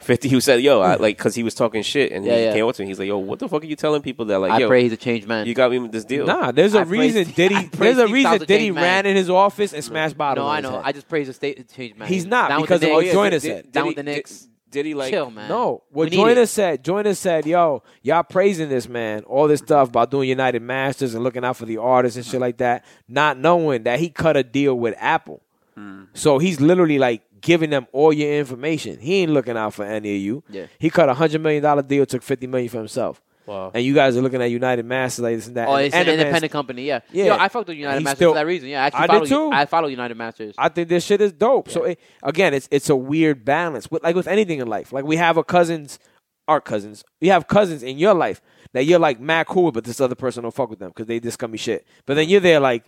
Speaker 2: Fifty, who said, "Yo, I, like," because he was talking shit, and
Speaker 3: Hmm. Yeah,
Speaker 2: he
Speaker 3: yeah.
Speaker 2: came up to me. He's like, "Yo, what the fuck are you telling people that? Like,
Speaker 3: I
Speaker 2: yo,
Speaker 3: pray he's a changed man.
Speaker 2: you got me with this deal."
Speaker 1: nah, there's a
Speaker 3: I praise-
Speaker 1: reason
Speaker 3: I
Speaker 1: Diddy.
Speaker 3: praise
Speaker 1: There's a
Speaker 3: Steve
Speaker 1: reason
Speaker 3: Thousand
Speaker 1: Diddy
Speaker 3: Gang, man.
Speaker 1: ran in his office and smashed bottles.
Speaker 3: no,
Speaker 1: on
Speaker 3: I
Speaker 1: his
Speaker 3: know.
Speaker 1: head.
Speaker 3: I just praise a state changed man.
Speaker 1: He's not,
Speaker 3: Down with
Speaker 1: because
Speaker 3: the
Speaker 1: of
Speaker 3: Knicks.
Speaker 1: what Joyner said.
Speaker 3: Down
Speaker 2: Diddy-
Speaker 3: with the Knicks.
Speaker 2: Did, did he like?
Speaker 3: Chill, man.
Speaker 1: No,
Speaker 3: We
Speaker 1: what
Speaker 3: need
Speaker 1: Joyner
Speaker 3: it.
Speaker 1: said, Joyner said, yo, y'all praising this man, all this stuff about doing United Masters and looking out for the artists and shit like that, not knowing that he cut a deal with Apple.
Speaker 3: Hmm.
Speaker 1: So he's literally like giving them all your information. He ain't looking out for any of you.
Speaker 3: Yeah.
Speaker 1: He cut a hundred million dollar deal, took fifty million for himself.
Speaker 2: Wow.
Speaker 1: And you guys are looking at United Masters like this and that.
Speaker 3: Oh,
Speaker 1: and,
Speaker 3: it's an
Speaker 1: and the man's-
Speaker 3: independent company. Yeah,
Speaker 1: Yeah.
Speaker 3: Yo, I fucked with United
Speaker 1: He's
Speaker 3: Masters
Speaker 1: still-
Speaker 3: for that reason. Yeah, I actually
Speaker 1: I did
Speaker 3: follow
Speaker 1: too.
Speaker 3: I follow United Masters.
Speaker 1: I think this shit is dope. So it, again, it's it's a weird balance with like with anything in life. Like we have a cousins, our cousins. We have cousins in your life that you're like mad cool with, but this other person don't fuck with them because they did scummy shit. But then you're there like,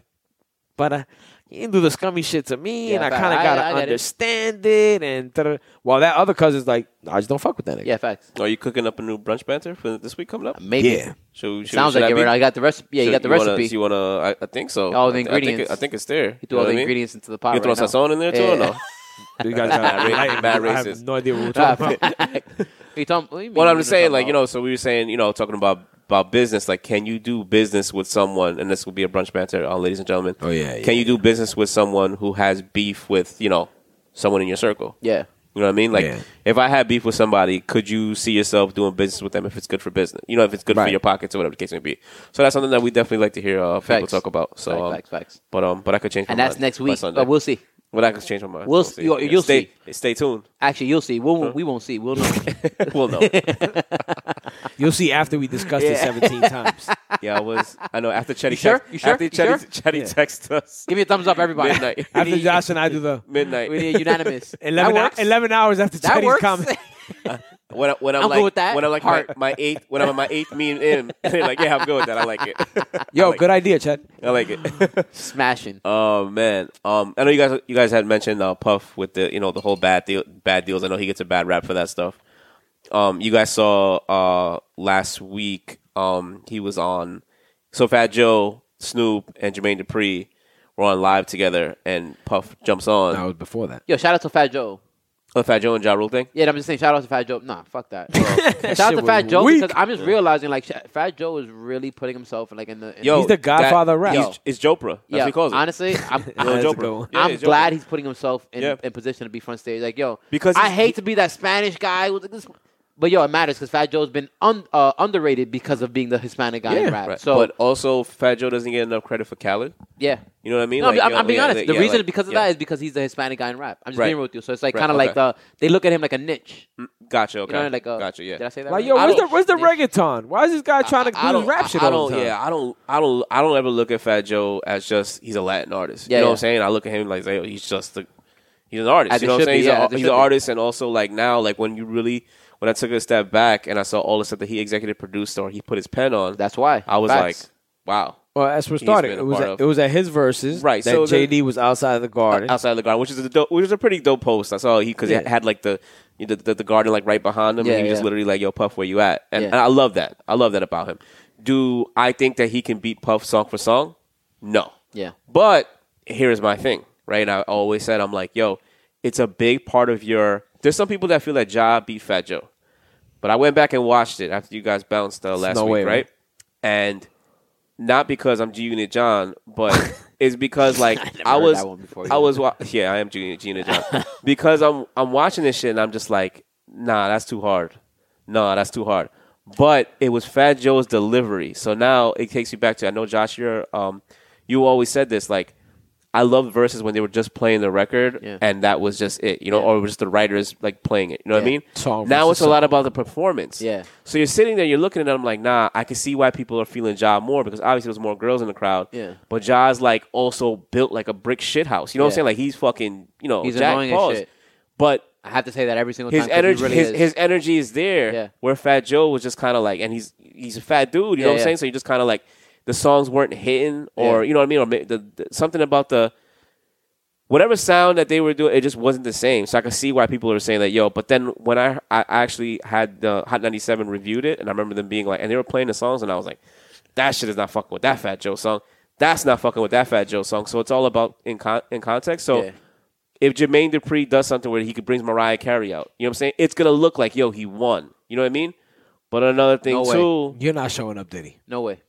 Speaker 1: but uh, you didn't do the scummy shit to me,
Speaker 3: Yeah,
Speaker 1: and I
Speaker 3: but
Speaker 1: kind of
Speaker 3: I-
Speaker 1: gotta
Speaker 3: I get it.
Speaker 1: understand it. And da-da. while that other cousin's like, I just don't fuck with that nigga.
Speaker 3: yeah, facts.
Speaker 2: Are you cooking up a new brunch banter for this week coming up?
Speaker 3: Maybe.
Speaker 1: Yeah.
Speaker 2: Should, should,
Speaker 3: Sounds
Speaker 2: should
Speaker 3: like
Speaker 2: I
Speaker 3: it.
Speaker 2: be-
Speaker 3: Right? I got the recipe. Yeah, you
Speaker 2: should-
Speaker 3: got the
Speaker 2: wanna-
Speaker 3: recipe.
Speaker 2: you wanna, I, I think so.
Speaker 3: All the
Speaker 2: I thi- I think,
Speaker 3: ingredients.
Speaker 2: it- I think it's there.
Speaker 3: You threw all
Speaker 2: know what
Speaker 3: the
Speaker 2: I mean?
Speaker 3: ingredients into the pot.
Speaker 2: You
Speaker 3: right
Speaker 2: throw
Speaker 3: now.
Speaker 2: sazon in there too,
Speaker 3: Yeah,
Speaker 2: or
Speaker 3: yeah.
Speaker 2: no?
Speaker 1: You guys
Speaker 2: Mad
Speaker 1: gotta-
Speaker 2: ra-
Speaker 1: I,
Speaker 2: mad
Speaker 1: I have
Speaker 2: racist.
Speaker 1: no idea what we're talking about.
Speaker 3: What you talking- what do you mean
Speaker 2: Well,
Speaker 3: you
Speaker 2: I'm
Speaker 3: were
Speaker 2: just saying,
Speaker 3: talking
Speaker 2: like you
Speaker 3: about?
Speaker 2: know, so we were saying, you know, talking about about business. Like, can you do business with someone? And this will be a brunch banter, uh, ladies and gentlemen.
Speaker 1: Oh, yeah, yeah,
Speaker 2: Can you do business with someone who has beef with you know someone in your circle?
Speaker 3: Yeah.
Speaker 2: You know what I mean? Like,
Speaker 1: Yeah.
Speaker 2: if I had beef with somebody, could you see yourself doing business with them if it's good for business? You know, if it's good
Speaker 1: Right.
Speaker 2: for your pockets or whatever the case may be. So that's something that we definitely like to hear uh, people
Speaker 3: Facts.
Speaker 2: talk about. So,
Speaker 3: Facts,
Speaker 2: um,
Speaker 3: facts, facts.
Speaker 2: But um, but I could change.
Speaker 3: And
Speaker 2: my
Speaker 3: that's
Speaker 2: mind
Speaker 3: next
Speaker 2: by
Speaker 3: week,
Speaker 2: Sunday.
Speaker 3: but we'll see.
Speaker 2: But I could change my mind.
Speaker 3: We'll see. You'll- you'll
Speaker 2: stay,
Speaker 3: see.
Speaker 2: Stay tuned.
Speaker 3: Actually, you'll see. We'll, We won't see. We'll know.
Speaker 2: we'll know.
Speaker 1: You'll see after we discussed it 17 times.
Speaker 2: Yeah, I was. I know. After Chetty,
Speaker 3: sure?
Speaker 2: text-
Speaker 3: You sure?
Speaker 2: After
Speaker 3: You
Speaker 2: Chetty,
Speaker 3: sure?
Speaker 2: Chetty
Speaker 1: Yeah.
Speaker 2: texted us
Speaker 3: Give me a thumbs up, everybody.
Speaker 2: midnight.
Speaker 1: After Josh and I do the
Speaker 2: midnight.
Speaker 3: We need unanimous. that
Speaker 1: 11,
Speaker 3: works.
Speaker 1: 11 hours after
Speaker 3: that
Speaker 1: Chetty's
Speaker 3: works.
Speaker 1: comment.
Speaker 2: When, I, when I'm,
Speaker 3: I'm
Speaker 2: like,
Speaker 3: good with that.
Speaker 2: when I'm like my,
Speaker 3: Heart.
Speaker 2: my eighth, when I'm on my eighth meme in, they're like, yeah, I'm good with that. I like it. I
Speaker 1: Yo,
Speaker 2: like
Speaker 1: good idea, Chet.
Speaker 2: It. I like it.
Speaker 3: Smashing.
Speaker 2: oh man, um, I know you guys. You guys had mentioned uh, Puff with the you know the whole bad deal, bad deals. I know he gets a bad rap for that stuff. Um, you guys saw uh last week. Um, he was on. So Fat Joe Snoop and Jermaine Dupri were on live together, and Puff jumps on.
Speaker 1: was before that.
Speaker 3: Yo, shout out to Fat Joe.
Speaker 2: Oh, Fat Joe and Ja Rule thing.
Speaker 3: Yeah, I'm just saying. Shout out to Fat Joe. Nah, fuck that. shout
Speaker 1: shit
Speaker 3: out to
Speaker 1: was
Speaker 3: Fat Joe
Speaker 1: weak.
Speaker 3: because I'm just realizing like sh- Fat Joe is really putting himself like in the. In
Speaker 2: Yo,
Speaker 1: He's the godfather of rap.
Speaker 2: he's- It's Jopra. That's
Speaker 3: yeah.
Speaker 2: what he calls it.
Speaker 3: honestly, I'm,
Speaker 2: Lil
Speaker 1: that's a
Speaker 3: I'm,
Speaker 1: good one.
Speaker 2: Jopra. Yeah,
Speaker 3: I'm
Speaker 2: it's Jopra.
Speaker 3: glad he's putting himself in,
Speaker 2: Yeah.
Speaker 3: in position to be front stage. Like, yo,
Speaker 2: Because
Speaker 3: I
Speaker 2: he's-
Speaker 3: hate to be that Spanish guy with this, but yo, it matters because Fat Joe's been un, uh, underrated because of being the Hispanic guy in rap.
Speaker 2: Right.
Speaker 3: So
Speaker 2: but also, Fat Joe doesn't get enough credit for Khaled.
Speaker 3: yeah,
Speaker 2: You know what I mean?
Speaker 3: No,
Speaker 2: Like,
Speaker 3: I'm,
Speaker 2: yo,
Speaker 3: I'm being
Speaker 2: yeah,
Speaker 3: honest.
Speaker 2: like-
Speaker 3: the
Speaker 2: yeah,
Speaker 3: reason
Speaker 2: like-
Speaker 3: because of
Speaker 2: yeah.
Speaker 3: that is because he's the Hispanic guy in rap. I'm just
Speaker 2: Right.
Speaker 3: being real with you. So it's like
Speaker 2: Right,
Speaker 3: kind of like
Speaker 2: okay.
Speaker 3: the they look at him like a niche.
Speaker 2: Gotcha. Okay.
Speaker 3: You know, like a,
Speaker 2: gotcha. Yeah.
Speaker 3: Did I say that?
Speaker 1: Like,
Speaker 3: right?
Speaker 1: yo,
Speaker 3: I
Speaker 1: where's the
Speaker 3: don't-
Speaker 1: where's the
Speaker 3: niche.
Speaker 1: reggaeton? Why is this guy trying to
Speaker 2: I
Speaker 1: do
Speaker 2: don't.
Speaker 1: this rap
Speaker 2: I-
Speaker 1: shit
Speaker 2: I
Speaker 1: all
Speaker 2: don't.
Speaker 1: the time?
Speaker 2: Yeah. I don't. I don't. I don't ever look at Fat Joe as just he's a Latin artist.
Speaker 3: Yeah,
Speaker 2: you know what
Speaker 3: yeah.
Speaker 2: I'm saying? I look at him like say, oh, he's just the, he's an artist.
Speaker 3: As
Speaker 2: you
Speaker 3: it
Speaker 2: know what I'm
Speaker 3: should be,
Speaker 2: saying? he's
Speaker 3: yeah,
Speaker 2: a-
Speaker 3: as it
Speaker 2: he's
Speaker 3: should
Speaker 2: an
Speaker 3: be.
Speaker 2: artist, and also like now, like when you really when I took a step back and I saw all the stuff that he executive produced or he put his pen on.
Speaker 3: That's why.
Speaker 2: I was
Speaker 3: Facts.
Speaker 2: like, wow.
Speaker 1: Well, that's where it
Speaker 2: He's
Speaker 1: started.
Speaker 2: been a
Speaker 1: It was
Speaker 2: part
Speaker 1: at,
Speaker 2: of-
Speaker 1: it was at his verses
Speaker 2: Right,
Speaker 1: That
Speaker 2: so the-
Speaker 1: JD was outside of the garden.
Speaker 2: outside of the garden, which is a dope, which is a pretty dope post. I saw he because
Speaker 1: Yeah.
Speaker 2: it had like the, you know, the the the garden like right behind him,
Speaker 3: Yeah,
Speaker 2: and he was just
Speaker 3: yeah.
Speaker 2: literally like, "Yo, Puff, where you at?" And,
Speaker 3: Yeah.
Speaker 2: and I love that. I love that about him. Do I think that he can beat Puff song for song? No.
Speaker 3: Yeah.
Speaker 2: But here is my thing, right? And I always said, I'm like, yo, it's a big part of your. There's some people that feel that Ja beat Fat Joe, but I went back and watched it after you guys bounced uh, last
Speaker 1: no
Speaker 2: week,
Speaker 1: way, man.
Speaker 2: right? And not because I'm G Unit John, but it's because like
Speaker 3: never
Speaker 2: I
Speaker 3: heard
Speaker 2: was
Speaker 3: that one before,
Speaker 2: I
Speaker 3: yeah.
Speaker 2: was wa- yeah I am Gina, Gina John because I'm I'm watching this shit and I'm just like nah that's too hard nah that's too hard but it was Fat Joe's delivery so now it takes you back to I know Josh you're um you always said this like I love verses when they were just playing the record
Speaker 3: Yeah.
Speaker 2: and that was just it you know
Speaker 3: Yeah.
Speaker 2: or it was just the writers like playing it you know what I
Speaker 3: Yeah.
Speaker 2: mean
Speaker 1: Song
Speaker 2: now
Speaker 1: versus
Speaker 2: it's a lot about the performance
Speaker 3: Yeah.
Speaker 2: so you're sitting there, you're looking at them like, nah, I can see why people are feeling Ja more because obviously there's more girls in the crowd.
Speaker 3: Yeah.
Speaker 2: But Ja's like also built like a brick shit house. You know what I'm
Speaker 3: Yeah.
Speaker 2: saying? Like he's fucking, you know,
Speaker 3: He's
Speaker 2: Jack
Speaker 3: annoying as
Speaker 2: Paws.
Speaker 3: shit.
Speaker 2: But
Speaker 3: I have to say that every single
Speaker 2: his
Speaker 3: time. 'cause he
Speaker 2: energy,
Speaker 3: really
Speaker 2: his,
Speaker 3: is.
Speaker 2: his energy is there.
Speaker 3: Yeah.
Speaker 2: Where Fat Joe was just kind of like, and he's he's a fat dude. You know
Speaker 3: Yeah,
Speaker 2: what I'm
Speaker 3: yeah.
Speaker 2: saying? So you just kind of like the songs weren't hitting, or
Speaker 3: Yeah.
Speaker 2: you know what I mean, or ma- the, the, something about the whatever sound that they were doing, it just wasn't the same. So I could see why people are saying that, yo. But then when I I actually had the Hot 97 reviewed it, and I remember them being like, and they were playing the songs, and I was like, that shit is not fucking with that Fat Joe song. That's not fucking with that Fat Joe song. So it's all about in con- in context. So
Speaker 3: Yeah.
Speaker 2: if Jermaine Dupri does something where he could brings Mariah Carey out, you know what I'm saying? It's gonna look like yo he won. You know what I mean? But another thing
Speaker 3: No way.
Speaker 2: too,
Speaker 1: You're not showing up, Diddy.
Speaker 3: no way.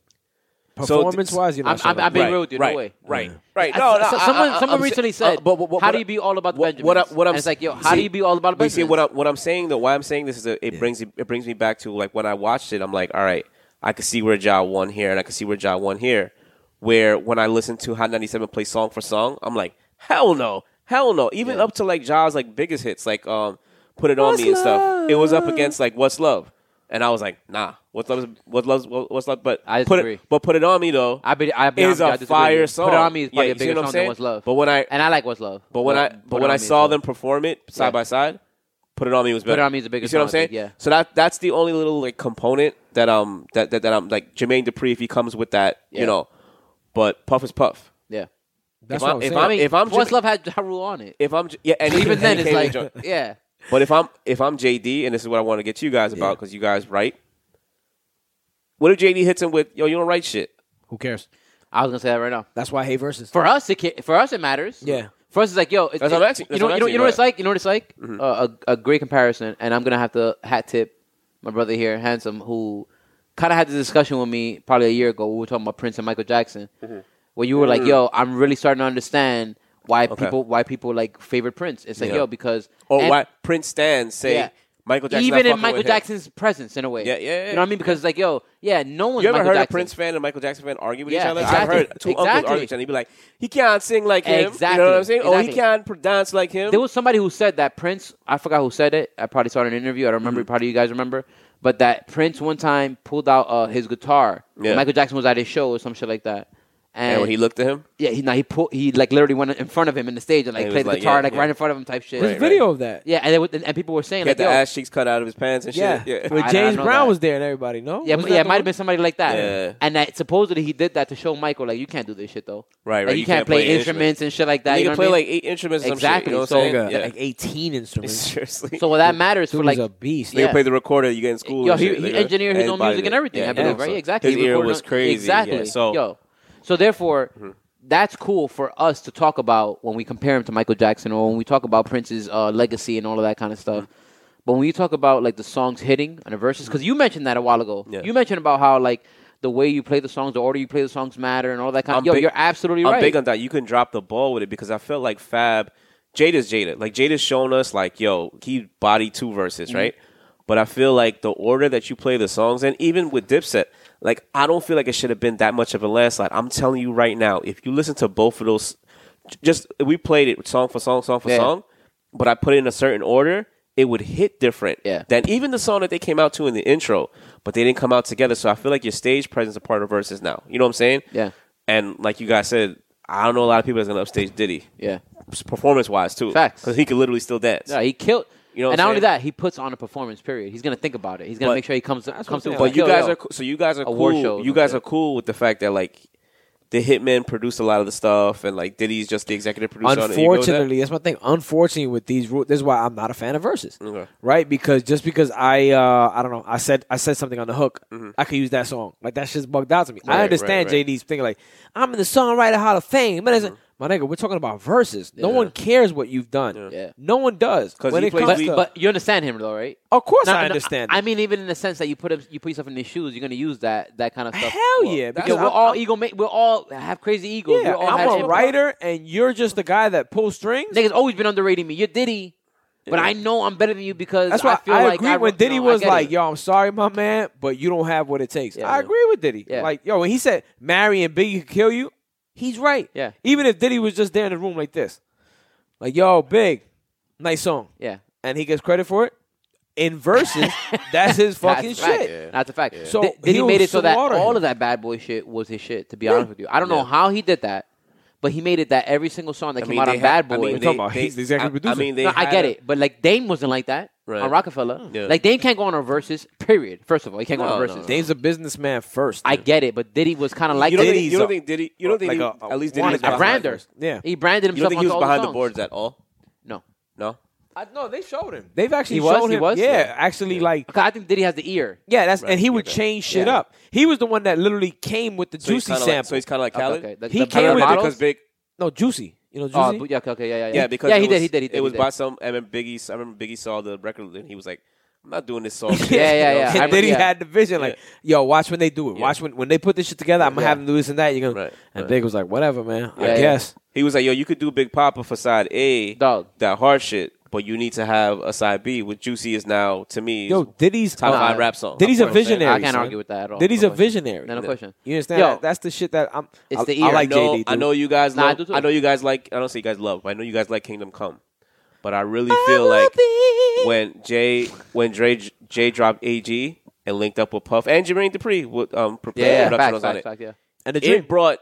Speaker 1: Performance wise, you're
Speaker 3: I'm,
Speaker 1: not showing
Speaker 3: I'm, I'm
Speaker 1: up.
Speaker 3: being
Speaker 2: Right,
Speaker 3: real with you.
Speaker 2: right,
Speaker 3: no way.
Speaker 2: right,
Speaker 1: Yeah.
Speaker 2: right.
Speaker 3: I-
Speaker 2: No, no.
Speaker 3: so-
Speaker 2: I-
Speaker 3: someone,
Speaker 2: I-
Speaker 3: someone
Speaker 2: I'm sa-
Speaker 3: recently
Speaker 2: uh,
Speaker 3: said,
Speaker 2: but- but- but
Speaker 3: "How
Speaker 2: what-
Speaker 3: do you be all about the
Speaker 2: what-
Speaker 3: Benjamins?"
Speaker 2: what I- what I'm
Speaker 3: And it's
Speaker 2: s-
Speaker 3: like, yo, how do
Speaker 2: see,
Speaker 3: you be all about the
Speaker 2: But you
Speaker 3: Benjamins?
Speaker 2: see what I'm what I'm saying though, why I'm saying this is that it brings it brings me back to like when I watched it, I'm like, all right, I could see where Ja won here, and I could see where Ja won here. Where when I listen to Hot 97 play song for song, I'm like, hell no, hell no. Even
Speaker 3: Yeah.
Speaker 2: up to like Ja's like biggest hits, like um, put it on me and stuff. It was up against like what's love, and I was like, nah, what's love, is, what's love, what's love. But
Speaker 3: I
Speaker 2: put
Speaker 3: disagree.
Speaker 2: it, but put it on me though.
Speaker 3: I be, I be
Speaker 2: is
Speaker 3: honest, I
Speaker 2: a
Speaker 3: disagree with
Speaker 2: fire
Speaker 3: you.
Speaker 2: song.
Speaker 3: Put it on me is
Speaker 2: Yeah,
Speaker 3: probably a
Speaker 2: you see
Speaker 3: bigger
Speaker 2: what I'm
Speaker 3: song
Speaker 2: saying?
Speaker 3: than What's Love.
Speaker 2: But when I-
Speaker 3: and I like What's Love.
Speaker 2: But when I
Speaker 3: Put
Speaker 2: but
Speaker 3: It
Speaker 2: when
Speaker 3: On
Speaker 2: I
Speaker 3: Me is
Speaker 2: saw
Speaker 3: love.
Speaker 2: them perform it side
Speaker 3: Yeah.
Speaker 2: by side, put it on me was better.
Speaker 3: It On Me is the
Speaker 2: You
Speaker 3: biggest
Speaker 2: see what I'm
Speaker 3: song, I
Speaker 2: saying?
Speaker 3: think, yeah.
Speaker 2: So that that's the only little like component that um that that, that I'm like Jermaine Dupri if he comes with that
Speaker 3: Yeah.
Speaker 2: you know, but Puff is Puff.
Speaker 3: yeah.
Speaker 1: That's
Speaker 2: if
Speaker 1: what
Speaker 2: I'm-
Speaker 1: I'm
Speaker 2: if
Speaker 1: saying.
Speaker 2: I'm-
Speaker 3: I mean,
Speaker 2: if
Speaker 3: if
Speaker 2: I'm
Speaker 3: I'm What's
Speaker 2: Jama-
Speaker 3: Love had Ja Rule on it.
Speaker 2: If I'm yeah, and
Speaker 3: Even then, it's like,
Speaker 2: like
Speaker 3: yeah,
Speaker 2: but if I'm if I'm JD and this is what I want to get to you guys about because you guys write. What if JD hits him with yo? You don't write shit.
Speaker 1: Who cares?
Speaker 3: I was gonna say that right now.
Speaker 1: That's why I hate verses.
Speaker 3: For us, it ca- for us it matters.
Speaker 1: Yeah.
Speaker 3: For us, it's like, yo, it's,
Speaker 2: That's what I'm asking-
Speaker 3: you
Speaker 2: that's
Speaker 3: know,
Speaker 2: what I'm
Speaker 3: you know,
Speaker 2: asking
Speaker 3: you know what it's
Speaker 2: about. Mm-hmm.
Speaker 3: like. You know what it's like. Uh, a, a great comparison, and I'm gonna have to hat tip my brother here, handsome, who kind of had this discussion with me probably a year ago. We were talking about Prince and Michael Jackson,
Speaker 2: Mm-hmm.
Speaker 3: where you were like, yo, I'm really starting to understand why
Speaker 2: Okay.
Speaker 3: people why people like favorite Prince. It's like,
Speaker 2: Yeah.
Speaker 3: yo, because
Speaker 2: Or
Speaker 3: and-
Speaker 2: why Prince Stan say
Speaker 3: Yeah.
Speaker 2: Michael Jackson?
Speaker 3: even
Speaker 2: not
Speaker 3: in
Speaker 2: fucking
Speaker 3: Michael
Speaker 2: with him.
Speaker 3: Jackson's presence, in a way.
Speaker 2: Yeah, yeah, yeah.
Speaker 3: You know what I mean? Because it's like, yo, yeah, no one's
Speaker 2: You ever
Speaker 3: Michael
Speaker 2: heard
Speaker 3: Jackson.
Speaker 2: a Prince fan and Michael Jackson fan argue with each
Speaker 3: Yeah,
Speaker 2: other?
Speaker 3: exactly.
Speaker 2: I've heard two uncles
Speaker 3: Exactly.
Speaker 2: argue with each other. He'd be like, he can't sing like him. You
Speaker 3: Exactly.
Speaker 2: know what I'm saying? Oh, he
Speaker 3: Exactly.
Speaker 2: can't pr- dance like him.
Speaker 3: There was somebody who said that Prince. I forgot who said it. I probably saw it in an interview. I don't
Speaker 2: Mm-hmm.
Speaker 3: remember. Probably you guys remember. But that Prince one time pulled out uh, his guitar.
Speaker 2: Yeah.
Speaker 3: Michael Jackson was at his show or some shit like that. And,
Speaker 2: and when he looked at him,
Speaker 3: yeah, he, now he pulled, he like literally went in front of him in the stage and like
Speaker 2: And he
Speaker 3: played
Speaker 2: was
Speaker 3: the
Speaker 2: like,
Speaker 3: guitar
Speaker 2: yeah,
Speaker 3: like
Speaker 2: yeah.
Speaker 3: right in front of him type shit.
Speaker 1: There's
Speaker 2: Right,
Speaker 1: video of that.
Speaker 3: Yeah, and, it was, and, and people were saying
Speaker 2: he had
Speaker 3: like,
Speaker 2: the
Speaker 3: yo,
Speaker 2: ass cheeks cut out of his pants and
Speaker 1: Yeah,
Speaker 2: shit. Yeah.
Speaker 1: with
Speaker 3: I- I
Speaker 1: James
Speaker 3: know
Speaker 1: Brown
Speaker 3: that.
Speaker 1: was there and everybody. No,
Speaker 3: yeah,
Speaker 1: Wasn't
Speaker 3: yeah,
Speaker 1: that
Speaker 3: it
Speaker 1: the
Speaker 3: might
Speaker 1: one?
Speaker 3: have been somebody like that.
Speaker 2: Yeah.
Speaker 3: And that supposedly he did that to show Michael like you can't do this shit though.
Speaker 2: Right,
Speaker 3: Like,
Speaker 2: right,
Speaker 3: you, can't, play, instruments and shit like that.
Speaker 2: he
Speaker 3: you
Speaker 2: can
Speaker 3: know
Speaker 2: play
Speaker 3: what I mean?
Speaker 2: like eight instruments or some shit.
Speaker 3: Exactly.
Speaker 2: You know what
Speaker 3: So-
Speaker 2: I'm saying?
Speaker 1: Nigga,
Speaker 2: Yeah.
Speaker 1: like 18 instruments.
Speaker 2: Seriously.
Speaker 3: so what that matters
Speaker 1: Dude
Speaker 3: for like
Speaker 1: was a beast.
Speaker 2: They
Speaker 3: yeah.
Speaker 2: play the recorder you get in school.
Speaker 3: Yo,
Speaker 2: and
Speaker 3: he,
Speaker 2: shit.
Speaker 3: he
Speaker 2: Nigga,
Speaker 3: engineered his own
Speaker 2: everybody
Speaker 3: music and
Speaker 2: did.
Speaker 3: everything,
Speaker 2: Yeah,
Speaker 3: I believe,
Speaker 2: yeah.
Speaker 3: right? Exactly.
Speaker 2: His
Speaker 3: He
Speaker 2: ear
Speaker 3: recorded
Speaker 2: was
Speaker 3: on-
Speaker 2: crazy.
Speaker 3: Exactly.
Speaker 2: Yeah, so Mm-hmm.
Speaker 3: yo, So therefore, that's cool for us to talk about when we compare him to Michael Jackson or when we talk about Prince's uh, legacy and all of that kind of stuff.
Speaker 2: Mm-hmm.
Speaker 3: But when you talk about like the songs hitting and the verses, because you mentioned that a while ago.
Speaker 2: Yeah.
Speaker 3: You mentioned about how like the way you play the songs, the order you play the songs matter, and all that kind
Speaker 2: I'm
Speaker 3: of. Yo,
Speaker 2: big-
Speaker 3: you're absolutely
Speaker 2: I'm
Speaker 3: right.
Speaker 2: big on that. You can drop the ball with it because I felt like Fab, Jada's Jada. Like Jada's shown us like, yo, he bodied two verses,
Speaker 3: Mm-hmm.
Speaker 2: right? But I feel like the order that you play the songs in, even with Dipset, like I don't feel like it should have been that much of a landslide. I'm telling you right now, if you listen to both of those, j- just we played it song for song, song for
Speaker 3: Yeah.
Speaker 2: song, but I put it in a certain order, it would hit different
Speaker 3: Yeah.
Speaker 2: than even the song that they came out to in the intro. But they didn't come out together, so I feel like your stage presence is a part of verses now. You know what I'm saying?
Speaker 3: Yeah.
Speaker 2: And like you guys said, I don't know a lot of people that's gonna upstage Diddy.
Speaker 3: Yeah.
Speaker 2: Performance wise too.
Speaker 3: Facts.
Speaker 2: Because he could literally still dance.
Speaker 3: Yeah, he killed.
Speaker 2: You know what
Speaker 3: and
Speaker 2: I'm
Speaker 3: not only
Speaker 2: saying?
Speaker 3: that, he puts on a performance. Period. He's gonna think about it. He's gonna
Speaker 2: But-
Speaker 3: make sure he comes comes through.
Speaker 1: saying.
Speaker 2: but
Speaker 3: like,
Speaker 2: you
Speaker 3: yo,
Speaker 2: guys
Speaker 3: yo.
Speaker 2: are cool. so you guys are
Speaker 3: Award
Speaker 2: cool.
Speaker 3: shows
Speaker 2: You
Speaker 3: and
Speaker 2: guys
Speaker 3: shit.
Speaker 2: are cool with the fact that like the hitman produced a lot of the stuff and like Diddy's just the executive producer. on it. You go with that?
Speaker 1: Unfortunately, that's my thing. Unfortunately, with these rules, this is why I'm not a fan of verses,
Speaker 2: Okay.
Speaker 1: right? Because just because I, uh, I don't know, I said I said something on the hook, I could use that song. Like that shit's bugged out to me.
Speaker 2: Mm-hmm. Right,
Speaker 1: I
Speaker 2: right,
Speaker 1: understand
Speaker 2: right. Mm-hmm.
Speaker 1: JD's thinking like I'm in the songwriter Hall of Fame, but it's- my nigga, we're talking about verses. No one cares what you've done.
Speaker 3: Yeah.
Speaker 1: No one does.
Speaker 2: 'Cause
Speaker 1: When
Speaker 2: he
Speaker 1: it
Speaker 2: plays
Speaker 1: comes
Speaker 2: lead-
Speaker 1: to,
Speaker 3: But you understand him though, right?
Speaker 1: of course
Speaker 3: No,
Speaker 1: I
Speaker 3: no,
Speaker 1: understand.
Speaker 3: I mean, even in the sense that you put him, you put yourself in his shoes, you're going to use that that kind of stuff.
Speaker 1: Hell yeah,
Speaker 3: because
Speaker 1: because
Speaker 3: we're
Speaker 1: I'm-
Speaker 3: all ego. We're all have crazy egos.
Speaker 1: yeah,
Speaker 3: we're all
Speaker 1: I'm
Speaker 3: have
Speaker 1: a
Speaker 3: shit-
Speaker 1: writer, and you're just the guy that pulls strings.
Speaker 3: Niggas always been underrating me. You're Diddy, but I know I'm better than you because
Speaker 1: That's why I,
Speaker 3: I feel like
Speaker 1: agree
Speaker 3: I,
Speaker 1: when
Speaker 3: you
Speaker 1: Diddy
Speaker 3: know, I
Speaker 1: was
Speaker 3: get
Speaker 1: like,
Speaker 3: it.
Speaker 1: "Yo, I'm sorry, my man, but you don't have what it takes."
Speaker 3: Yeah,
Speaker 1: I
Speaker 3: yeah.
Speaker 1: agree with Diddy.
Speaker 3: Yeah.
Speaker 1: Like, yo, when he said Mary and Biggie could kill you, he's right.
Speaker 3: Yeah.
Speaker 1: Even if Diddy was just there in the room like this, like, yo, Big, nice song,
Speaker 3: yeah,
Speaker 1: and he gets credit for it in verses. that's his fucking
Speaker 3: that's a
Speaker 1: shit.
Speaker 3: fact. That's a fact.
Speaker 1: So
Speaker 3: So Diddy
Speaker 1: he'll
Speaker 3: made it so that
Speaker 1: slaughter
Speaker 3: all
Speaker 1: him.
Speaker 3: of that bad boy shit was his shit. To be honest with you, I don't know how he did that, but he made it that every single song that came out
Speaker 2: they
Speaker 3: on
Speaker 2: had-
Speaker 3: Bad Boy.
Speaker 2: I mean,
Speaker 1: We're talking about he's the executive
Speaker 2: I- I,
Speaker 1: producer.
Speaker 2: mean, they
Speaker 3: No, I
Speaker 2: had
Speaker 3: get
Speaker 2: a-
Speaker 3: it, but like Dane wasn't like that
Speaker 2: Right. Mm.
Speaker 3: on Rockefeller.
Speaker 2: Yeah.
Speaker 3: Like Dane can't go on a verses. Period. First of all, he can't go
Speaker 2: No,
Speaker 3: on a
Speaker 2: no,
Speaker 3: verses.
Speaker 1: Dame's a businessman first.
Speaker 3: I get it, but Diddy was kind of like
Speaker 2: You don't,
Speaker 3: that.
Speaker 2: think,
Speaker 1: Diddy's
Speaker 2: you
Speaker 1: a-
Speaker 2: don't think Diddy? You don't think
Speaker 1: like
Speaker 2: he-
Speaker 1: a- a
Speaker 2: at
Speaker 1: wannabe
Speaker 2: least Diddy was
Speaker 3: a
Speaker 2: behind
Speaker 3: brander.
Speaker 2: the-
Speaker 1: Yeah.
Speaker 3: he branded
Speaker 2: You don't
Speaker 3: himself.
Speaker 2: think he was
Speaker 3: onto all
Speaker 2: behind the
Speaker 3: songs.
Speaker 2: boards at all?
Speaker 3: No,
Speaker 2: No.
Speaker 1: I, no, they showed him. They've actually
Speaker 3: He was?
Speaker 1: shown
Speaker 3: He
Speaker 1: him.
Speaker 3: was?
Speaker 1: Yeah,
Speaker 3: Yeah.
Speaker 1: actually, like.
Speaker 3: 'Cause I think Diddy has the ear.
Speaker 1: Yeah, that's and he
Speaker 2: yeah,
Speaker 1: would
Speaker 2: that-
Speaker 1: change shit
Speaker 3: yeah.
Speaker 1: up. He was the one that literally came with the
Speaker 2: So he's
Speaker 1: juicy
Speaker 2: kinda
Speaker 1: sample.
Speaker 2: Like, so he's kind of like
Speaker 3: Okay,
Speaker 2: Khaled.
Speaker 3: okay. The-
Speaker 1: He
Speaker 3: the
Speaker 1: came
Speaker 2: Yeah,
Speaker 1: with
Speaker 3: bottles?
Speaker 2: because big.
Speaker 1: no, juicy. You know, juicy.
Speaker 3: Oh, but yeah, okay, okay, yeah, yeah, yeah.
Speaker 2: Yeah, because
Speaker 3: yeah,
Speaker 2: it
Speaker 3: he
Speaker 2: was-
Speaker 3: did, he did, he did.
Speaker 2: It was
Speaker 3: he
Speaker 2: by
Speaker 3: did.
Speaker 2: some. I remember Biggie. I remember Biggie saw the record and he was like, "I'm not doing this song."
Speaker 3: Yeah, yeah, yeah. I
Speaker 1: And then he
Speaker 3: yeah.
Speaker 1: had the vision, like, yo, watch when they do it. Watch when when they put this shit together. I'm gonna have them do this and that. You're gonna.
Speaker 2: Right,
Speaker 1: And
Speaker 2: right.
Speaker 1: Big was like, whatever, man. I
Speaker 3: Yeah, yeah.
Speaker 1: guess.
Speaker 2: He was like, "Yo, you could do Big Papa for side A,
Speaker 3: Dog.
Speaker 2: that hard shit, but you need to have a side B." Which Juicy is now to me.
Speaker 1: Yo, Diddy's
Speaker 2: top
Speaker 1: nah,
Speaker 2: five rap song.
Speaker 1: Diddy's a
Speaker 2: That's what I'm saying.
Speaker 1: visionary.
Speaker 3: I can't
Speaker 1: son.
Speaker 3: argue with that at all.
Speaker 1: Diddy's
Speaker 3: No
Speaker 1: a
Speaker 3: question.
Speaker 1: visionary.
Speaker 3: No, no question.
Speaker 1: You understand?
Speaker 3: Yo.
Speaker 1: that? That's the shit that I'm.
Speaker 3: It's
Speaker 1: I,
Speaker 3: the
Speaker 1: I
Speaker 3: ear.
Speaker 1: like
Speaker 2: I know,
Speaker 1: JD. Dude.
Speaker 2: I know you guys
Speaker 3: Nah, I
Speaker 2: love.
Speaker 3: do too.
Speaker 2: I, know you guys like. I don't say you guys love, but I know you guys like Kingdom Come. But I really feel like when Jay, when Dre, Jay dropped AG and linked up with Puff and Jermaine Dupri with um,
Speaker 3: Yeah,
Speaker 2: Prepare
Speaker 3: yeah,
Speaker 2: Production
Speaker 3: facts,
Speaker 2: was on
Speaker 3: facts,
Speaker 2: it.
Speaker 3: facts, yeah.
Speaker 1: And the
Speaker 2: it
Speaker 1: dream.
Speaker 2: brought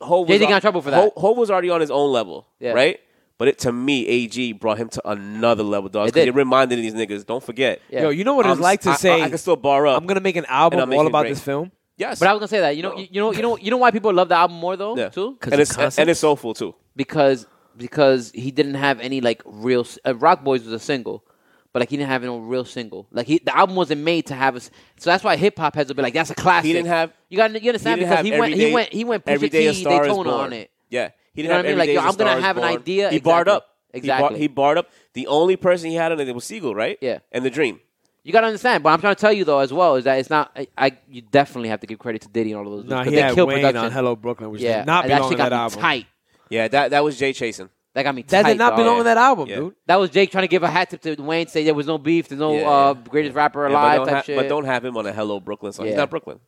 Speaker 2: Hove. was
Speaker 3: Jay-Z got
Speaker 2: on-
Speaker 3: in trouble for that.
Speaker 2: Hove, Hove was already on his own level,
Speaker 3: Yeah.
Speaker 2: right? But it to me, AG brought him to another level, dog.
Speaker 3: It
Speaker 2: 'cause
Speaker 3: did.
Speaker 2: It reminded these niggas. Don't forget.
Speaker 3: Yeah.
Speaker 1: Yo, you know what it's
Speaker 2: I'm-
Speaker 1: like to
Speaker 2: I-
Speaker 1: say.
Speaker 2: I, I can still bar up.
Speaker 1: I'm gonna make an
Speaker 2: And I'll
Speaker 1: album
Speaker 2: make
Speaker 1: all
Speaker 2: it
Speaker 1: about
Speaker 2: great.
Speaker 1: this film.
Speaker 2: yes,
Speaker 3: But I was gonna say that. You know, you, you know, you know, you know why people love the album more though,
Speaker 2: yeah.
Speaker 3: too,
Speaker 2: and it's and it's soulful too.
Speaker 3: because because he didn't have any like real. s- Uh, Rock Boys was a single. But like he didn't have no real single. Like he, the album wasn't made to have a. s- So that's why hip hop has to be like that's a classic.
Speaker 2: didn't have-
Speaker 3: You got you understand
Speaker 2: didn't
Speaker 3: because
Speaker 2: have
Speaker 3: he went,
Speaker 2: Everyday-
Speaker 3: he went he went
Speaker 2: Every
Speaker 3: Pusha
Speaker 2: Day a
Speaker 3: T
Speaker 2: Star is
Speaker 3: Daytona
Speaker 2: Born.
Speaker 3: on it.
Speaker 2: Yeah, he didn't
Speaker 3: You know
Speaker 2: have
Speaker 3: what I mean?
Speaker 2: Every
Speaker 3: Like,
Speaker 2: Day
Speaker 3: yo,
Speaker 2: is a
Speaker 3: I'm gonna
Speaker 2: Star is
Speaker 3: have an
Speaker 2: Born.
Speaker 3: idea.
Speaker 2: He barred up. He, bar-
Speaker 3: Exactly.
Speaker 2: he barred up. The only person he had on it was Siegel, right?
Speaker 3: Yeah.
Speaker 2: And the Dream.
Speaker 3: You gotta understand, but I'm trying to tell you though as well is that it's not. I, I you definitely have to give credit to Diddy and all of those. dudes,
Speaker 1: Nah,
Speaker 3: 'cause
Speaker 1: he
Speaker 3: they
Speaker 1: had
Speaker 3: killed
Speaker 1: Wayne
Speaker 3: production.
Speaker 1: on Hello Brooklyn, which
Speaker 3: yeah,
Speaker 1: did not
Speaker 3: and that
Speaker 1: belong
Speaker 3: shit
Speaker 1: on
Speaker 3: got
Speaker 1: that
Speaker 3: me
Speaker 1: album.
Speaker 3: tight.
Speaker 2: Yeah, that that was Jay chasing.
Speaker 3: That got me tight.
Speaker 1: That did not
Speaker 3: dog.
Speaker 1: belong on that album,
Speaker 2: Yeah.
Speaker 1: dude.
Speaker 3: That was Jake trying to give a hat tip to Wayne, say there was no beef, there's no
Speaker 2: Yeah,
Speaker 3: uh,
Speaker 2: yeah.
Speaker 3: greatest rapper
Speaker 2: Yeah,
Speaker 3: alive
Speaker 2: but,
Speaker 3: type
Speaker 2: don't ha-
Speaker 3: shit.
Speaker 2: but don't have him on a Hello Brooklyn song. He's
Speaker 3: Yeah.
Speaker 2: not Brooklyn.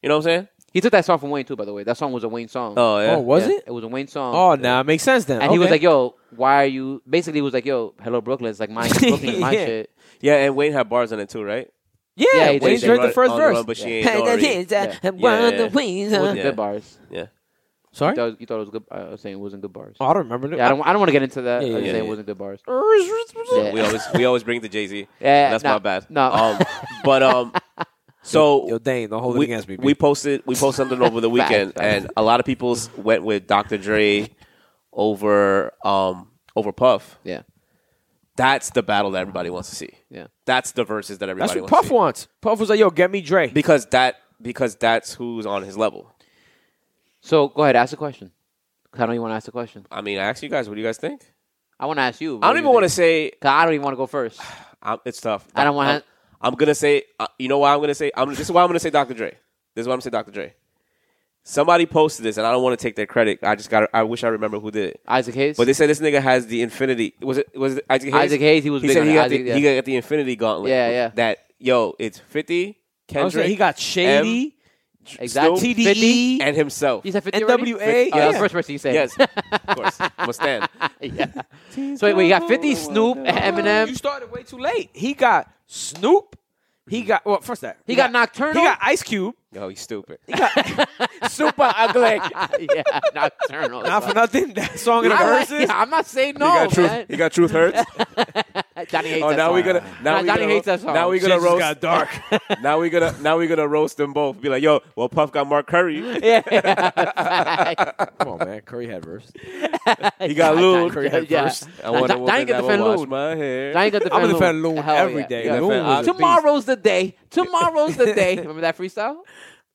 Speaker 2: You know what I'm saying?
Speaker 3: he took that song from Wayne too, by the way. That song was a Wayne song.
Speaker 2: Oh yeah.
Speaker 1: Oh, was
Speaker 3: Yeah,
Speaker 1: it?
Speaker 3: It was a Wayne song.
Speaker 1: Oh, now it makes sense then.
Speaker 3: and he was
Speaker 1: Okay.
Speaker 3: like, "Yo, why are you?" Basically, he was like, "Yo, hello Brooklyn." It's like mine. Brooklyn is my
Speaker 1: Yeah.
Speaker 3: shit.
Speaker 2: Yeah, and Wayne had bars on it too, right?
Speaker 1: Yeah,
Speaker 3: Yeah, he
Speaker 1: Wayne
Speaker 3: did. They
Speaker 1: heard the
Speaker 2: run-
Speaker 1: first
Speaker 2: on the
Speaker 1: verse.
Speaker 2: run, but she ain't
Speaker 1: Hey, that
Speaker 2: Dory.
Speaker 1: is, uh,
Speaker 3: Yeah.
Speaker 1: one of the
Speaker 2: Yeah.
Speaker 1: wings,
Speaker 3: It
Speaker 1: uh.
Speaker 3: wasn't
Speaker 2: Yeah.
Speaker 3: good bars.
Speaker 2: Yeah.
Speaker 3: You
Speaker 1: Sorry?
Speaker 3: thought, you thought it was good. I was saying it wasn't good bars.
Speaker 1: Oh, I don't remember. the-
Speaker 3: Yeah, I don't. I don't want to get into that.
Speaker 1: Yeah,
Speaker 3: I was
Speaker 1: yeah, Oh,
Speaker 3: saying
Speaker 2: yeah.
Speaker 3: it wasn't good bars.
Speaker 1: Yeah.
Speaker 2: We always we always bring it to Jay Z.
Speaker 3: Yeah,
Speaker 2: that's
Speaker 3: no,
Speaker 2: my bad.
Speaker 3: no.
Speaker 2: um, but um, so
Speaker 1: Yo, Dane, don't hold it
Speaker 2: we,
Speaker 1: against me.
Speaker 2: we
Speaker 1: B.
Speaker 2: posted we posted something over the weekend, and a lot of people s- went with Dr. Dre over um over Puff.
Speaker 3: Yeah,
Speaker 2: That's the battle that everybody wants to see.
Speaker 3: yeah.
Speaker 2: That's the verses that everybody
Speaker 1: That's what
Speaker 2: wants
Speaker 1: Puff
Speaker 2: to see.
Speaker 1: wants. Puff was like, yo, get me Dre.
Speaker 2: because that because that's who's on his level.
Speaker 3: So go ahead, ask a question. 'Cause I don't even want to ask a question.
Speaker 2: I mean, I asked you guys, what do you guys think?
Speaker 3: I want to ask you.
Speaker 2: I don't even want to say
Speaker 3: to. I don't even want to go first.
Speaker 2: I'm, it's tough.
Speaker 3: I don't wanna-
Speaker 2: I'm, I'm gonna say. Uh, you know why I'm gonna say? I'm. This is why I'm gonna say Dr. Dre. This is why I'm gonna say Dr. Dre. Somebody posted this, and I don't want to take their credit. I just got. I wish I remember who did it.
Speaker 3: Isaac Hayes.
Speaker 2: But they said this nigga has the infinity. Was it? Was it Isaac Hayes?
Speaker 3: Isaac Hayes, he was
Speaker 2: He
Speaker 3: big
Speaker 2: said
Speaker 3: on
Speaker 2: he
Speaker 3: it.
Speaker 2: got
Speaker 3: Isaac-
Speaker 2: the,
Speaker 3: yeah.
Speaker 2: he got the infinity gauntlet.
Speaker 3: Yeah, yeah.
Speaker 2: That yo, it's Fifty
Speaker 1: I was
Speaker 2: Kendrick.
Speaker 1: saying he got
Speaker 2: M,
Speaker 1: shady, E.
Speaker 3: exactly.
Speaker 2: Snoop,
Speaker 1: TDE.
Speaker 3: 50?
Speaker 2: and himself.
Speaker 3: You said 50 already?
Speaker 1: NWA.
Speaker 3: Oh, yeah.
Speaker 1: Yeah.
Speaker 3: the first person you said.
Speaker 2: yes, of course. Mustang.
Speaker 3: yeah. So wait, we got
Speaker 1: Oh,
Speaker 3: 50, Snoop,
Speaker 1: You
Speaker 3: Eminem.
Speaker 1: started way too late. He got Snoop. He got well. First that
Speaker 3: He got Nocturnal?
Speaker 1: He got Ice Cube.
Speaker 2: Yo, he's stupid.
Speaker 1: He got Super Ugly.
Speaker 3: yeah, Nocturnal.
Speaker 1: Not for nothing. That song in the
Speaker 3: I like-
Speaker 1: verses.
Speaker 3: yeah, I'm not saying
Speaker 2: You
Speaker 3: no,
Speaker 2: got
Speaker 3: man.
Speaker 2: truth. You got truth hurts.
Speaker 3: Johnny hates
Speaker 2: Oh,
Speaker 3: that
Speaker 2: now
Speaker 3: song.
Speaker 2: we gonna now
Speaker 3: Nah,
Speaker 2: we
Speaker 3: Donnie
Speaker 2: gonna
Speaker 3: hates
Speaker 2: ro-
Speaker 3: that song.
Speaker 2: now we gonna
Speaker 1: Shit just got
Speaker 2: roast
Speaker 1: dark.
Speaker 2: now we gonna now we gonna roast them both. Be like, yo, well, Puff got Mark Curry,
Speaker 1: Come on, man. Curry had verse.
Speaker 2: he got Lou.
Speaker 3: Curry had Yeah. verse.
Speaker 2: I wanna
Speaker 3: Don-
Speaker 2: woman
Speaker 3: Donnie can
Speaker 2: that will
Speaker 3: defend
Speaker 2: wash
Speaker 3: Lou.
Speaker 2: my hair.
Speaker 3: Now you got the
Speaker 1: I'm
Speaker 3: fan
Speaker 1: gonna defend
Speaker 3: Loon.
Speaker 1: Loon
Speaker 3: Hell
Speaker 1: every
Speaker 3: yeah.
Speaker 1: day.
Speaker 3: Yeah.
Speaker 2: Loon was a
Speaker 3: Tomorrow's the day. Tomorrow's the day. Remember that freestyle?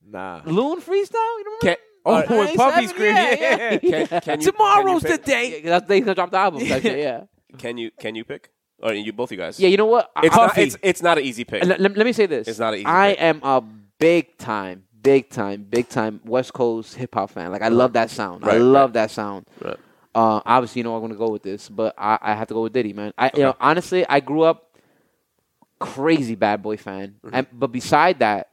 Speaker 1: Nah.
Speaker 3: Loon freestyle? You remember
Speaker 2: Can-
Speaker 3: that?
Speaker 1: Oh,
Speaker 2: Alright.
Speaker 1: when Puffy
Speaker 3: seven,
Speaker 1: screamed.
Speaker 3: yeah,
Speaker 1: Yeah,
Speaker 3: yeah.
Speaker 2: Can- can you-
Speaker 1: Tomorrow's
Speaker 2: can you
Speaker 1: the
Speaker 2: pick-
Speaker 1: day.
Speaker 3: Yeah, that's they gonna drop the album. type shit, yeah.
Speaker 2: Can you can you pick? Or you both you guys?
Speaker 3: Yeah, you know what? I-
Speaker 2: It's
Speaker 3: I-
Speaker 2: not, it's, it's not an easy pick.
Speaker 3: And let, let me say this.
Speaker 2: It's not an easy
Speaker 3: I
Speaker 2: pick.
Speaker 3: am a big time, big time, big time West Coast hip hop fan. Like I love that sound. I
Speaker 2: Right,
Speaker 3: love that sound.
Speaker 2: Right.
Speaker 3: Uh, obviously, you know I'm gonna go with this, but I, I have to go with Diddy, man. I you know honestly, I grew up crazy bad boy fan,
Speaker 2: Mm-hmm.
Speaker 3: and but beside that,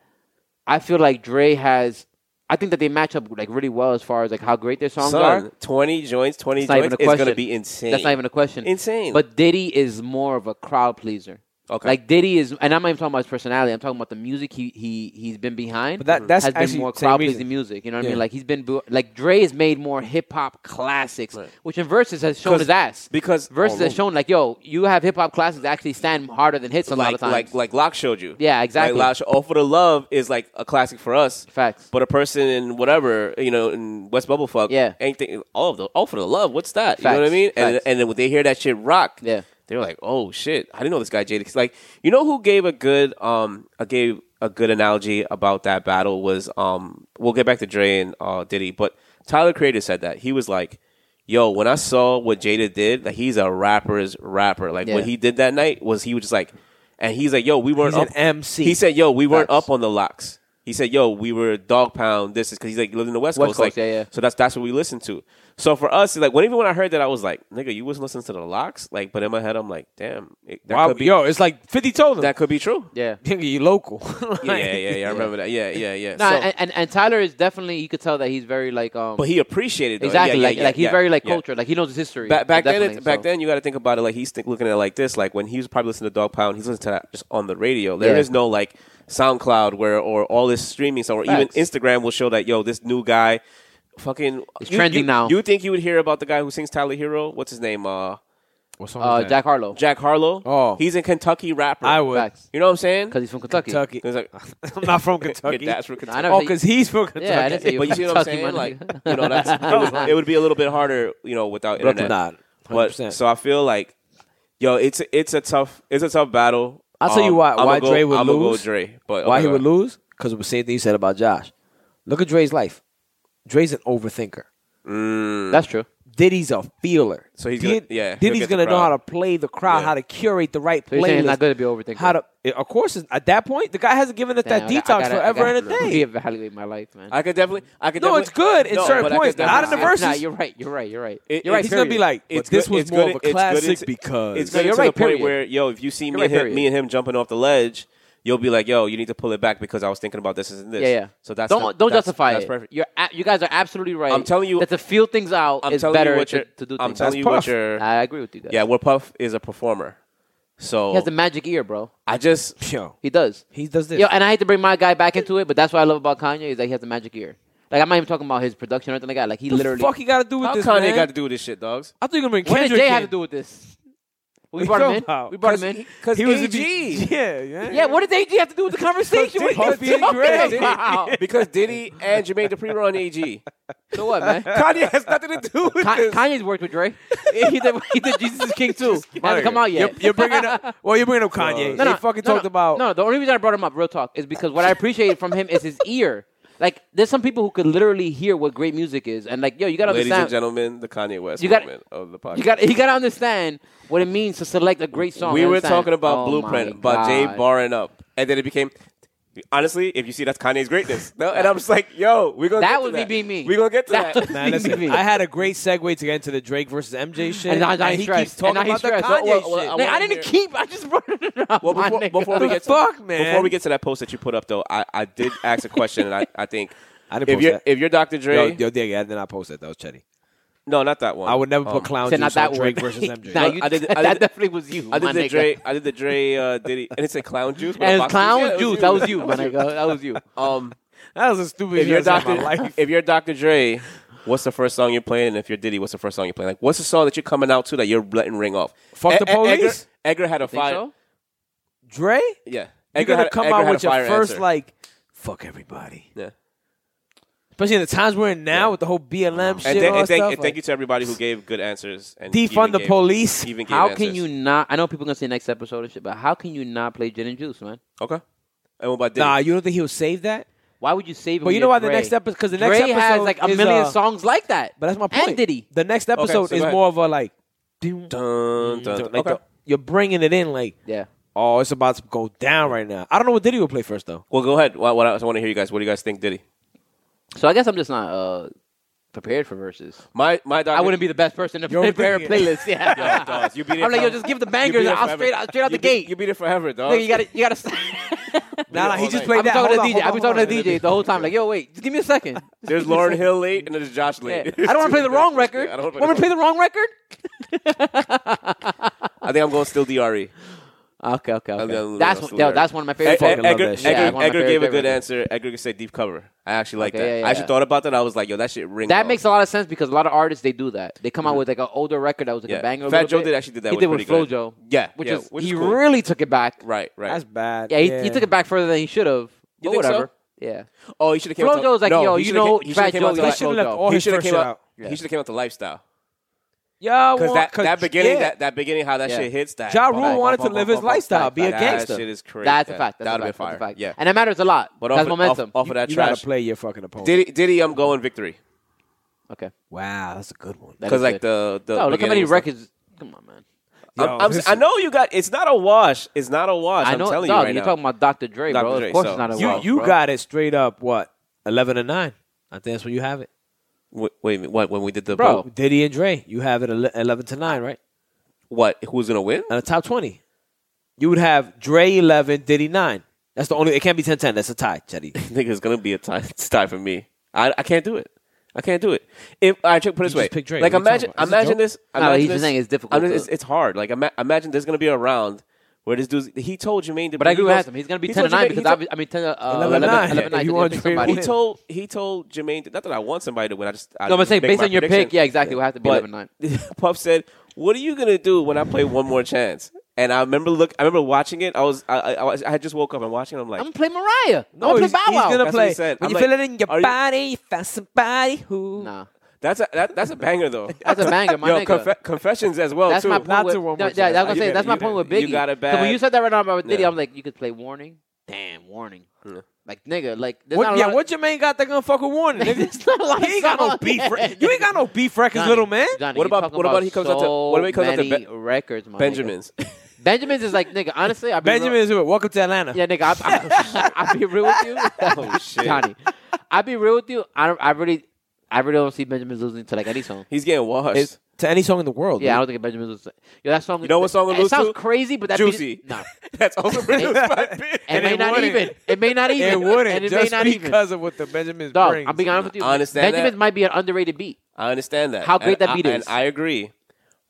Speaker 3: I feel like Dre has. I think that they match up like really well as far as like how great their songs
Speaker 2: Son,
Speaker 3: are.
Speaker 2: twenty joints, twenty
Speaker 3: It's not even
Speaker 2: joints
Speaker 3: a
Speaker 2: is going to
Speaker 3: question.
Speaker 2: be insane.
Speaker 3: That's not even a question.
Speaker 2: Insane.
Speaker 3: But Diddy is more of a crowd pleaser.
Speaker 2: Okay.
Speaker 3: Like Diddy is, and I'm not even talking about his personality. I'm talking about the music he he he's been behind.
Speaker 1: But that- that's
Speaker 3: has been
Speaker 1: actually
Speaker 3: more
Speaker 1: same
Speaker 3: crowd
Speaker 1: reason.
Speaker 3: pleasing music. You know what I
Speaker 1: Yeah.
Speaker 3: mean? Like he's been bu- like Dre has made more hip hop classics,
Speaker 2: Right.
Speaker 3: which in verses has shown
Speaker 2: 'Cause-
Speaker 3: his ass.
Speaker 2: because oh,
Speaker 3: verses
Speaker 2: all
Speaker 3: has
Speaker 2: over.
Speaker 3: shown like, yo, you have hip hop classics that actually stand harder than hits a lot
Speaker 2: like
Speaker 3: of times.
Speaker 2: like like Locke showed you.
Speaker 3: Yeah, exactly.
Speaker 2: Like Locke, show- all for the love is like a classic for us.
Speaker 3: Facts.
Speaker 2: But a person in whatever you know in West Bubblefuck,
Speaker 3: Yeah.
Speaker 2: anything, all of the all for the love. What's that? You know what I
Speaker 3: Facts.
Speaker 2: mean? And
Speaker 3: Facts.
Speaker 2: and then when they hear that shit rock,
Speaker 3: Yeah.
Speaker 2: they're like, oh shit, I didn't know this guy Jadakiss. Like you know who gave a good um a gave a good analogy about that battle was um we'll get back to Dre and uh, Diddy, but Tyler Creator said that he was like. Yo, when I saw what Jada did, like he's a rapper's rapper. Like
Speaker 3: Yeah.
Speaker 2: what he did that night was he was just like, and he's like, yo, we weren't
Speaker 1: He's an
Speaker 2: up.
Speaker 1: MC.
Speaker 2: He said, yo, we weren't
Speaker 3: Facts.
Speaker 2: up on the locks. He said, yo, we were dog pound. This is because he's like living in the West,
Speaker 3: West
Speaker 2: Coast,
Speaker 3: Coast,
Speaker 2: like,
Speaker 3: yeah, yeah.
Speaker 2: So that's that's what we listen to. So for us, it's like when even when I heard that, I was like, nigga, you was listening to the locks, like. But in my head, I'm like, damn, it, that
Speaker 1: Wow,
Speaker 2: could be
Speaker 1: yo, it's like 50 told him.
Speaker 2: that could be true.
Speaker 3: yeah.
Speaker 1: Nigga, you local.
Speaker 2: yeah, yeah, yeah. yeah, I remember that. Yeah, yeah, yeah.
Speaker 3: No,
Speaker 2: so,
Speaker 3: and, and and Tyler is definitely you could tell that he's very like um
Speaker 2: but he appreciated it, though.
Speaker 3: exactly
Speaker 2: Yeah, yeah,
Speaker 3: like
Speaker 2: yeah,
Speaker 3: like he's
Speaker 2: yeah,
Speaker 3: very like
Speaker 2: yeah.
Speaker 3: cultured. Like he knows his history.
Speaker 2: Back, back then,
Speaker 3: Definitely,
Speaker 2: it, back
Speaker 3: so.
Speaker 2: then, you got to think about it like he's think, looking at it like this. Like when he was probably listening to Dog Pound, he's listening to that just on the radio. There is
Speaker 3: Yeah.
Speaker 2: no like SoundCloud where or all this streaming stuff, or
Speaker 3: Facts.
Speaker 2: even Instagram will show that yo, this new guy, fucking
Speaker 3: It's
Speaker 2: you-
Speaker 3: trending
Speaker 2: you-
Speaker 3: now.
Speaker 2: You think you would hear about the guy who sings Tyler Hero? What's his name? Uh,
Speaker 1: What song
Speaker 3: uh,
Speaker 1: was that?
Speaker 3: Jack Harlow
Speaker 2: Jack Harlow.
Speaker 1: Oh.
Speaker 2: he's a Kentucky rapper.
Speaker 1: I would.
Speaker 3: facts
Speaker 2: You know what I'm saying?
Speaker 3: because he's from Kentucky.
Speaker 1: Kentucky.
Speaker 2: He's like,
Speaker 1: I'm not from
Speaker 2: your
Speaker 1: Kentucky.
Speaker 2: dad's from Kentucky.
Speaker 3: I never
Speaker 1: Oh,
Speaker 3: said-
Speaker 1: because he's from Kentucky.
Speaker 3: Yeah, I didn't say you
Speaker 2: but you see what I'm saying? Like, you know, that's it would, it would be a little bit harder, you know, without
Speaker 1: But
Speaker 2: internet.
Speaker 1: not.
Speaker 2: But
Speaker 1: 100%.
Speaker 2: so I feel like, yo, it's it's a tough it's a tough battle. Um,
Speaker 1: I'll tell you why-
Speaker 2: I'ma
Speaker 1: why
Speaker 2: go-
Speaker 1: Dre would
Speaker 2: I'ma go
Speaker 1: lose.
Speaker 2: Dre, but
Speaker 1: Why
Speaker 2: okay,
Speaker 1: he
Speaker 2: go
Speaker 1: would
Speaker 2: ahead.
Speaker 1: lose? Because of the same thing you said about Josh. Look at Dre's life. Dre's an overthinker.
Speaker 3: That's true.
Speaker 1: Diddy's a feeler.
Speaker 2: So he's gonna-
Speaker 1: Did-
Speaker 2: yeah, he'll
Speaker 1: Diddy's
Speaker 2: get the
Speaker 1: gonna know
Speaker 2: crowd.
Speaker 1: how to play the crowd,
Speaker 2: Yeah.
Speaker 1: how to curate the right
Speaker 3: you're saying
Speaker 1: playlist.
Speaker 3: he's not good at be overthinking.
Speaker 1: How to? it- Of course, it's- at that point, the guy hasn't given us that
Speaker 3: Damn, I
Speaker 1: detox
Speaker 3: got- I gotta- I
Speaker 1: forever
Speaker 3: gotta
Speaker 1: in a day.
Speaker 3: Reevaluate my life, man.
Speaker 2: I could definitely, I could.
Speaker 1: No, it's
Speaker 2: definitely-
Speaker 1: good in
Speaker 2: No,
Speaker 1: certain
Speaker 2: but I could
Speaker 1: points, but not in
Speaker 2: definitely-
Speaker 1: the verses.
Speaker 3: Nah, you're right. You're right. You're right.
Speaker 2: It-
Speaker 3: you're right.
Speaker 2: it's
Speaker 1: He's gonna be
Speaker 3: period.
Speaker 1: like,
Speaker 2: It's
Speaker 1: this
Speaker 2: good-
Speaker 1: was
Speaker 2: it's
Speaker 1: more
Speaker 2: good-
Speaker 1: of a
Speaker 2: it's good
Speaker 1: classic
Speaker 2: to-
Speaker 1: because
Speaker 2: it's
Speaker 3: No,
Speaker 2: good
Speaker 3: you're
Speaker 2: to
Speaker 3: right,
Speaker 2: the point
Speaker 3: period.
Speaker 2: where yo, if you see me
Speaker 3: You're right,
Speaker 2: and him,
Speaker 3: period.
Speaker 2: me and him jumping off the ledge, you'll be like, yo, you need to pull it back because I was thinking about this and this.
Speaker 3: yeah, yeah.
Speaker 2: So that's
Speaker 3: don't
Speaker 2: the-
Speaker 3: don't
Speaker 2: that's-
Speaker 3: justify
Speaker 2: That's
Speaker 3: it.
Speaker 2: perfect.
Speaker 3: You're a, you guys are absolutely right.
Speaker 2: I'm telling you-
Speaker 3: that to feel things out
Speaker 2: I'm
Speaker 3: is
Speaker 2: telling
Speaker 3: better
Speaker 2: you what
Speaker 3: to,
Speaker 2: you're.
Speaker 3: to do.
Speaker 2: I'm
Speaker 3: things.
Speaker 2: telling
Speaker 1: That's
Speaker 2: you what
Speaker 1: Puff.
Speaker 2: you're.
Speaker 3: I agree with you guys.
Speaker 2: Yeah, where Puff is a performer, so
Speaker 3: he has the magic ear, bro.
Speaker 2: I just
Speaker 1: Yo,
Speaker 3: He does.
Speaker 1: he does this.
Speaker 3: Yo, and I hate to bring my guy back into it, but that's what I love about Kanye is that he has the magic ear. Like I'm not even talking about his production or anything like that. Like he
Speaker 1: what
Speaker 3: literally.
Speaker 1: the fuck he got to do with
Speaker 2: how
Speaker 1: this?
Speaker 2: Kanye
Speaker 1: man?
Speaker 2: got to do with this shit, dogs?
Speaker 1: I thought you were gonna bring
Speaker 3: what
Speaker 1: Kendrick.
Speaker 3: did Jay have
Speaker 1: in.
Speaker 3: to do with this? We
Speaker 1: What
Speaker 3: brought
Speaker 1: you
Speaker 3: him in.
Speaker 1: talking about?
Speaker 3: We brought him in.
Speaker 2: Because
Speaker 1: He was a
Speaker 2: AG.
Speaker 1: big- Yeah, yeah.
Speaker 3: E Yeah, what did they have to do with the conversation? What are
Speaker 1: Puffy
Speaker 3: you
Speaker 1: and
Speaker 3: talking
Speaker 1: Dre.
Speaker 3: about?
Speaker 2: because Diddy and Jermaine Dupri were on AG.
Speaker 3: So what, man?
Speaker 2: Kanye has nothing to do with
Speaker 3: Ka-
Speaker 2: this.
Speaker 3: Kanye's worked with Dre. he, did, he did Jesus is King too. Hasn't come out yet.
Speaker 1: You're, you're bringing up. Well, you're bringing up Kanye.
Speaker 3: no, no,
Speaker 1: they fucking
Speaker 3: no,
Speaker 1: talked
Speaker 3: no.
Speaker 1: about.
Speaker 3: No, the only reason I brought him up, real talk, is because what I appreciate from him is his ear. Like, there's some people who could literally hear what great music is, and like, yo, you gotta
Speaker 2: Ladies and
Speaker 3: understand.
Speaker 2: gentlemen, the Kanye West
Speaker 3: You gotta-
Speaker 2: movement of the podcast.
Speaker 3: you got you gotta understand what it means to select a great song.
Speaker 2: we were
Speaker 3: Understand?
Speaker 2: talking about
Speaker 3: Oh
Speaker 2: Blueprint,
Speaker 3: my
Speaker 2: about Jay
Speaker 3: God.
Speaker 2: barring up, and then it became. Honestly, if you see that's Kanye's greatness, no, and I'm just like, yo, we're gonna
Speaker 3: That
Speaker 2: get to
Speaker 3: would be
Speaker 2: that.
Speaker 3: be me.
Speaker 2: We're gonna get to
Speaker 3: That
Speaker 2: that.
Speaker 3: would
Speaker 1: Nah,
Speaker 3: be
Speaker 1: listen,
Speaker 3: me.
Speaker 1: I had a great segue to get into the Drake versus MJ shit,
Speaker 3: And now- now he's
Speaker 1: he keeps
Speaker 3: stressed.
Speaker 1: talking
Speaker 3: And now
Speaker 1: about
Speaker 3: he's
Speaker 1: the
Speaker 3: stressed.
Speaker 1: Kanye
Speaker 3: Well, well,
Speaker 1: shit.
Speaker 3: well,
Speaker 2: Nigga,
Speaker 3: I didn't keep. I just brought it up.
Speaker 2: Well,
Speaker 3: my
Speaker 2: before,
Speaker 3: nigga.
Speaker 2: before we
Speaker 1: The
Speaker 2: get to,
Speaker 1: fuck, man?
Speaker 2: before we get to that post that you put up though, I, I did ask a question, and I, I think
Speaker 1: I didn't
Speaker 2: if
Speaker 1: post
Speaker 2: you're
Speaker 1: that.
Speaker 2: if you're Dr.
Speaker 1: yo,
Speaker 2: Dre,
Speaker 1: yo, Diggy, I did not post that. That was Chetty.
Speaker 2: no, not that one.
Speaker 1: I would never
Speaker 2: Um,
Speaker 1: put clown
Speaker 3: Said
Speaker 1: juice
Speaker 3: Oh. not that
Speaker 1: on
Speaker 3: one.
Speaker 1: Drake versus MJ.
Speaker 3: nah,
Speaker 2: Look,
Speaker 3: you,
Speaker 2: I did- I
Speaker 3: that
Speaker 2: did-
Speaker 3: definitely was you.
Speaker 2: I
Speaker 3: my
Speaker 2: did the
Speaker 3: nigga.
Speaker 2: Dre, I did the Dre uh, Diddy, and it said clown juice. with a
Speaker 3: And it's
Speaker 2: box-
Speaker 3: clown
Speaker 2: Yeah, it was
Speaker 3: juice.
Speaker 2: you.
Speaker 3: That was you, my nigga. That was you.
Speaker 2: Um,
Speaker 1: that was a stupid.
Speaker 2: if you're
Speaker 1: shit I said in my
Speaker 2: Dr.
Speaker 1: life.
Speaker 2: if you're Dr. Dre, what's the first song you're playing? And if you're Diddy, what's the first song you're playing? Like, what's the song that you're coming out to that you're letting ring off?
Speaker 1: Fuck the
Speaker 2: E- E- Edgar-
Speaker 1: police?
Speaker 2: Edgar, had a
Speaker 3: Think
Speaker 2: fire.
Speaker 3: so?
Speaker 1: Dre,
Speaker 2: Yeah,
Speaker 1: you're
Speaker 2: Edgar
Speaker 1: gonna
Speaker 2: had-
Speaker 1: come
Speaker 2: Edgar
Speaker 1: out
Speaker 2: had a
Speaker 1: with your
Speaker 2: fire
Speaker 1: first
Speaker 2: answer.
Speaker 1: like, fuck everybody.
Speaker 2: Yeah.
Speaker 1: Especially in the times we're in now with the whole BLM shit
Speaker 2: And,
Speaker 1: and, all
Speaker 2: th- and,
Speaker 1: that
Speaker 2: thank,
Speaker 1: stuff.
Speaker 2: and thank you to everybody who gave good answers. And
Speaker 1: like,
Speaker 2: even
Speaker 1: defund the
Speaker 2: gave-
Speaker 1: police.
Speaker 2: Even gave
Speaker 3: How
Speaker 2: answers.
Speaker 3: can you not? I know people gonna say next episode and shit, but how can you not play gin and juice, man?
Speaker 2: Okay. And what about Diddy?
Speaker 1: Nah, you don't think he'll save that?
Speaker 3: Why would you save
Speaker 1: But
Speaker 3: it? when
Speaker 1: you know
Speaker 3: you're
Speaker 1: why the
Speaker 3: Dre?
Speaker 1: next episode? Because the next
Speaker 3: Dre
Speaker 1: episode
Speaker 3: has like a
Speaker 1: is,
Speaker 3: million
Speaker 1: uh,
Speaker 3: songs like that.
Speaker 1: But that's my point.
Speaker 3: And Diddy.
Speaker 1: The next episode
Speaker 2: so go
Speaker 1: is
Speaker 2: ahead.
Speaker 1: more of a like, dun,
Speaker 2: Dun, dun, dun.
Speaker 1: like
Speaker 2: Okay.
Speaker 1: the- you're bringing it in like,
Speaker 3: Yeah.
Speaker 1: oh, it's about to go down right now. I don't know what Diddy will play first though.
Speaker 2: well, go ahead. Well, what else- I want to hear you guys. What do you guys think, Diddy?
Speaker 3: So I guess I'm just not uh, prepared for verses.
Speaker 2: My my doctor,
Speaker 3: I wouldn't be the best person to
Speaker 1: You're
Speaker 3: prepare a
Speaker 1: overthinking it.
Speaker 3: playlist. Yeah.
Speaker 2: dog, you beat it
Speaker 3: I'm like, yo,
Speaker 2: from-
Speaker 3: just give
Speaker 2: You
Speaker 3: the
Speaker 2: beat
Speaker 3: bangers.
Speaker 2: it
Speaker 3: I'll
Speaker 2: forever.
Speaker 3: straight, I'll straight out
Speaker 2: You
Speaker 3: the
Speaker 2: beat-
Speaker 3: gate.
Speaker 2: You beat it forever, dog.
Speaker 3: Nigga, you gotta, you gotta.
Speaker 1: Nah, nah,
Speaker 2: all
Speaker 1: he just
Speaker 2: night.
Speaker 1: played
Speaker 3: I'm
Speaker 1: that.
Speaker 3: talking to
Speaker 1: Hold on, hold
Speaker 3: the DJ. I've
Speaker 1: on,
Speaker 3: been talking to
Speaker 1: hold
Speaker 3: the
Speaker 1: on.
Speaker 3: DJ the whole time. Like, yo, wait, just give me a second.
Speaker 2: There's Lauren Hill late, and then there's Josh
Speaker 3: Yeah. I
Speaker 2: late.
Speaker 3: don't want to play the wrong record.
Speaker 2: Yeah, I
Speaker 3: I
Speaker 2: don't
Speaker 3: want
Speaker 2: wanna
Speaker 3: me to play the wrong record.
Speaker 2: I think I'm going still Dre.
Speaker 3: Okay, okay,
Speaker 2: I'll be on
Speaker 3: okay.
Speaker 2: the
Speaker 3: That's
Speaker 2: list,
Speaker 3: one, yo,
Speaker 2: whatever.
Speaker 3: that's one of my
Speaker 2: Ed-
Speaker 3: favorite.
Speaker 1: fucking love
Speaker 2: Ed-
Speaker 3: songs.
Speaker 2: Edgar,
Speaker 1: that shit.
Speaker 2: Edgar-
Speaker 3: Yeah, one of my
Speaker 2: Edgar
Speaker 3: favorite-
Speaker 2: gave a good
Speaker 3: favorite.
Speaker 2: answer. Edgar said deep cover. I actually like
Speaker 3: Okay,
Speaker 2: that.
Speaker 3: yeah, yeah,
Speaker 2: I actually
Speaker 3: yeah.
Speaker 2: thought about that. I was like, yo, that shit ring.
Speaker 3: That makes a lot of sense because a lot of artists they do that. They come out with like an older record that was like
Speaker 2: Yeah.
Speaker 3: a banger. a
Speaker 2: Fat
Speaker 3: little
Speaker 2: Joe
Speaker 3: bit.
Speaker 2: did actually did that
Speaker 3: He
Speaker 2: with
Speaker 3: did with
Speaker 2: pretty good.
Speaker 3: FloJo.
Speaker 2: Yeah,
Speaker 3: which
Speaker 2: yeah,
Speaker 3: is
Speaker 2: which
Speaker 3: he
Speaker 2: is cool.
Speaker 3: really took it back.
Speaker 2: right, right.
Speaker 1: That's bad.
Speaker 3: Yeah, he, he took it back further than he should have.
Speaker 2: You
Speaker 3: But
Speaker 2: think so?
Speaker 3: whatever. Yeah.
Speaker 2: oh, he should have came. out to-
Speaker 3: FloJo's like,
Speaker 2: no,
Speaker 3: yo,
Speaker 2: he
Speaker 3: you
Speaker 2: shoulda
Speaker 3: know
Speaker 2: came- he shoulda
Speaker 3: Fat
Speaker 2: came
Speaker 3: Joe,
Speaker 2: out to
Speaker 3: he
Speaker 2: like-
Speaker 1: shoulda left all
Speaker 2: He
Speaker 1: his
Speaker 2: shoulda
Speaker 1: first
Speaker 2: came
Speaker 1: shit
Speaker 2: out.
Speaker 1: out.
Speaker 3: Yeah.
Speaker 2: He should have came out to lifestyle.
Speaker 1: Yeah,
Speaker 2: Because
Speaker 1: well,
Speaker 2: that,
Speaker 1: 'cause-
Speaker 2: that beginning,
Speaker 1: yeah.
Speaker 2: that, that beginning, how that
Speaker 3: Yeah.
Speaker 2: shit hits that.
Speaker 1: Ja
Speaker 2: bump,
Speaker 1: Rule
Speaker 2: bump,
Speaker 1: wanted to
Speaker 2: bump, bump,
Speaker 1: live
Speaker 2: bump,
Speaker 1: his
Speaker 2: bump,
Speaker 1: lifestyle,
Speaker 2: bump.
Speaker 1: be a
Speaker 2: that
Speaker 1: gangster.
Speaker 2: shit is crazy.
Speaker 3: That's
Speaker 2: Yeah,
Speaker 3: a fact. That's
Speaker 2: That would have been
Speaker 3: a fact. That's a
Speaker 2: fire.
Speaker 3: fact.
Speaker 2: Yeah.
Speaker 3: And that matters a lot.
Speaker 2: But off
Speaker 3: That's
Speaker 2: of-
Speaker 3: momentum.
Speaker 2: Off, off of that
Speaker 1: you
Speaker 2: trash.
Speaker 1: gotta play your fucking opponent.
Speaker 2: Diddy, Diddy, I'm going victory.
Speaker 3: okay.
Speaker 1: wow, that's a good one.
Speaker 3: That
Speaker 2: Because
Speaker 3: is
Speaker 2: like
Speaker 3: good.
Speaker 2: the the
Speaker 3: No, look how
Speaker 2: beginning
Speaker 3: many
Speaker 2: was like-
Speaker 3: records. Come on, man.
Speaker 2: I'm-
Speaker 1: Yo,
Speaker 2: I'm s-
Speaker 1: listen.
Speaker 2: I know you got. It's not a wash. It's not a wash.
Speaker 3: I
Speaker 2: I'm
Speaker 3: know.
Speaker 2: telling you
Speaker 3: dog,
Speaker 2: right
Speaker 3: you're
Speaker 2: now.
Speaker 3: talking about Dr. Dre,
Speaker 2: Dr.
Speaker 3: bro.
Speaker 2: Dre,
Speaker 3: Of course,
Speaker 2: so-
Speaker 3: it's not a
Speaker 1: You
Speaker 3: wow,
Speaker 1: you
Speaker 3: bro.
Speaker 1: got it straight up. What eleven and nine? I think that's when you have it,
Speaker 2: Wait, wait a minute. What? When we did the
Speaker 3: Bro.
Speaker 2: vote?
Speaker 1: Diddy and Dre. You have it ele- eleven to nine, right?
Speaker 2: What? Who's gonna win?
Speaker 1: On the top twenty, you would have Dre eleven, Diddy nine. That's the only. It can't be 10-10. That's a tie, Chetty.
Speaker 2: I think it's gonna be a tie. It's a tie for me. I, I can't do it. I can't do it. If I put it this
Speaker 1: just
Speaker 2: way,
Speaker 1: picked Drake.
Speaker 2: like
Speaker 1: What are you
Speaker 2: imagine,
Speaker 1: talking about? Is this a
Speaker 2: imagine
Speaker 1: joke?
Speaker 2: this.
Speaker 3: No,
Speaker 2: imagine
Speaker 3: he's just
Speaker 2: this-
Speaker 3: saying it's difficult
Speaker 2: I'm just-
Speaker 3: to-
Speaker 2: it's, it's hard. Like ima- imagine there's gonna be a round where this dude he told Jermaine to.
Speaker 3: But I agree
Speaker 2: he
Speaker 3: with
Speaker 2: goes-
Speaker 3: him. He's going to be
Speaker 2: he
Speaker 3: 10 to
Speaker 2: told
Speaker 3: 9
Speaker 2: Jermaine- he
Speaker 3: because
Speaker 2: told-
Speaker 3: obvi- I mean, 10 to uh,
Speaker 1: 11
Speaker 3: 11
Speaker 1: 9.
Speaker 3: 11
Speaker 1: If you
Speaker 3: 9. gonna
Speaker 1: want
Speaker 3: pick
Speaker 1: Dre
Speaker 3: somebody.
Speaker 1: win.
Speaker 2: He told he told Jermaine not that I want somebody to win. I just I
Speaker 3: No, I'm saying
Speaker 2: make
Speaker 3: based
Speaker 2: my
Speaker 3: on your
Speaker 2: prediction.
Speaker 3: pick, yeah, exactly. It would have to be
Speaker 2: But
Speaker 3: 11 9.
Speaker 2: Puff said, "What are you gonna do when I play one more chance?" And I remember look. I remember watching it. I was I I, I was- I had just woke up and watching. it. I'm like,
Speaker 3: I'm going to play Mariah.
Speaker 1: No,
Speaker 3: I'm going to
Speaker 1: he's,
Speaker 3: play Bow
Speaker 1: he's
Speaker 3: Wow.
Speaker 1: gonna
Speaker 2: That's what
Speaker 1: play.
Speaker 2: he said.
Speaker 1: When
Speaker 2: I'm
Speaker 1: you
Speaker 2: like,
Speaker 1: feel it in your
Speaker 2: are you-
Speaker 1: body, you find somebody who.
Speaker 3: Nah.
Speaker 2: that's a that, that's a banger though.
Speaker 3: That's a banger, my
Speaker 2: Yo,
Speaker 3: nigga.
Speaker 2: confe- confessions as well
Speaker 3: That's
Speaker 2: too.
Speaker 3: my point.
Speaker 1: Not
Speaker 3: with,
Speaker 1: to one
Speaker 3: no,
Speaker 1: more
Speaker 3: yeah, I
Speaker 1: chance.
Speaker 3: was gonna
Speaker 2: You
Speaker 3: say that's my
Speaker 2: got-
Speaker 3: point with
Speaker 2: you
Speaker 3: Biggie.
Speaker 2: got it
Speaker 3: 'Cause When you
Speaker 2: bad.
Speaker 3: said that right now about Diddy,
Speaker 2: Yeah.
Speaker 3: I'm like, you could play Warning. Damn, Warning. Like nigga, like there's not
Speaker 1: What,
Speaker 3: a
Speaker 1: yeah,
Speaker 3: lot of-
Speaker 1: what Jermaine got that gonna fuck with Warren?
Speaker 3: There's not a lot
Speaker 1: Nigga?
Speaker 3: of
Speaker 1: He ain't got no
Speaker 3: songs.
Speaker 1: beef.
Speaker 3: Yeah.
Speaker 1: You ain't got no beef records,
Speaker 3: Johnny,
Speaker 1: little man.
Speaker 3: Johnny,
Speaker 2: What
Speaker 3: you're
Speaker 2: about-
Speaker 3: talking
Speaker 2: what about he comes out to-
Speaker 3: so
Speaker 2: what about he comes out to
Speaker 3: many
Speaker 2: Be-
Speaker 3: records, my nigga.
Speaker 2: Benjamins.
Speaker 3: Benjamins is like nigga. Honestly, I
Speaker 1: Benjamin is with Welcome to Atlanta.
Speaker 3: Yeah, nigga, I, I, I'll be real with you.
Speaker 2: Oh, shit.
Speaker 3: Johnny. I'll be real with you. I don't, I really, I really don't see Benjamin losing to like any song.
Speaker 2: He's getting washed.
Speaker 1: It's- to any song in the world.
Speaker 3: Yeah, I
Speaker 1: dude.
Speaker 3: don't think Benjamin loses. Yo, that song. You
Speaker 2: know what song it
Speaker 3: it
Speaker 2: loses
Speaker 3: sounds
Speaker 2: to?
Speaker 3: crazy, but that beat-
Speaker 2: Juicy.
Speaker 3: No,
Speaker 2: that's also produced by Big.
Speaker 3: it may
Speaker 1: it
Speaker 3: not
Speaker 1: wouldn't.
Speaker 3: even. It may not even.
Speaker 1: it wouldn't
Speaker 3: And it
Speaker 1: just
Speaker 3: may not even.
Speaker 1: because of what the Benjamins
Speaker 3: Dog,
Speaker 1: brings.
Speaker 3: I'm being honest with you.
Speaker 2: I understand
Speaker 3: Benjamin's
Speaker 2: that.
Speaker 3: might be an underrated beat.
Speaker 2: I understand that.
Speaker 3: How great
Speaker 2: And
Speaker 3: that
Speaker 2: I-
Speaker 3: beat
Speaker 2: And
Speaker 3: is.
Speaker 2: I agree.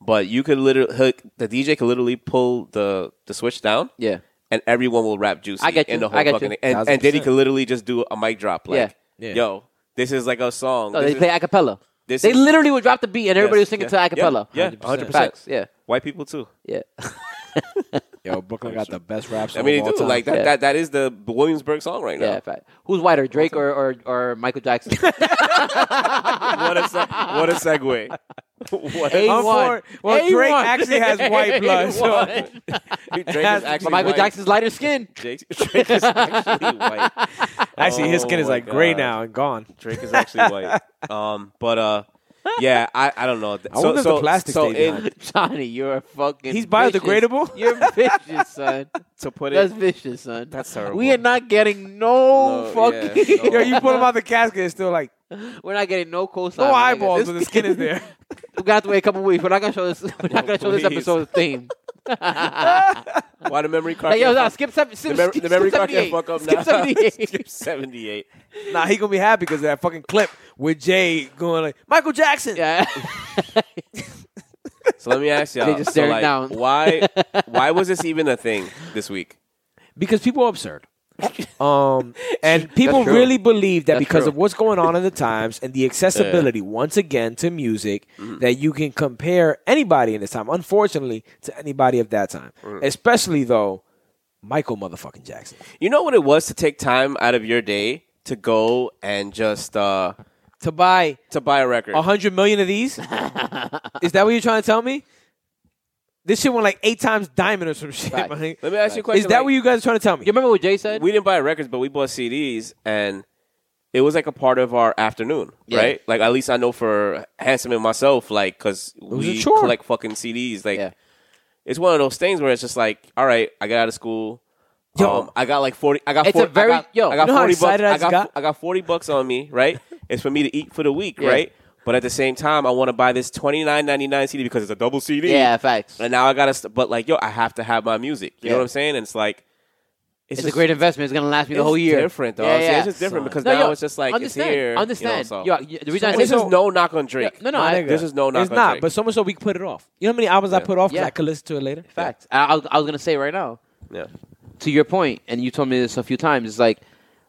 Speaker 2: But you could literally hook the DJ could literally pull the the switch down.
Speaker 3: Yeah.
Speaker 2: And everyone will rap juicy
Speaker 3: I get
Speaker 2: in
Speaker 3: you.
Speaker 2: the whole
Speaker 3: I get
Speaker 2: fucking
Speaker 3: you.
Speaker 2: and, and
Speaker 1: 1000%.
Speaker 2: Diddy could literally just do a mic drop like
Speaker 1: Yeah. Yeah.
Speaker 2: yo, this is like a song.
Speaker 3: No,
Speaker 2: This
Speaker 3: they
Speaker 2: is-
Speaker 3: play a cappella.
Speaker 2: this
Speaker 3: They
Speaker 2: is-
Speaker 3: literally would drop the beat and everybody
Speaker 2: Yes,
Speaker 3: was singing
Speaker 2: yes,
Speaker 3: to a cappella.
Speaker 2: Yeah, yeah, 100%.
Speaker 3: Facts. Yeah.
Speaker 2: White people too.
Speaker 3: Yeah.
Speaker 1: Yo, Brooklyn got the best rap song.
Speaker 2: I mean,
Speaker 1: of
Speaker 2: they
Speaker 1: all
Speaker 2: do
Speaker 1: time.
Speaker 2: like that,
Speaker 3: Yeah.
Speaker 2: that. That is the Williamsburg song right now.
Speaker 3: Yeah, fact. Who's whiter, Drake or, or, or Michael Jackson?
Speaker 2: what a se- what a segue. what a,
Speaker 3: A1.
Speaker 1: Unfor- well,
Speaker 3: A1.
Speaker 1: Drake actually has white blood, so-
Speaker 3: A1.
Speaker 2: Drake is
Speaker 1: That's-
Speaker 2: actually
Speaker 3: but Michael
Speaker 2: white.
Speaker 3: Jackson's lighter skin.
Speaker 2: Drake, Drake is actually white.
Speaker 1: Actually, his skin
Speaker 2: Oh
Speaker 1: is
Speaker 2: my
Speaker 1: like gray
Speaker 2: God.
Speaker 1: now and gone.
Speaker 2: Drake is actually white. Um, but uh, yeah, I, I don't know.
Speaker 1: I wonder if the plastic
Speaker 2: so
Speaker 1: stays
Speaker 2: in,
Speaker 1: on.
Speaker 3: Johnny, you're a fucking.
Speaker 1: He's
Speaker 3: vicious.
Speaker 1: biodegradable?
Speaker 3: You're vicious, son.
Speaker 2: to put
Speaker 3: That's
Speaker 2: it.
Speaker 3: vicious, son.
Speaker 2: That's terrible.
Speaker 3: We are not getting no,
Speaker 2: No, yeah,
Speaker 3: fucking.
Speaker 2: no.
Speaker 1: Yo, you pull him out the casket, it's still like
Speaker 3: We're not getting no coastline.
Speaker 1: no
Speaker 3: my nigga.
Speaker 1: eyeballs,
Speaker 3: This
Speaker 1: but the skin is there.
Speaker 3: We're gonna have to wait a couple weeks. We're not gonna show this. We're not gonna show this
Speaker 2: please.
Speaker 3: episode a theme.
Speaker 2: Why the memory card?
Speaker 3: Like, yo,
Speaker 2: can't
Speaker 3: no,
Speaker 2: fuck-
Speaker 3: skip seven. Skip,
Speaker 2: the, mem-
Speaker 3: skip,
Speaker 2: the memory
Speaker 3: skip
Speaker 2: card can't
Speaker 3: 78.
Speaker 2: fuck up now.
Speaker 3: Skip seventy-eight.
Speaker 2: Skip 78.
Speaker 1: Nah, he gonna be happy because of that fucking clip with Jay going like Michael Jackson.
Speaker 3: yeah.
Speaker 2: So let me ask y'all.
Speaker 3: They just
Speaker 2: so,
Speaker 3: stared
Speaker 2: like,
Speaker 3: down.
Speaker 2: Why? Why was this even a thing this week?
Speaker 1: because people are absurd. um, and people
Speaker 3: true.
Speaker 1: really believe that
Speaker 3: That's
Speaker 1: because
Speaker 3: true.
Speaker 1: of what's going on in the times and the accessibility once again to music that you can compare anybody in this time, unfortunately, to anybody of that time. Especially though, Michael motherfucking Jackson.
Speaker 2: You know what it was to take time out of your day to go and just uh,
Speaker 1: To buy
Speaker 2: to buy a record.
Speaker 1: a hundred million of these? Is that what you're trying to tell me? This shit went like eight times diamond or some shit.
Speaker 3: Facts.
Speaker 1: my nigga.
Speaker 2: Let me ask you a question.
Speaker 1: Is that
Speaker 2: like,
Speaker 1: what you guys are trying to tell me?
Speaker 3: You remember what Jay said?
Speaker 2: we didn't buy records, but we bought CDs, and it was like a part of our afternoon,
Speaker 3: Yeah.
Speaker 2: right? Like at least I know for handsome and myself, like because
Speaker 1: was
Speaker 2: we
Speaker 1: a chore.
Speaker 2: collect fucking CDs. Like
Speaker 3: Yeah.
Speaker 2: it's one of those things where it's just like, all right, I got out of school.
Speaker 1: Yo.
Speaker 2: um, I got like forty. I got
Speaker 3: It's a
Speaker 2: 40,
Speaker 3: very-
Speaker 2: I got,
Speaker 3: yo,
Speaker 2: I got
Speaker 1: you know how
Speaker 2: forty bucks.
Speaker 1: excited I
Speaker 2: I
Speaker 1: just
Speaker 2: got,
Speaker 1: got?
Speaker 2: I got forty bucks on me, right? it's for me to eat for the week,
Speaker 3: Yeah.
Speaker 2: right? But at the same time, I want to buy this twenty nine ninety nine CD because it's a double CD.
Speaker 3: yeah, facts.
Speaker 2: And now I gotta, st- but like, yo, I have to have my music. You know
Speaker 3: Yeah.
Speaker 2: what I'm saying? And it's like,
Speaker 3: It's,
Speaker 2: just-
Speaker 3: a great investment. It's gonna last me the
Speaker 2: it's
Speaker 3: whole year.
Speaker 2: different, though.
Speaker 3: Yeah,
Speaker 2: See,
Speaker 3: yeah.
Speaker 2: it's just different because
Speaker 3: No,
Speaker 2: now
Speaker 3: yo,
Speaker 2: it's just like
Speaker 3: understand,
Speaker 2: it's here. you know,
Speaker 3: Understand?
Speaker 2: so.
Speaker 3: Yo, yeah, the reason I
Speaker 2: this
Speaker 3: say
Speaker 2: is
Speaker 3: so-
Speaker 2: no knock on Drake.
Speaker 3: Yeah, no, no,
Speaker 1: My
Speaker 3: I-
Speaker 1: nigga.
Speaker 2: this is no knock
Speaker 1: It's
Speaker 2: on
Speaker 1: not,
Speaker 2: Drake.
Speaker 1: but so much so we can put it off. You know how many albums I
Speaker 2: Yeah.
Speaker 1: put off because
Speaker 3: Yeah.
Speaker 1: I could listen to it later.
Speaker 3: facts. I, I was- I was gonna say right now.
Speaker 2: yeah.
Speaker 3: to your point, and you told me this a few times, it's like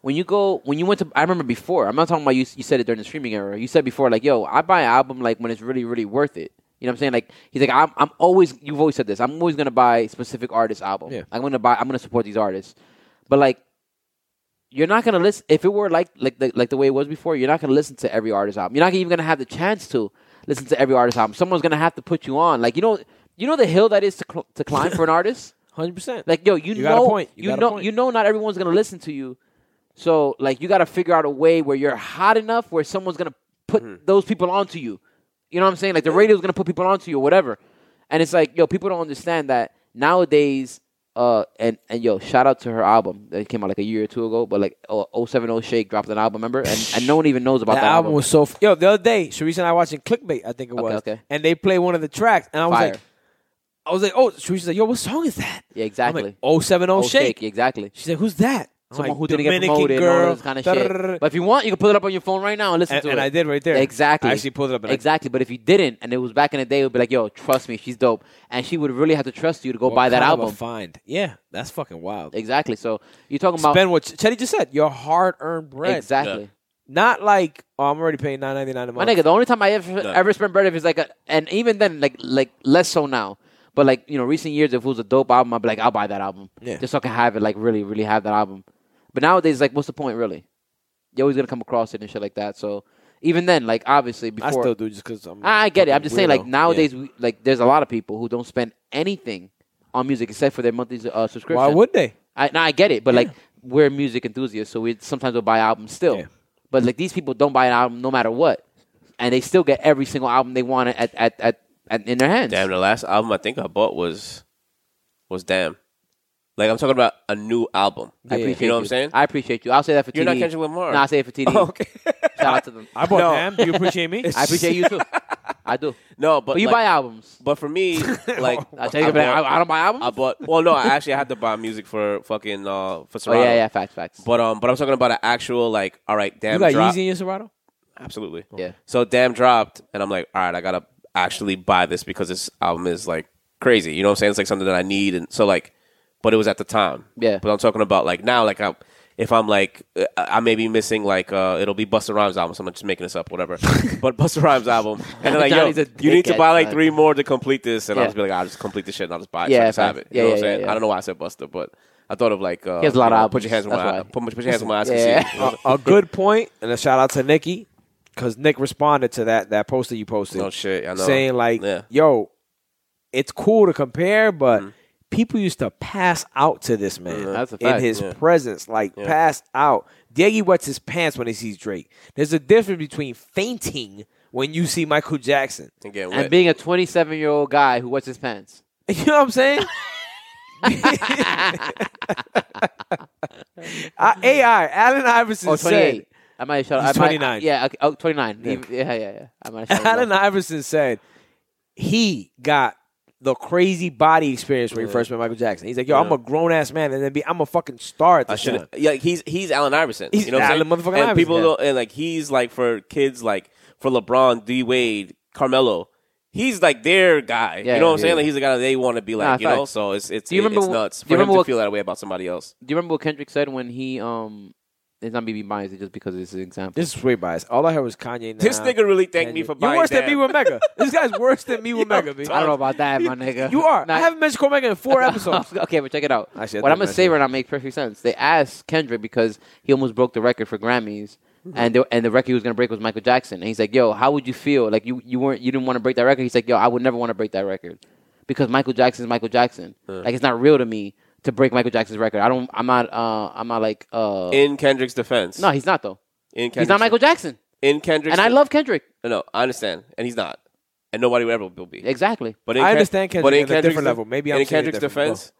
Speaker 3: when you go when you went to I remember before, I'm not talking about you you said it during the streaming era. You said before, like, yo, I buy an album like when it's really, really worth it. You know what I'm saying? Like he's like, I'm I'm always you've always said this, I'm always gonna buy specific artist album.
Speaker 1: Yeah.
Speaker 3: I'm gonna buy I'm gonna support these artists. But like you're not gonna listen if it were like like the, like the way it was before. You're not gonna listen to every artist album. You're not even gonna have the chance to listen to every artist album. Someone's gonna have to put you on. Like you know, you know the hill that is to, cl- to climb for an artist.
Speaker 1: Hundred percent.
Speaker 3: Like yo, you,
Speaker 1: You got a
Speaker 3: know,
Speaker 1: point. You
Speaker 3: you,
Speaker 1: got a
Speaker 3: know,
Speaker 1: point.
Speaker 3: you know, not everyone's gonna listen to you. So like, you got to figure out a way where you're hot enough where someone's gonna put
Speaker 1: Mm-hmm.
Speaker 3: those people onto you. You know what I'm saying? Like the radio's gonna put people onto you or whatever. And it's like yo, people don't understand that nowadays. Uh, and and yo, shout out to her album that came out like a year or two ago, but like oh seven oh Shake dropped an album, remember? And and no one even knows about
Speaker 1: that
Speaker 3: that,
Speaker 1: album was so f- yo. The other day, Sharice and I watching Clickbait, I think it was,
Speaker 3: okay.
Speaker 1: and they play one of the tracks, and I was
Speaker 3: fire.
Speaker 1: like, I was like, oh, Sharice's like, yo, what song is that?
Speaker 3: yeah,
Speaker 1: I'm
Speaker 3: exactly.
Speaker 1: like, 070
Speaker 3: Oh,
Speaker 1: Shake.
Speaker 3: exactly.
Speaker 1: She's like, who's that? I'm
Speaker 3: Someone
Speaker 1: like,
Speaker 3: who didn't get
Speaker 1: Dominican
Speaker 3: promoted,
Speaker 1: girl,
Speaker 3: and all this kind of shit. But if you want, you can pull it up on your phone right now and listen
Speaker 1: and,
Speaker 3: to
Speaker 1: and
Speaker 3: it.
Speaker 1: I did right there.
Speaker 3: Exactly.
Speaker 1: I actually pulled it up. And I-
Speaker 3: exactly. But if you didn't, and it was back in the day, it would be like, yo, trust me, she's dope. And she would really have to trust you to go
Speaker 1: what
Speaker 3: buy that
Speaker 1: kind of a
Speaker 3: album.
Speaker 1: Find yeah, that's fucking wild.
Speaker 3: exactly. So you're talking about.
Speaker 1: Spend what Ch- Chetty just said. Your hard earned bread.
Speaker 3: exactly.
Speaker 1: Not like oh, I'm already paying nine ninety nine a
Speaker 3: My
Speaker 1: month.
Speaker 3: nigga, the only time I ever,
Speaker 2: No.
Speaker 3: ever spent bread if is like, a, and even then, like, like less so now. But like, you know, recent years, if it was a dope album, I'd be like, I'll buy that album.
Speaker 1: Yeah.
Speaker 3: Just so I can have it, like, really, really have that album. But nowadays, like, what's the point, really? You're always going to come across it and shit like that. So even then, like, obviously, before.
Speaker 1: I still do just because I'm.
Speaker 3: I I get it. I'm
Speaker 1: fucking
Speaker 3: just saying, like
Speaker 1: weirdo.
Speaker 3: nowadays, we, like there's a lot of people who don't spend anything on music except for their monthly uh, subscription.
Speaker 1: Why would they?
Speaker 3: I, now I get it, but like we're music enthusiasts, so we sometimes we'll buy albums still.
Speaker 1: Yeah.
Speaker 3: But like these people don't buy an album no matter what, and they still get every single album they want at at at, at in their hands.
Speaker 2: Damn, the last album I think I bought was was Damn. Like I'm talking about a new album.
Speaker 3: I appreciate
Speaker 2: you know what I'm saying?
Speaker 3: I appreciate you. I'll say that for
Speaker 2: You're
Speaker 3: TD.
Speaker 2: not Kendrick Lamar.
Speaker 3: No, I say it for TD.
Speaker 2: okay.
Speaker 3: Shout out to them.
Speaker 1: I bought
Speaker 2: No.
Speaker 1: them. Do you appreciate me?
Speaker 3: I appreciate you too. I do.
Speaker 2: no, but
Speaker 3: But you
Speaker 2: like-
Speaker 3: buy albums.
Speaker 2: But for me, like
Speaker 3: I tell you, but I,
Speaker 2: bought-
Speaker 3: I don't buy albums.
Speaker 2: I bought. Well, no, I actually had to buy music for fucking uh, for
Speaker 3: oh
Speaker 2: Serato.
Speaker 3: yeah, yeah, facts, facts.
Speaker 2: But um, but I'm talking about an actual like, all right, damn
Speaker 1: You got
Speaker 2: drop.
Speaker 1: Yeezy in your Serato?
Speaker 2: Absolutely.
Speaker 3: Yeah.
Speaker 2: So damn dropped, and I'm like, all right, I gotta actually buy this because this album is like crazy. You know what I'm saying? It's like something that I need, and so like, but it was at the time.
Speaker 3: Yeah.
Speaker 2: But I'm talking about like now, like I'm if I'm like uh, I may be missing like uh, it'll be Busta Rhymes album. So I'm just making this up, whatever. but Busta Rhymes album, and they're like, yo,
Speaker 3: Johnny's a
Speaker 2: you need to
Speaker 3: dickhead,
Speaker 2: buy like
Speaker 3: man.
Speaker 2: three more to complete this, and I'll
Speaker 3: Yeah.
Speaker 2: just be like, I'll just complete this shit and I'll just buy it.
Speaker 3: Yeah,
Speaker 2: so I just
Speaker 3: fam.
Speaker 2: have it. You
Speaker 3: Yeah,
Speaker 2: know what I'm
Speaker 3: yeah,
Speaker 2: saying?
Speaker 3: yeah,
Speaker 2: I
Speaker 3: yeah.
Speaker 2: don't know why I said Busta, but I thought of like uh,
Speaker 3: He has a lot
Speaker 2: you
Speaker 3: of
Speaker 2: know, put your
Speaker 3: albums.
Speaker 2: hands on
Speaker 3: That's
Speaker 2: my
Speaker 3: why.
Speaker 2: put, put your hands on my eyes.
Speaker 3: Yeah.
Speaker 2: and see.
Speaker 1: a, a good point, and a shout out to Nikki because Nick responded to that that post that you posted.
Speaker 2: No shit, I know.
Speaker 1: saying like,
Speaker 2: Yeah.
Speaker 1: "Yo, it's cool to compare, but people used to pass out to this man
Speaker 3: That's a
Speaker 1: in
Speaker 3: fact,
Speaker 1: his
Speaker 2: yeah.
Speaker 1: presence, like pass out." Diggy wets his pants when he sees Drake. There's a difference between fainting when you see Michael Jackson.
Speaker 2: And get
Speaker 3: and
Speaker 2: wet.
Speaker 3: being a 27 year old guy who wets his pants.
Speaker 1: You know what I'm saying? I, AI, Allen Iverson
Speaker 3: Oh,
Speaker 1: said
Speaker 3: 28. I might have shut
Speaker 1: He's
Speaker 3: I might-
Speaker 1: 29.
Speaker 3: yeah, okay, oh, 29. Yeah, yeah, yeah. yeah. I might
Speaker 2: Oh,
Speaker 3: have shut
Speaker 1: Allen Iverson said he got the crazy body experience when he first met Michael Jackson. He's like, yo, I'm a grown ass man, and then be, I'm a fucking star at
Speaker 2: I
Speaker 1: this time.
Speaker 2: should. Yeah, like, he's he's Allen Iverson.
Speaker 1: He's
Speaker 2: you know what I'm
Speaker 1: Allen
Speaker 2: saying?
Speaker 1: motherfucking
Speaker 2: and
Speaker 1: Iverson,
Speaker 2: people
Speaker 1: yeah.
Speaker 2: don't- and like he's like for kids like for LeBron, D Wade, Carmelo. He's like their guy.
Speaker 3: Yeah,
Speaker 2: you know what I'm
Speaker 3: yeah,
Speaker 2: saying?
Speaker 3: yeah.
Speaker 2: Like he's the guy that they want to be like.
Speaker 3: Nah,
Speaker 2: you know,
Speaker 3: facts.
Speaker 2: so it's it's
Speaker 3: Do you
Speaker 2: it-
Speaker 3: remember
Speaker 2: it's
Speaker 3: wh-
Speaker 2: nuts
Speaker 3: do
Speaker 2: for
Speaker 3: you
Speaker 2: him
Speaker 3: remember
Speaker 2: to
Speaker 3: what-
Speaker 2: feel that way about somebody else.
Speaker 3: Do you remember what Kendrick said when he um? It's not BB biased. It's just because it's an example.
Speaker 1: This is way biased. All I heard was Kanye. Nah,
Speaker 2: This nigga really thanked me
Speaker 1: Kendrick.
Speaker 2: for
Speaker 1: You're
Speaker 2: buying
Speaker 1: worse
Speaker 2: that.
Speaker 1: than me with Mega. this guy's worse than me with Mega, B.
Speaker 3: I don't know about that, my nigga.
Speaker 1: You are.
Speaker 3: Nah,
Speaker 1: I haven't mentioned Cormega in four episodes.
Speaker 3: okay, but check it out.
Speaker 1: Actually, I
Speaker 3: what
Speaker 1: did
Speaker 3: I'm gonna
Speaker 1: mention
Speaker 3: say
Speaker 1: it.
Speaker 3: right now makes perfect sense. They asked Kendrick because he almost broke the record for Grammys,
Speaker 1: Hmm.
Speaker 3: and they, and the record he was gonna break was Michael Jackson. And he's like, "Yo, how would you feel? Like you you weren't you didn't want to break that record." He's like, "Yo, I would never want to break that record because Michael Jackson is Michael Jackson. Like it's not real to me to break Michael Jackson's record. I don't. I'm not. Uh, I'm not like. Uh,
Speaker 2: In Kendrick's defense,
Speaker 3: no, he's not though.
Speaker 2: in Kendrick's,
Speaker 3: He's not Michael Jackson.
Speaker 2: In Kendrick's,
Speaker 3: And I love Kendrick.
Speaker 2: No, I understand, and he's not, and nobody will ever will be.
Speaker 3: Exactly.
Speaker 2: But
Speaker 1: I
Speaker 2: Ken-
Speaker 1: understand Kendrick
Speaker 2: but
Speaker 1: on
Speaker 2: in
Speaker 1: a different
Speaker 2: Kendrick's def-
Speaker 1: level. Maybe I'm
Speaker 2: in
Speaker 1: seeing it
Speaker 2: Kendrick's
Speaker 1: differently.
Speaker 2: defense,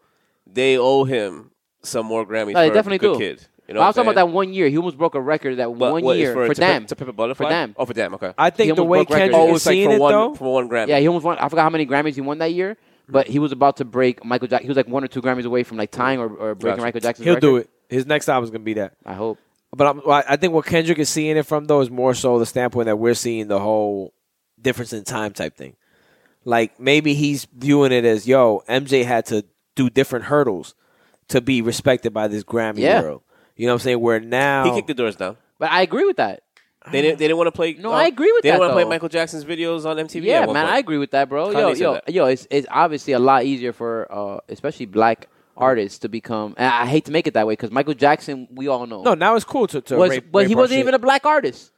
Speaker 2: they owe him some more Grammys.
Speaker 3: No, they
Speaker 2: for
Speaker 3: definitely
Speaker 2: good
Speaker 3: do.
Speaker 2: Kid, you know
Speaker 3: But
Speaker 2: what I'm
Speaker 3: I was talking
Speaker 2: saying?
Speaker 3: about that one year. He almost broke a record that
Speaker 2: But
Speaker 3: one
Speaker 2: what is
Speaker 3: year
Speaker 2: for,
Speaker 3: for
Speaker 2: to,
Speaker 3: Damn.
Speaker 2: Pimp- to Pimp a Butterfly?
Speaker 3: Damn.
Speaker 2: Oh, for Damn, okay.
Speaker 1: I
Speaker 3: He
Speaker 1: think the
Speaker 3: almost
Speaker 1: way
Speaker 3: broke records.
Speaker 1: Kendrick
Speaker 2: oh, it
Speaker 1: is
Speaker 2: was like
Speaker 1: seeing
Speaker 2: for
Speaker 1: it
Speaker 2: one,
Speaker 1: though,
Speaker 2: for one Grammy.
Speaker 3: Yeah, he almost won. I forgot how many Grammys he won that year, but he was about to break Michael Jackson. He was like one or two Grammys away from like tying or, or breaking
Speaker 2: Gotcha.
Speaker 3: Michael Jackson's
Speaker 1: he'll do
Speaker 3: record.
Speaker 1: it. His next album's gonna be that.
Speaker 3: I hope.
Speaker 1: But I'm, I I think what Kendrick is seeing it from though is more so the standpoint that we're seeing the whole difference in time type thing. Like maybe he's viewing it as yo MJ had to do different hurdles to be respected by this Grammy
Speaker 3: Yeah.
Speaker 1: world. You know what I'm saying? Where now
Speaker 2: He kicked the doors down.
Speaker 3: But I agree with that.
Speaker 2: They didn't. They didn't want to play. uh,
Speaker 3: No, I agree with
Speaker 2: they
Speaker 3: that,
Speaker 2: didn't want to play
Speaker 3: though.
Speaker 2: Michael Jackson's videos on MTV.
Speaker 3: Yeah,
Speaker 2: at
Speaker 3: man,
Speaker 2: one
Speaker 3: I
Speaker 2: point.
Speaker 3: agree with that, bro.
Speaker 2: Kanye
Speaker 3: Yo,
Speaker 2: said
Speaker 3: yo,
Speaker 2: that.
Speaker 3: yo, it's it's obviously a lot easier for uh, especially black artists to become. And I hate to make it that way because Michael Jackson, we all know,
Speaker 1: no now it's cool to to
Speaker 3: was
Speaker 1: rape,
Speaker 3: but
Speaker 1: rape
Speaker 3: he
Speaker 1: our
Speaker 3: wasn't
Speaker 1: shit.
Speaker 3: even a black artist.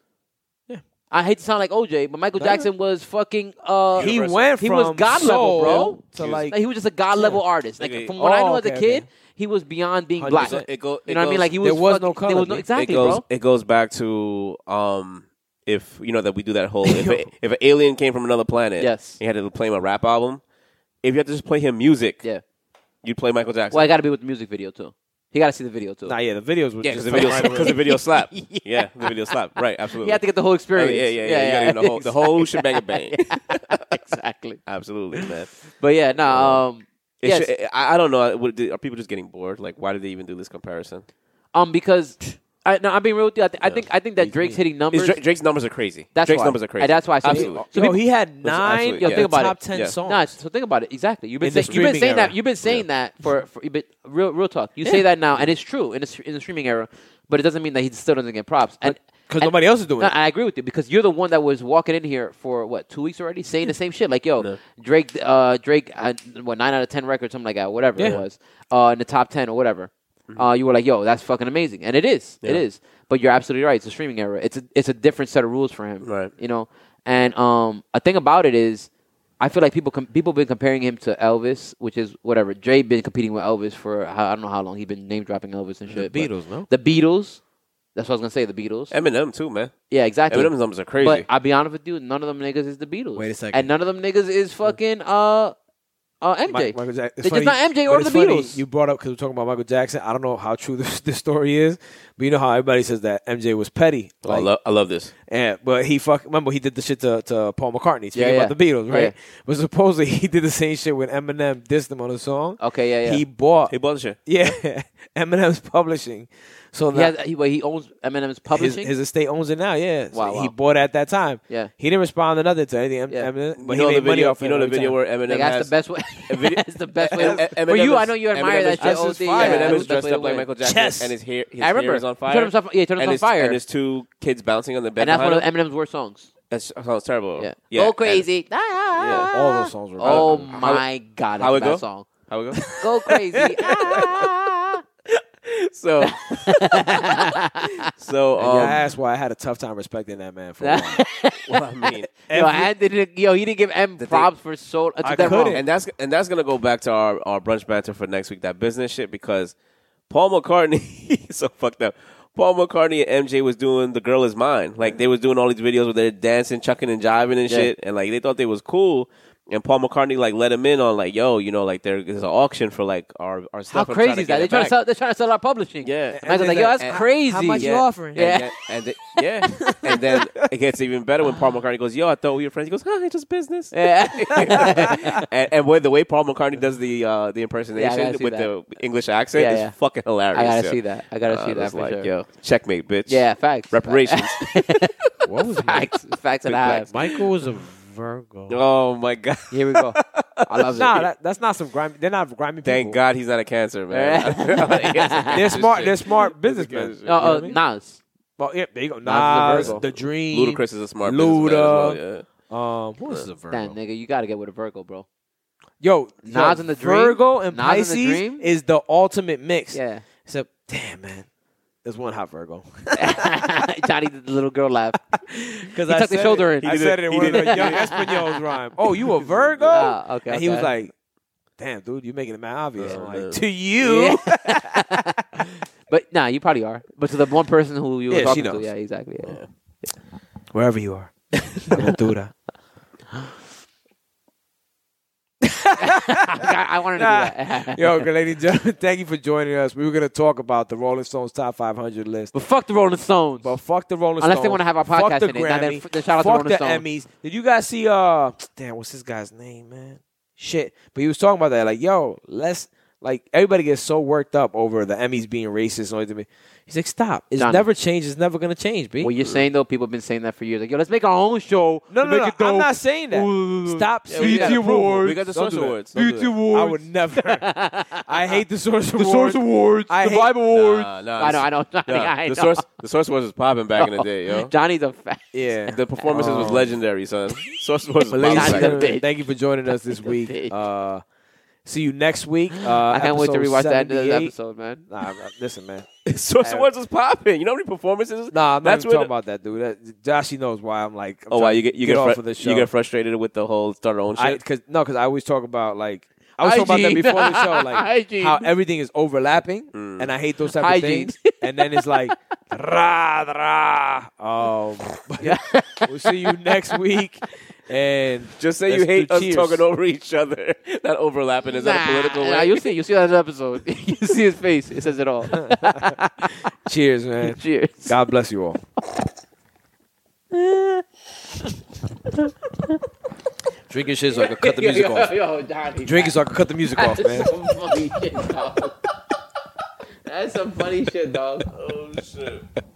Speaker 3: I hate to sound like OJ, but Michael Jackson was fucking. Uh,
Speaker 1: he went from
Speaker 3: He was god level,
Speaker 1: soul
Speaker 3: bro.
Speaker 1: to
Speaker 2: He was-
Speaker 1: like
Speaker 3: Like, he was just a god level artist. Like
Speaker 2: Nigga,
Speaker 3: from what I
Speaker 1: oh,
Speaker 3: know as a
Speaker 1: okay,
Speaker 3: kid,
Speaker 1: okay.
Speaker 3: he was beyond being
Speaker 1: 100%.
Speaker 3: black.
Speaker 2: So it go, it
Speaker 3: You know what I
Speaker 2: goes-
Speaker 3: mean? Like he was.
Speaker 1: There was
Speaker 3: fucking-
Speaker 1: no color,
Speaker 3: There was no
Speaker 1: man.
Speaker 3: exactly,
Speaker 2: it goes.
Speaker 3: bro.
Speaker 2: It goes back to um, if you know that we do that whole if, a, if an alien came from another planet,
Speaker 3: Yes.
Speaker 2: and you had to play him a rap album. If you had to just play him music,
Speaker 3: Yeah.
Speaker 2: you'd play Michael Jackson.
Speaker 3: Well, I got to be with the music video too. He got to see the video too.
Speaker 1: nah yeah the videos were
Speaker 2: yeah,
Speaker 1: just
Speaker 2: because the video,
Speaker 1: right
Speaker 2: because
Speaker 1: away.
Speaker 2: the video slap. Yeah, the video slap. Right,
Speaker 3: He
Speaker 2: absolutely.
Speaker 3: had to get the whole
Speaker 2: Oh,
Speaker 3: experience.
Speaker 2: yeah, yeah, yeah. You gotta get the whole, the whole shebang of bang.
Speaker 3: exactly.
Speaker 2: Absolutely, man.
Speaker 3: But yeah, no. um,
Speaker 2: It
Speaker 3: yes.
Speaker 2: should- I, I don't know. Would- did- Are people just getting bored? Like, why did they even do this comparison?
Speaker 3: um, because I no, I'm being real with you. I, thi- I think I think that Drake's hitting
Speaker 2: Is
Speaker 3: numbers.
Speaker 2: Drake, Drake's numbers are crazy.
Speaker 3: That's
Speaker 2: Drake's
Speaker 3: why.
Speaker 2: numbers are crazy.
Speaker 3: And that's why I said-
Speaker 2: absolutely.
Speaker 3: So
Speaker 1: yo
Speaker 3: people-
Speaker 1: he had nine
Speaker 2: absolutely, yeah.
Speaker 1: yo,
Speaker 2: Think
Speaker 3: about
Speaker 1: top
Speaker 3: it.
Speaker 1: ten
Speaker 2: Yeah.
Speaker 1: songs
Speaker 3: Nah, so think about it. Exactly. You've been
Speaker 1: In the
Speaker 3: saying, you've been
Speaker 1: streaming
Speaker 3: saying that.
Speaker 1: era.
Speaker 3: You've been saying that for, for but real real talk. You say that now, and it's true in the, str- in the streaming era. But it doesn't mean that he still doesn't get props. And
Speaker 1: because
Speaker 3: and-
Speaker 1: nobody else is doing
Speaker 3: No,
Speaker 1: it.
Speaker 3: I agree with you because you're the one that was walking in here for what two weeks already, saying the same shit. Like, yo, Drake, uh, Drake, uh, what nine out of ten records, something like that, whatever it
Speaker 1: Yeah.
Speaker 3: was, uh, in the top ten or whatever. Uh, you were like, yo, that's fucking amazing, and it is, it
Speaker 2: Yeah.
Speaker 3: is. But you're absolutely right. It's a streaming era. It's a it's a different set of rules for him,
Speaker 2: Right.
Speaker 3: You know, and um, a thing about it is. I feel like people com- people been comparing him to Elvis, which is whatever. Dre been competing with Elvis for how, I don't know how long. He's been name dropping Elvis and shit. but-
Speaker 1: Beatles, no?
Speaker 3: The Beatles. That's what I was gonna say. The Beatles.
Speaker 2: Eminem too, man.
Speaker 3: Yeah, exactly.
Speaker 2: Eminem's numbers are crazy.
Speaker 3: But I'll be honest with you, none of them niggas is the Beatles.
Speaker 1: Wait a second.
Speaker 3: And none of them niggas is fucking uh uh
Speaker 1: Mi-
Speaker 3: MJ.
Speaker 1: Michael Jack-
Speaker 3: It's just not MJ
Speaker 1: but
Speaker 3: or
Speaker 1: it's
Speaker 3: the
Speaker 1: funny
Speaker 3: Beatles.
Speaker 1: You brought up because we're talking about Michael Jackson. I don't know how true this, this story is, but you know how everybody says that MJ was petty.
Speaker 2: Oh, I,
Speaker 1: Like,
Speaker 2: love, I love this.
Speaker 1: yeah, but he fuck. Remember he did the shit to, to Paul McCartney. Speaking
Speaker 3: Yeah, yeah.
Speaker 1: about the Beatles, right?
Speaker 3: Yeah.
Speaker 1: But supposedly he did the same shit when Eminem dissed him on a song.
Speaker 3: Okay, Oh, yeah, yeah.
Speaker 1: He bought
Speaker 2: Hey, Bullshit.
Speaker 1: yeah Eminem's publishing, So
Speaker 3: He
Speaker 1: that,
Speaker 3: has, he, wait, he owns Eminem's
Speaker 1: his,
Speaker 3: publishing.
Speaker 1: his estate owns it now. Yeah, So
Speaker 3: Wow, wow.
Speaker 1: he bought it at that time.
Speaker 3: Yeah.
Speaker 1: he didn't respond to nothing to anything. M-
Speaker 3: Yeah.
Speaker 1: Eminem, but
Speaker 2: you know
Speaker 1: he
Speaker 2: the
Speaker 1: made money
Speaker 2: video.
Speaker 1: off
Speaker 2: You know
Speaker 1: it
Speaker 2: the
Speaker 1: every
Speaker 2: video
Speaker 1: time.
Speaker 2: where Eminem
Speaker 3: like,
Speaker 2: has
Speaker 3: that's the best way.
Speaker 2: video-
Speaker 3: that's the best way.
Speaker 2: Em-
Speaker 3: For
Speaker 2: Eminem
Speaker 3: you, I
Speaker 2: is-
Speaker 3: know you admire
Speaker 2: Eminem
Speaker 3: that
Speaker 2: is-
Speaker 3: shit.
Speaker 2: that's
Speaker 3: all
Speaker 2: his
Speaker 3: day.
Speaker 2: fire.
Speaker 3: Yeah,
Speaker 2: Eminem
Speaker 3: that's
Speaker 2: is
Speaker 3: the
Speaker 2: dressed
Speaker 3: way to
Speaker 2: up like
Speaker 3: win.
Speaker 2: Michael Jackson,
Speaker 1: Chess.
Speaker 2: and his hair, his
Speaker 3: I remember.
Speaker 2: hair is on
Speaker 3: He
Speaker 2: fire.
Speaker 3: turned himself on- yeah, he turned
Speaker 2: and
Speaker 3: himself
Speaker 2: his,
Speaker 3: on fire.
Speaker 2: And his two kids bouncing on the bed.
Speaker 3: And that's one
Speaker 2: behind
Speaker 3: of
Speaker 2: him.
Speaker 3: Eminem's worst songs.
Speaker 2: That sounds terrible.
Speaker 3: Yeah.
Speaker 2: yeah.
Speaker 3: Go
Speaker 2: and-
Speaker 3: crazy. Ah.
Speaker 1: All those songs were.
Speaker 3: Oh
Speaker 1: bad.
Speaker 3: my god,
Speaker 2: how
Speaker 3: how
Speaker 2: it
Speaker 3: that
Speaker 2: go?
Speaker 3: song.
Speaker 2: How we go?
Speaker 3: Go crazy. ah.
Speaker 2: So, so
Speaker 1: And yeah,
Speaker 2: um,
Speaker 1: that's why I had a tough time respecting that man. For a while.
Speaker 2: what I mean,
Speaker 3: yo, and didn't, yo, he didn't give M props for so.
Speaker 1: I
Speaker 3: I, took that
Speaker 1: couldn't.
Speaker 3: wrong.
Speaker 2: and that's and that's gonna go back to our, our brunch banter for next week. That business shit because Paul McCartney he's so fucked up. Paul McCartney and MJ was doing "The Girl Is Mine." Like they was doing all these videos where they're dancing, chucking, and jiving and shit, and like they thought they was cool. And Paul McCartney like let him in on like, yo, you know, like there- there's an auction for like our our
Speaker 3: How
Speaker 2: stuff. I'm
Speaker 3: crazy
Speaker 2: to get
Speaker 3: is that? They're
Speaker 2: it
Speaker 3: trying to
Speaker 2: back.
Speaker 3: sell. They're trying to sell our publishing.
Speaker 2: Yeah.
Speaker 3: Michael's like, yo, that's
Speaker 2: And-
Speaker 3: crazy.
Speaker 4: How much
Speaker 2: Yeah.
Speaker 4: you offering?
Speaker 2: And, then- and then- yeah, and then it gets even better when Paul McCartney goes, "Yo, I thought we were friends." He goes, "Huh, it's just business." and, and with the way Paul McCartney does the uh, the impersonation
Speaker 3: Yeah, I gotta see
Speaker 2: with the English accent,
Speaker 3: Yeah,
Speaker 2: it's
Speaker 3: yeah.
Speaker 2: fucking hilarious.
Speaker 3: I gotta
Speaker 2: yo.
Speaker 3: see that. I gotta
Speaker 2: Uh,
Speaker 3: see that
Speaker 2: it's
Speaker 3: for
Speaker 2: like,
Speaker 3: sure.
Speaker 2: yo, checkmate, bitch.
Speaker 3: Yeah, facts.
Speaker 2: reparations.
Speaker 1: what was that?
Speaker 3: Facts. Facts and a half.
Speaker 1: Michael was a Virgo.
Speaker 2: oh my god!
Speaker 3: Here we go. I love
Speaker 1: Nah,
Speaker 3: it. Uh,
Speaker 1: that, that's not some grimy. They're not grimy people.
Speaker 2: Thank God he's not a cancer man.
Speaker 1: They're smart. They're smart businessmen.
Speaker 2: Businessmen.
Speaker 3: No, uh,
Speaker 1: You know what I mean?
Speaker 3: Nas.
Speaker 1: Well, yeah, there you go.
Speaker 3: Nas is
Speaker 1: Nas,
Speaker 3: a Virgo.
Speaker 1: the Dream,
Speaker 2: Ludacris is a smart
Speaker 1: Luda.
Speaker 2: businessman. as well, yeah.
Speaker 1: Um, who else is a
Speaker 3: Damn,
Speaker 1: Virgo?
Speaker 3: nigga, you gotta get with a Virgo, bro.
Speaker 1: Yo,
Speaker 3: Nas
Speaker 1: yo,
Speaker 3: and the Dream?
Speaker 1: Virgo and
Speaker 3: Nas and the
Speaker 1: Pisces
Speaker 3: Dream?
Speaker 1: is the ultimate mix.
Speaker 3: Yeah.
Speaker 1: Except, damn man, there's one hot Virgo.
Speaker 3: Johnny did the little girl laugh.
Speaker 1: Because
Speaker 3: He tucked his shoulder in.
Speaker 1: I
Speaker 2: He did
Speaker 1: said
Speaker 2: it-
Speaker 1: it in
Speaker 2: he
Speaker 1: one of
Speaker 2: did
Speaker 1: the
Speaker 2: it-
Speaker 1: young Espanols rhyme. Oh, you a Virgo?
Speaker 3: Ah, okay,
Speaker 1: And he was
Speaker 3: okay.
Speaker 1: like, "Damn, dude, you're making it mad obvious."
Speaker 2: Yeah,
Speaker 1: I'm
Speaker 2: man.
Speaker 1: like, "To you,
Speaker 3: But nah, you probably are. But to the one person who you were
Speaker 1: Yeah, she
Speaker 3: talking to,
Speaker 1: knows.
Speaker 3: yeah, exactly. Yeah.
Speaker 1: wherever you are, Aventura."
Speaker 3: I, I wanted to do that.
Speaker 1: Yo, good ladies and gentlemen, thank you for joining us. We were gonna talk about the Rolling Stones top 500 list.
Speaker 3: but fuck the Rolling Stones.
Speaker 1: But fuck the Rolling
Speaker 3: Unless they
Speaker 1: Stones.
Speaker 3: wanna have our podcast
Speaker 1: fuck the
Speaker 3: in it. Now then,
Speaker 1: Grammy,
Speaker 3: f- then shout out to
Speaker 1: fuck
Speaker 3: Rolling
Speaker 1: the
Speaker 3: Stone.
Speaker 1: Emmys. Did you guys see? Uh, damn, what's this guy's name, man? Shit. But he was talking about that. Like, yo, let's like everybody gets so worked up over the Emmys being racist. And all that. He's like, stop. It's
Speaker 3: Johnny.
Speaker 1: never changed. It's never gonna change, b.
Speaker 3: what you're saying though, people have been saying that for years. Like, yo, let's make our own show.
Speaker 1: no,
Speaker 3: Make
Speaker 1: no, no.
Speaker 3: it
Speaker 1: I'm
Speaker 3: dope.
Speaker 1: not saying that.
Speaker 3: Ooh.
Speaker 1: Stop.
Speaker 2: Yeah, we
Speaker 1: saying
Speaker 2: got
Speaker 1: that.
Speaker 2: approval. We got the
Speaker 1: Don't
Speaker 2: Source
Speaker 1: do that.
Speaker 2: Awards. Don't do
Speaker 3: E
Speaker 2: that.
Speaker 1: I would never. I hate the Source Awards.
Speaker 3: Awards.
Speaker 1: I hate-
Speaker 2: Nah, nah,
Speaker 3: I know, I know. Johnny,
Speaker 2: nah.
Speaker 3: I know.
Speaker 2: The source, the source was popping back in the day, yo.
Speaker 3: Johnny's a fact.
Speaker 1: Yeah.
Speaker 2: The performances was
Speaker 1: Um,
Speaker 2: legendary, son. Source was
Speaker 1: But ladies and
Speaker 3: Johnny the
Speaker 2: legendary.
Speaker 1: gentlemen,
Speaker 3: bitch.
Speaker 1: thank you for joining us this
Speaker 3: Johnny the
Speaker 1: week.
Speaker 3: bitch.
Speaker 1: Uh, see you next week. Uh,
Speaker 3: I can't wait to
Speaker 1: episode
Speaker 3: rewatch that
Speaker 1: 78.
Speaker 3: episode, man.
Speaker 1: Nah, nah, listen, man.
Speaker 2: Source Awards was popping. You know how many performances?
Speaker 1: Nah, I'm not
Speaker 2: That's
Speaker 1: even talking
Speaker 2: when the-
Speaker 1: about that, dude. That, Josh, he knows why I'm like. I'm
Speaker 2: Oh wow,
Speaker 1: trying to
Speaker 2: you get you
Speaker 1: get
Speaker 2: get,
Speaker 1: off
Speaker 2: fr-
Speaker 1: of the show.
Speaker 2: you get frustrated with the whole start our own
Speaker 1: I,
Speaker 2: shit.
Speaker 1: cause no, cause I always talk about like I was talking about that
Speaker 3: Hygiene.
Speaker 1: before the show, like
Speaker 3: Hygiene.
Speaker 1: how everything is overlapping, and I hate those type
Speaker 3: Hygiene.
Speaker 1: of things. And then it's like rah rah. Um, but we'll see you next week. And
Speaker 2: Just say
Speaker 1: let's
Speaker 2: you hate
Speaker 1: do
Speaker 2: us
Speaker 1: cheers.
Speaker 2: talking over each other. Not overlapping. Is that a political
Speaker 3: Nah,
Speaker 2: way?
Speaker 3: you'll see. You'll see that in the episode. you see his face. It says it all.
Speaker 1: Cheers, man.
Speaker 3: Cheers.
Speaker 1: God bless you all. Drink your shit so I can cut the music off.
Speaker 3: Yo, Johnny.
Speaker 1: Drink it so I can cut the music off, man.
Speaker 3: That's some funny shit, dog. That's some funny shit, dog.
Speaker 2: Oh shit.